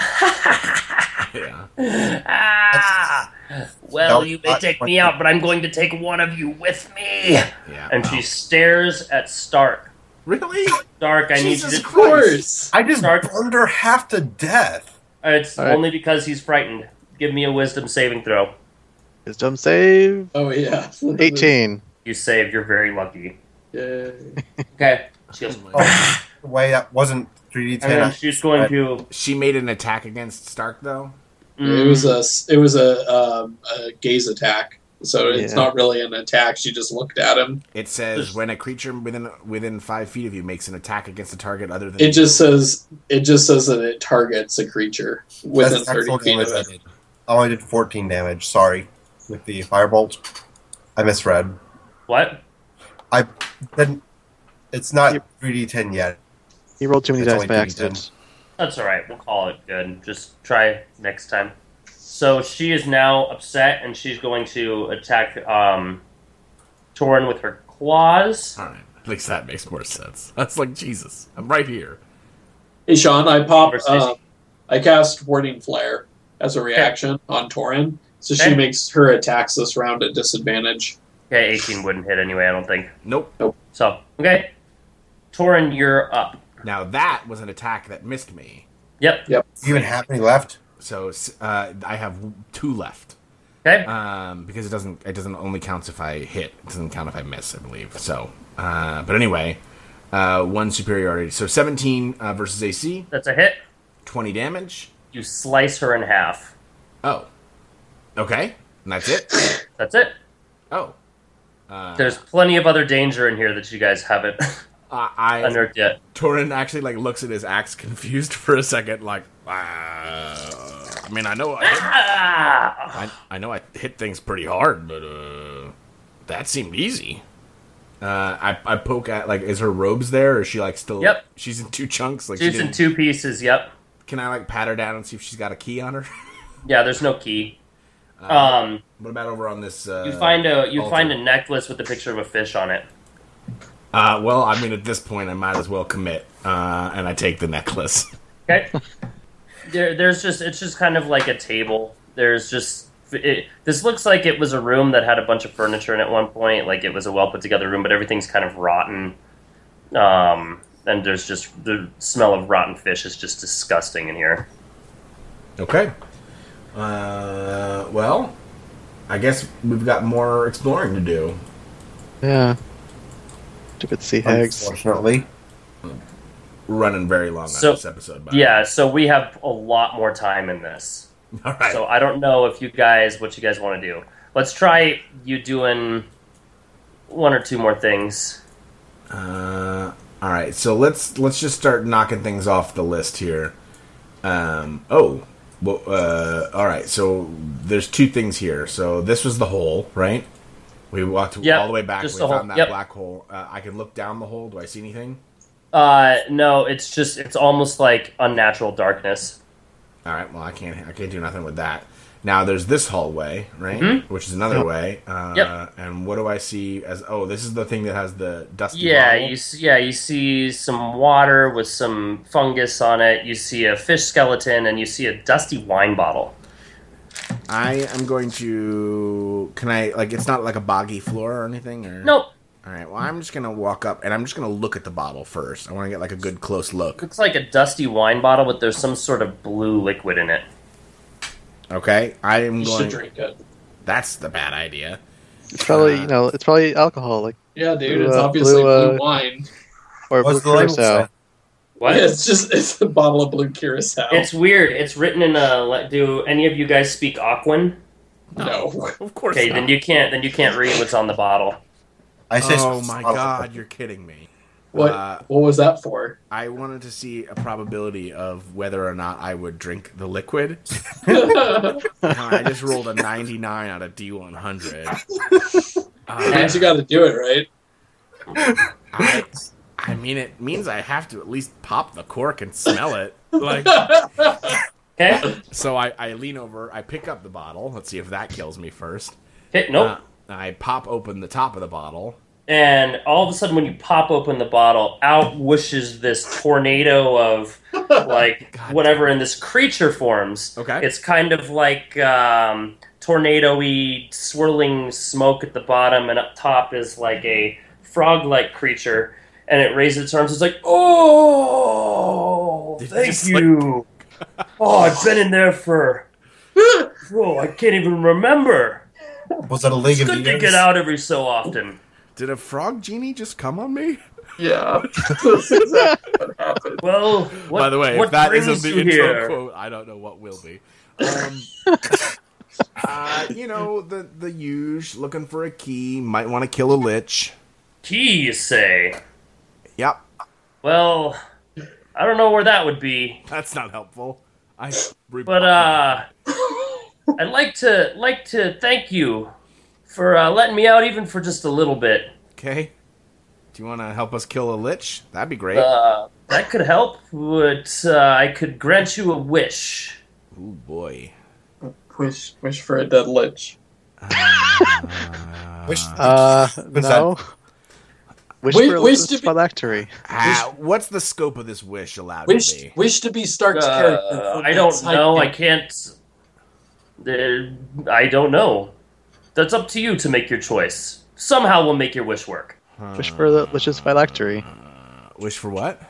S8: Yeah.
S4: ah, Well,
S6: Nope.
S4: you may take me out, but I'm going to take one of you with me.
S8: Yeah.
S4: And
S8: wow.
S4: she stares at Stark.
S8: really.
S4: Stark, I need
S8: Jesus
S4: you
S7: Of
S4: to.
S7: course.
S6: I just
S4: Dark-
S6: burned her half to death.
S4: It's
S5: All right.
S4: only because he's frightened. Give me a wisdom saving throw.
S5: Wisdom save.
S7: Oh yeah.
S5: 18.
S4: You saved. You're very lucky.
S7: Yay.
S4: Okay. She goes,
S6: Oh, the way that wasn't 3d10.
S4: and then she's going to. mm,
S8: She made an attack against Stark though.
S7: It was a s- it was a, um, a gaze attack, so it's
S5: Yeah.
S7: not really an attack. She just looked at him.
S8: It says when a creature within within five feet of you makes an attack against a target other than
S7: It just says it just says that it targets a creature within
S6: That's
S7: thirty
S6: actual
S7: feet
S6: damage
S7: of
S6: I
S7: it.
S6: did. I only did 14 damage, sorry, with the firebolt. I misread.
S4: What?
S6: I then it's not
S5: You-
S6: 3d10 yet.
S5: He rolled too many
S6: That's
S5: dice
S6: only
S5: by
S6: 3d10.
S5: accident.
S4: That's all right. We'll call it good. Just try next time. So she is now upset, and she's going to attack um, Torin with her claws.
S8: All right. At least that makes more sense. That's like Jesus. I'm right here.
S7: Hey, Sean, I pop.
S4: Versus-
S7: Uh, I cast Warding Flare as a reaction on Torin, so she
S4: Okay.
S7: makes her attacks this round at disadvantage.
S4: Okay, 18 wouldn't hit anyway, I don't think.
S8: Nope.
S4: So, okay. Torin, you're up.
S8: Now that was an attack that missed me.
S4: Yep.
S6: Do you even have any left?
S8: So s- uh, I have two left
S4: Okay.
S2: Uh.
S8: um, because it doesn't. It doesn't only counts if I hit. It doesn't count if I miss. I believe. So, uh, but anyway, uh, one superiority. So 17 uh, versus AC,
S4: That's a hit.
S8: 20 damage.
S4: You slice her in half.
S8: Oh, okay, and that's it.
S4: That's it.
S8: Oh,
S4: There's plenty of other danger in here that you guys haven't
S8: uh, I
S4: unearthed yet.
S8: Torin actually like looks at his axe confused for a second, like, uh, I mean, I know I, hit,
S4: Ah!
S8: I, I know I hit things pretty hard, but uh, that seemed easy. Uh, I, I poke at like, is her robes there? Or is she like still?
S4: Yep.
S8: She's in two chunks. Like, she
S4: She's in
S8: didn't-
S4: two pieces, yep.
S8: Can I like pat her down and see if she's got a key on her?
S4: Yeah, there's no key. Um,
S8: what about over on this? Uh,
S4: you find a you
S8: altar?
S4: find a necklace with a picture of a fish on it.
S8: Uh, well, I mean, at this point, I might as well commit, uh, and I take the necklace.
S4: Okay. there, there's just it's just kind of like a table. There's just it, this looks like it was a room that had a bunch of furniture in at one point. Like it was a well put together room, but everything's kind of rotten. Um, and there's just the smell of rotten fish is just disgusting in here.
S8: Okay. Uh, well, I guess we've got more exploring to do.
S5: Yeah. Stupid sea hags.
S6: Unfortunately.
S8: We're running very long
S4: So-
S8: on this episode. By
S4: Yeah, so we have a lot more time in this.
S8: the way. All right.
S4: So I don't know if you guys what you guys want to do. Let's try you doing one or two more things.
S8: uh, all right. So let's let's just start knocking things off the list here. Um. Oh. Well, uh, all right. So there's two things here. So this was the hole, right? We walked
S4: Yep,
S8: all the way back. We
S4: just
S8: found
S4: the hole.
S8: that
S4: Yep.
S8: black hole. Uh, I can look down the hole. Do I see anything?
S4: Uh, no, it's just it's almost like unnatural darkness.
S8: All right. Well, I can't. I can't do nothing with that. Now there's this hallway, right? Which is another way. Uh,
S4: Yep.
S8: And what do I see as? Oh, this is the thing that has the dusty.
S4: Yeah,
S8: bottle?
S4: you s- yeah you see some water with some fungus on it. You see a fish skeleton, and you see a dusty wine bottle.
S8: I am going to. Can I like? It's not like a boggy floor or anything. Or
S4: Nope,
S8: All right. Well, I'm just gonna walk up and I'm just gonna look at the bottle first. I want to get like a good close look.
S4: looks like a dusty wine bottle, but there's some sort of blue liquid in it.
S8: Okay. I am
S7: You should
S8: going.
S7: drink it.
S8: That's the bad idea.
S5: It's probably you know it's probably alcohol like
S7: Yeah, dude,
S5: Blue,
S7: it's
S5: uh,
S7: obviously
S5: blue, uh,
S7: blue wine.
S5: or
S6: What's the
S5: blue
S6: label
S5: curacao.
S6: say?
S4: What?
S7: It's just it's a bottle of blue curacao.
S4: It's weird. It's written in a. like, Do any of you guys speak Aquan?
S7: no.
S8: Of course.
S4: Okay,
S8: not.
S4: then you can't. Then you can't read what's on the bottle.
S6: I say
S8: Oh my god! You're kidding me.
S7: What
S8: Uh,
S7: what was that for?
S8: I wanted to see a probability of whether or not I would drink the liquid.
S7: and
S8: I just rolled a 99 out of D100. Uh,
S7: you got to do it right.
S8: I, I mean, it means I have to at least pop the cork and smell it. Like,
S4: Okay.
S8: so I, I lean over, I pick up the bottle. Let's see if that kills me first.
S4: Okay. Nope.
S8: Uh, I pop open the top of the bottle.
S4: and all of a sudden when you pop open the bottle out whooshes this tornado of like
S8: God
S4: whatever and this creature forms
S8: Okay.
S4: it's kind of like um, tornado-y swirling smoke at the bottom and up top is like a frog-like creature and it raises its arms it's like oh
S8: It
S4: thank
S8: just, like-
S4: you oh i've been in there for oh i can't even remember
S6: Was that a League
S4: it's
S6: of
S4: good to
S6: Legends?
S4: get out every so often
S8: Did a frog genie just come on me?
S7: Yeah, that's exactly what happened.
S4: Well, what,
S8: By the way,
S4: what
S8: if that
S4: brings
S8: isn't the
S4: you
S8: intro
S4: here?
S8: quote, I don't know what will be. Um, uh, you know, the the huge looking for a key, might want to kill a lich.
S4: Key, you say?
S8: Yep,
S4: Well, I don't know where that would be,
S8: that's not helpful. I re-
S4: but uh, I'd like to like to thank you for uh, letting me out, even for just a little bit.
S8: okay. Do you want to help us kill a lich? That'd be great.
S4: Uh, that could help, but uh, I could grant you a wish.
S8: Ooh boy.
S7: Wish, wish for a dead lich.
S6: Wish,
S5: Uh,
S6: What's
S5: no. Wish
S7: Wait,
S5: for a
S7: wait,
S5: Lotus
S7: did we-
S5: phylactery.
S8: Ah, what's the scope of this wish allowed to
S7: Wish,
S8: be?
S7: wish to be Stark's
S4: Uh,
S7: character.
S4: I don't know. I can't. uh, I don't know. That's up to you to make your choice. Somehow we'll make your wish work.
S5: Wish for the lich's phylactery.
S8: Wish for what?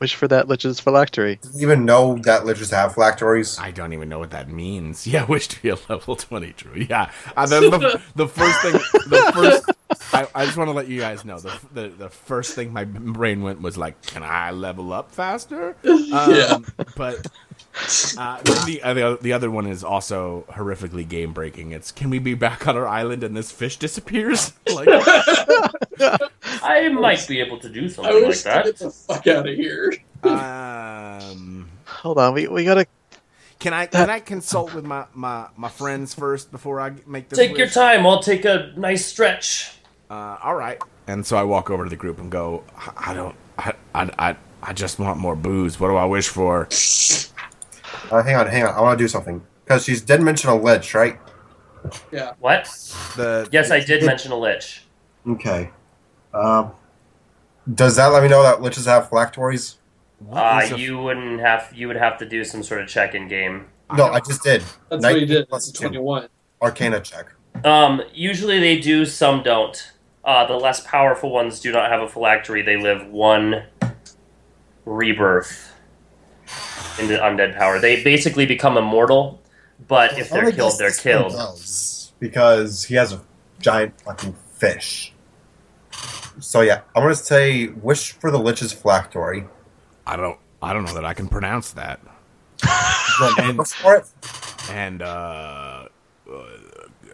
S5: Wish for that lich's phylactery.
S6: does he even know that liches have phylacteries?
S8: I don't even know what that means. Yeah, wish to be a level twenty druid. Yeah, uh, the, the, the first thing, the first. I, I just want to let you guys know the, the the first thing my brain went was like, can I level up faster? Um,
S7: Yeah.
S8: But uh, then the other the other one is also horrifically game breaking. It's can we be back on our island and this fish disappears? Like,
S4: I might be able to do
S7: I
S4: something like
S7: wish to
S4: that.
S7: get the fuck out of here.
S8: um,
S5: Hold on, we, we gotta.
S8: can I can I consult with my my, my friends first before I make this?
S4: Take your
S8: wish?
S4: time. I'll take a nice stretch.
S8: uh, all right. And so I walk over to the group and go, I, I don't, I, I, I, I just want more booze. What do I wish for?
S6: Uh, hang on, hang on. I want to do something because she's did mention a lich, right?
S7: Yeah.
S4: What?
S8: The
S4: Yes, I did mention a lich.
S6: Okay. Um, does that let me know that liches have phylacteries?
S8: what
S4: Uh,
S8: is a-
S4: you wouldn't have. You would have to do some sort of check-in game.
S6: No, I just did.
S7: That's what he
S6: 19
S7: did.
S6: plus
S7: That's a
S6: two.
S7: 21.
S6: Arcana check.
S4: Um, usually they do. Some don't. Uh, the less powerful ones do not have a phylactery. They live one rebirth into undead power. They basically become immortal, but if they're
S6: Only
S4: killed,
S6: does
S4: they're
S6: this one
S4: killed.
S6: does, because he has a giant fucking fish. So yeah, I'm gonna say wish for the lich's phylactery.
S8: I don't, I don't know that I can pronounce that.
S6: Then wish for it.
S8: And uh, uh,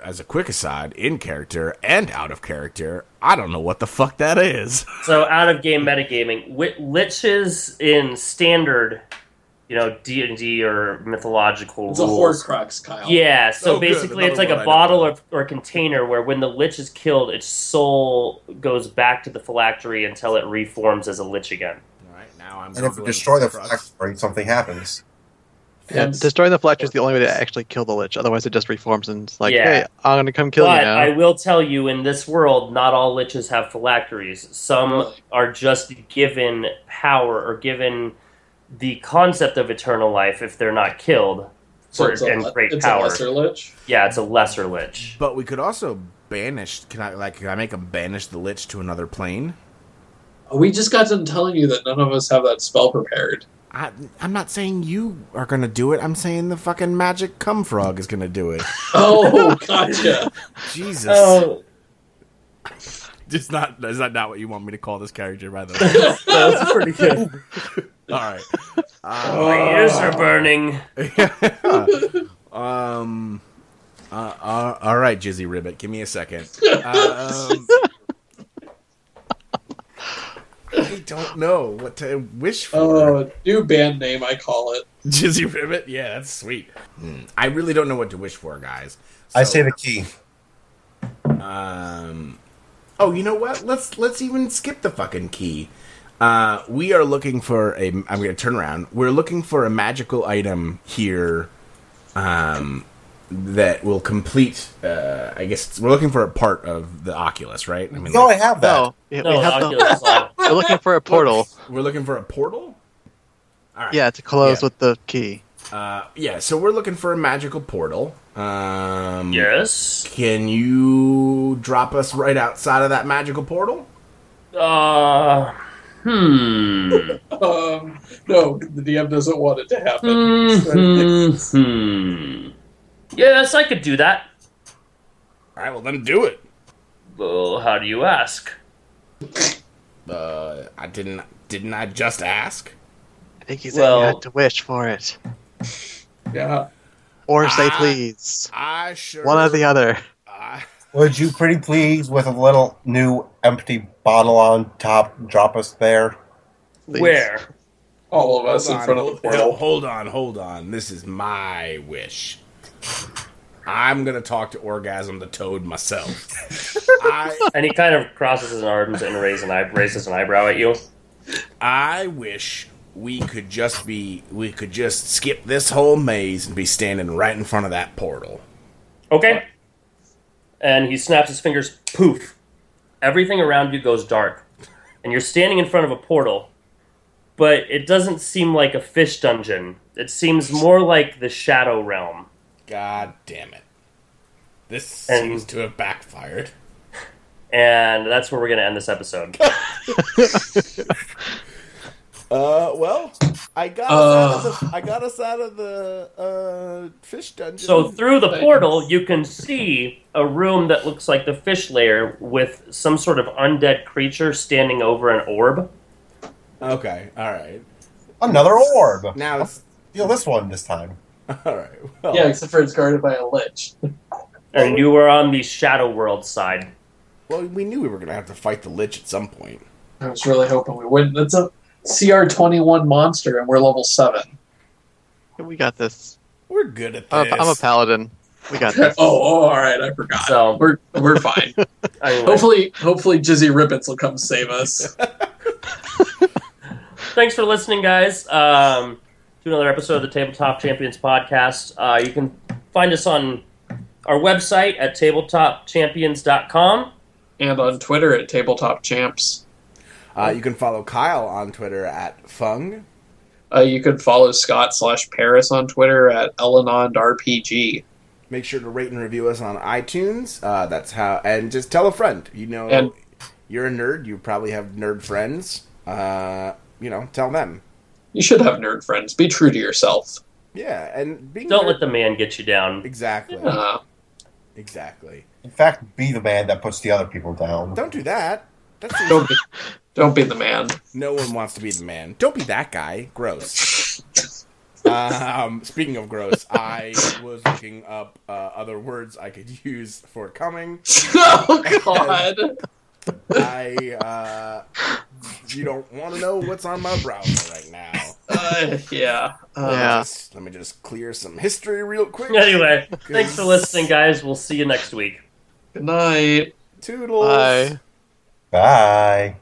S8: as a quick aside, in character and out of character, I don't know what the fuck that is.
S4: So out of game metagaming, wi- liches in standard, you know, D and D or mythological
S7: It's a
S4: rules.
S7: Horcrux, Kyle.
S4: Yeah, so
S8: Oh, good,
S4: basically it's like
S8: another
S4: a
S8: one I
S4: bottle
S8: know.
S4: or, or container where when the lich is killed, its soul goes back to the phylactery until it reforms as a lich again.
S8: All right, now I'm.
S6: And if you
S8: Googling
S6: destroy the
S8: Horcrux.
S6: phylactery, something happens.
S5: Yeah,
S7: Hence-
S5: destroying the phylactery is the only way to actually kill the lich. Otherwise, it just reforms and it's like,
S4: Yeah.
S5: hey, I'm gonna come kill
S4: but
S5: you now.
S4: I will tell you, in this world, not all liches have phylacteries. Some are just given power or given the concept of eternal life if they're not killed.
S7: So
S4: for-
S7: it's a,
S4: and
S7: le-
S4: great
S7: it's
S4: power.
S7: a lesser lich.
S4: Yeah, it's a lesser lich.
S8: But we could also banish. Can I like? Can I make them banish the lich to another plane?
S7: We just got done telling you that none of us have that spell prepared.
S8: I, I'm not saying you are gonna do it. I'm saying the fucking magic cum frog is gonna do it.
S7: Oh, gotcha.
S8: Jesus.
S4: Oh,
S8: It's not. Is that not what you want me to call this character? By the way,
S4: that's pretty good.
S8: all right.
S4: My ears are burning.
S8: Um. Uh, uh, all right, Jizzy Ribbit. Give me a second. Um, I don't know what to wish for.
S4: Uh,
S7: Oh, new band name, I call it.
S8: Jizzy Ribbit. Yeah, that's sweet. Hmm. I really don't know what to wish for, guys.
S6: I
S8: So,
S6: say the key.
S8: Um. Oh, you know what? Let's let's even skip the fucking key. Uh, we are looking for a. I'm going to turn around. We're looking for a magical item here, um, that will complete. Uh, I guess we're looking for a part of the Oculus, right? I mean,
S6: No, I
S8: like,
S6: have that.
S5: no, yeah,
S4: No,
S5: we have the,
S4: Oculus Law.
S5: we're looking for a portal.
S8: we're looking for a portal. All right.
S5: Yeah, to close
S8: Yeah.
S5: with the key.
S8: Uh, yeah. So we're looking for a magical portal. Um,
S4: Yes.
S8: Can you drop us right outside of that magical portal?
S4: Uh. Hmm.
S7: Um, no, the DM doesn't want it to happen.
S4: Hmm. hmm. Yes, I could do that.
S8: All right. Well, then do it.
S4: Well, how do you ask?
S8: Uh, I didn't. Didn't I just ask?
S5: I think he said you
S4: Well-
S5: had to wish for it.
S7: Yeah.
S5: Or say
S8: Ah.
S5: please.
S8: I sure.
S5: One or the other.
S8: I,
S6: Would you pretty please with a little new empty bottle on top drop us there?
S5: Please.
S4: Where?
S7: All of us
S8: hold
S7: in
S8: on,
S7: front of
S8: hold,
S7: the portal.
S8: no, hold on, hold on. This is my wish. I'm gonna talk to Orgasm the Toad myself. I
S4: And he kind of crosses his arms and raises an, eye- raises an eyebrow at you.
S8: I wish we could just be we could just skip this whole maze and be standing right in front of that portal.
S4: Okay. And he snaps his fingers, poof. Everything around you goes dark. And you're standing in front of a portal, but it doesn't seem like a fish dungeon. It seems more like the shadow realm.
S8: God damn it. This
S4: And-
S8: seems to have backfired.
S4: And that's where we're going to end this episode.
S8: Uh, well, I got us out of the I got us out of the uh, fish dungeon.
S4: So through the portal, you can see a room that looks like the fish lair with some sort of undead creature standing over an orb.
S8: okay, all right.
S6: Another orb.
S8: Now it's
S6: Deal this one this time.
S8: all right. Well,
S7: Yeah, except for it's guarded by a lich.
S4: And you are on the shadow world side.
S8: well, we knew we were gonna have to fight the lich at some point.
S7: I was really hoping we wouldn't. That's a CR twenty one monster, and we're level seven.
S5: We got this.
S8: We're good at
S5: I'm
S8: this.
S5: a, I'm a paladin. We got
S7: oh,
S5: this.
S7: oh, all right, I forgot.
S4: So-
S7: we're we're fine.
S4: Anyway,
S7: hopefully, hopefully, Jizzy Ribbons will come save us.
S4: thanks for listening, guys. Um, to another episode of the Tabletop Champions podcast. Uh, you can find us on our website at tabletopchampions.com.
S7: and on Twitter at Tabletop Champs.
S8: Uh, you can follow Kyle on Twitter at Fung.
S7: Uh, you could follow Scott slash Paris on Twitter at ElenondRPG.
S8: Make sure to rate and review us on iTunes. Uh, that's how, and just tell a friend. You know,
S7: And-
S8: you're a nerd. You probably have nerd friends. Uh, you know, tell them.
S7: You should have nerd friends. Be true to yourself.
S8: Yeah, and being
S4: Don't
S8: nerd-
S4: let the man get you down.
S8: exactly,
S7: Uh,
S8: exactly.
S6: In fact, be the man that puts the other people down.
S8: Don't do that. That's
S7: don't be, don't be the man.
S8: no one wants to be the man. Don't be that guy. Gross. um, speaking of gross, I was looking up uh, other words I could use for coming.
S7: oh God!
S8: I, uh, you don't want to know what's on my browser right now.
S7: Uh, yeah. Uh,
S5: Yeah.
S8: Just- let me just clear some history real quick.
S4: Anyway, thanks for listening, guys. We'll see you next week.
S7: Good night.
S8: Toodles.
S5: Bye.
S6: Bye.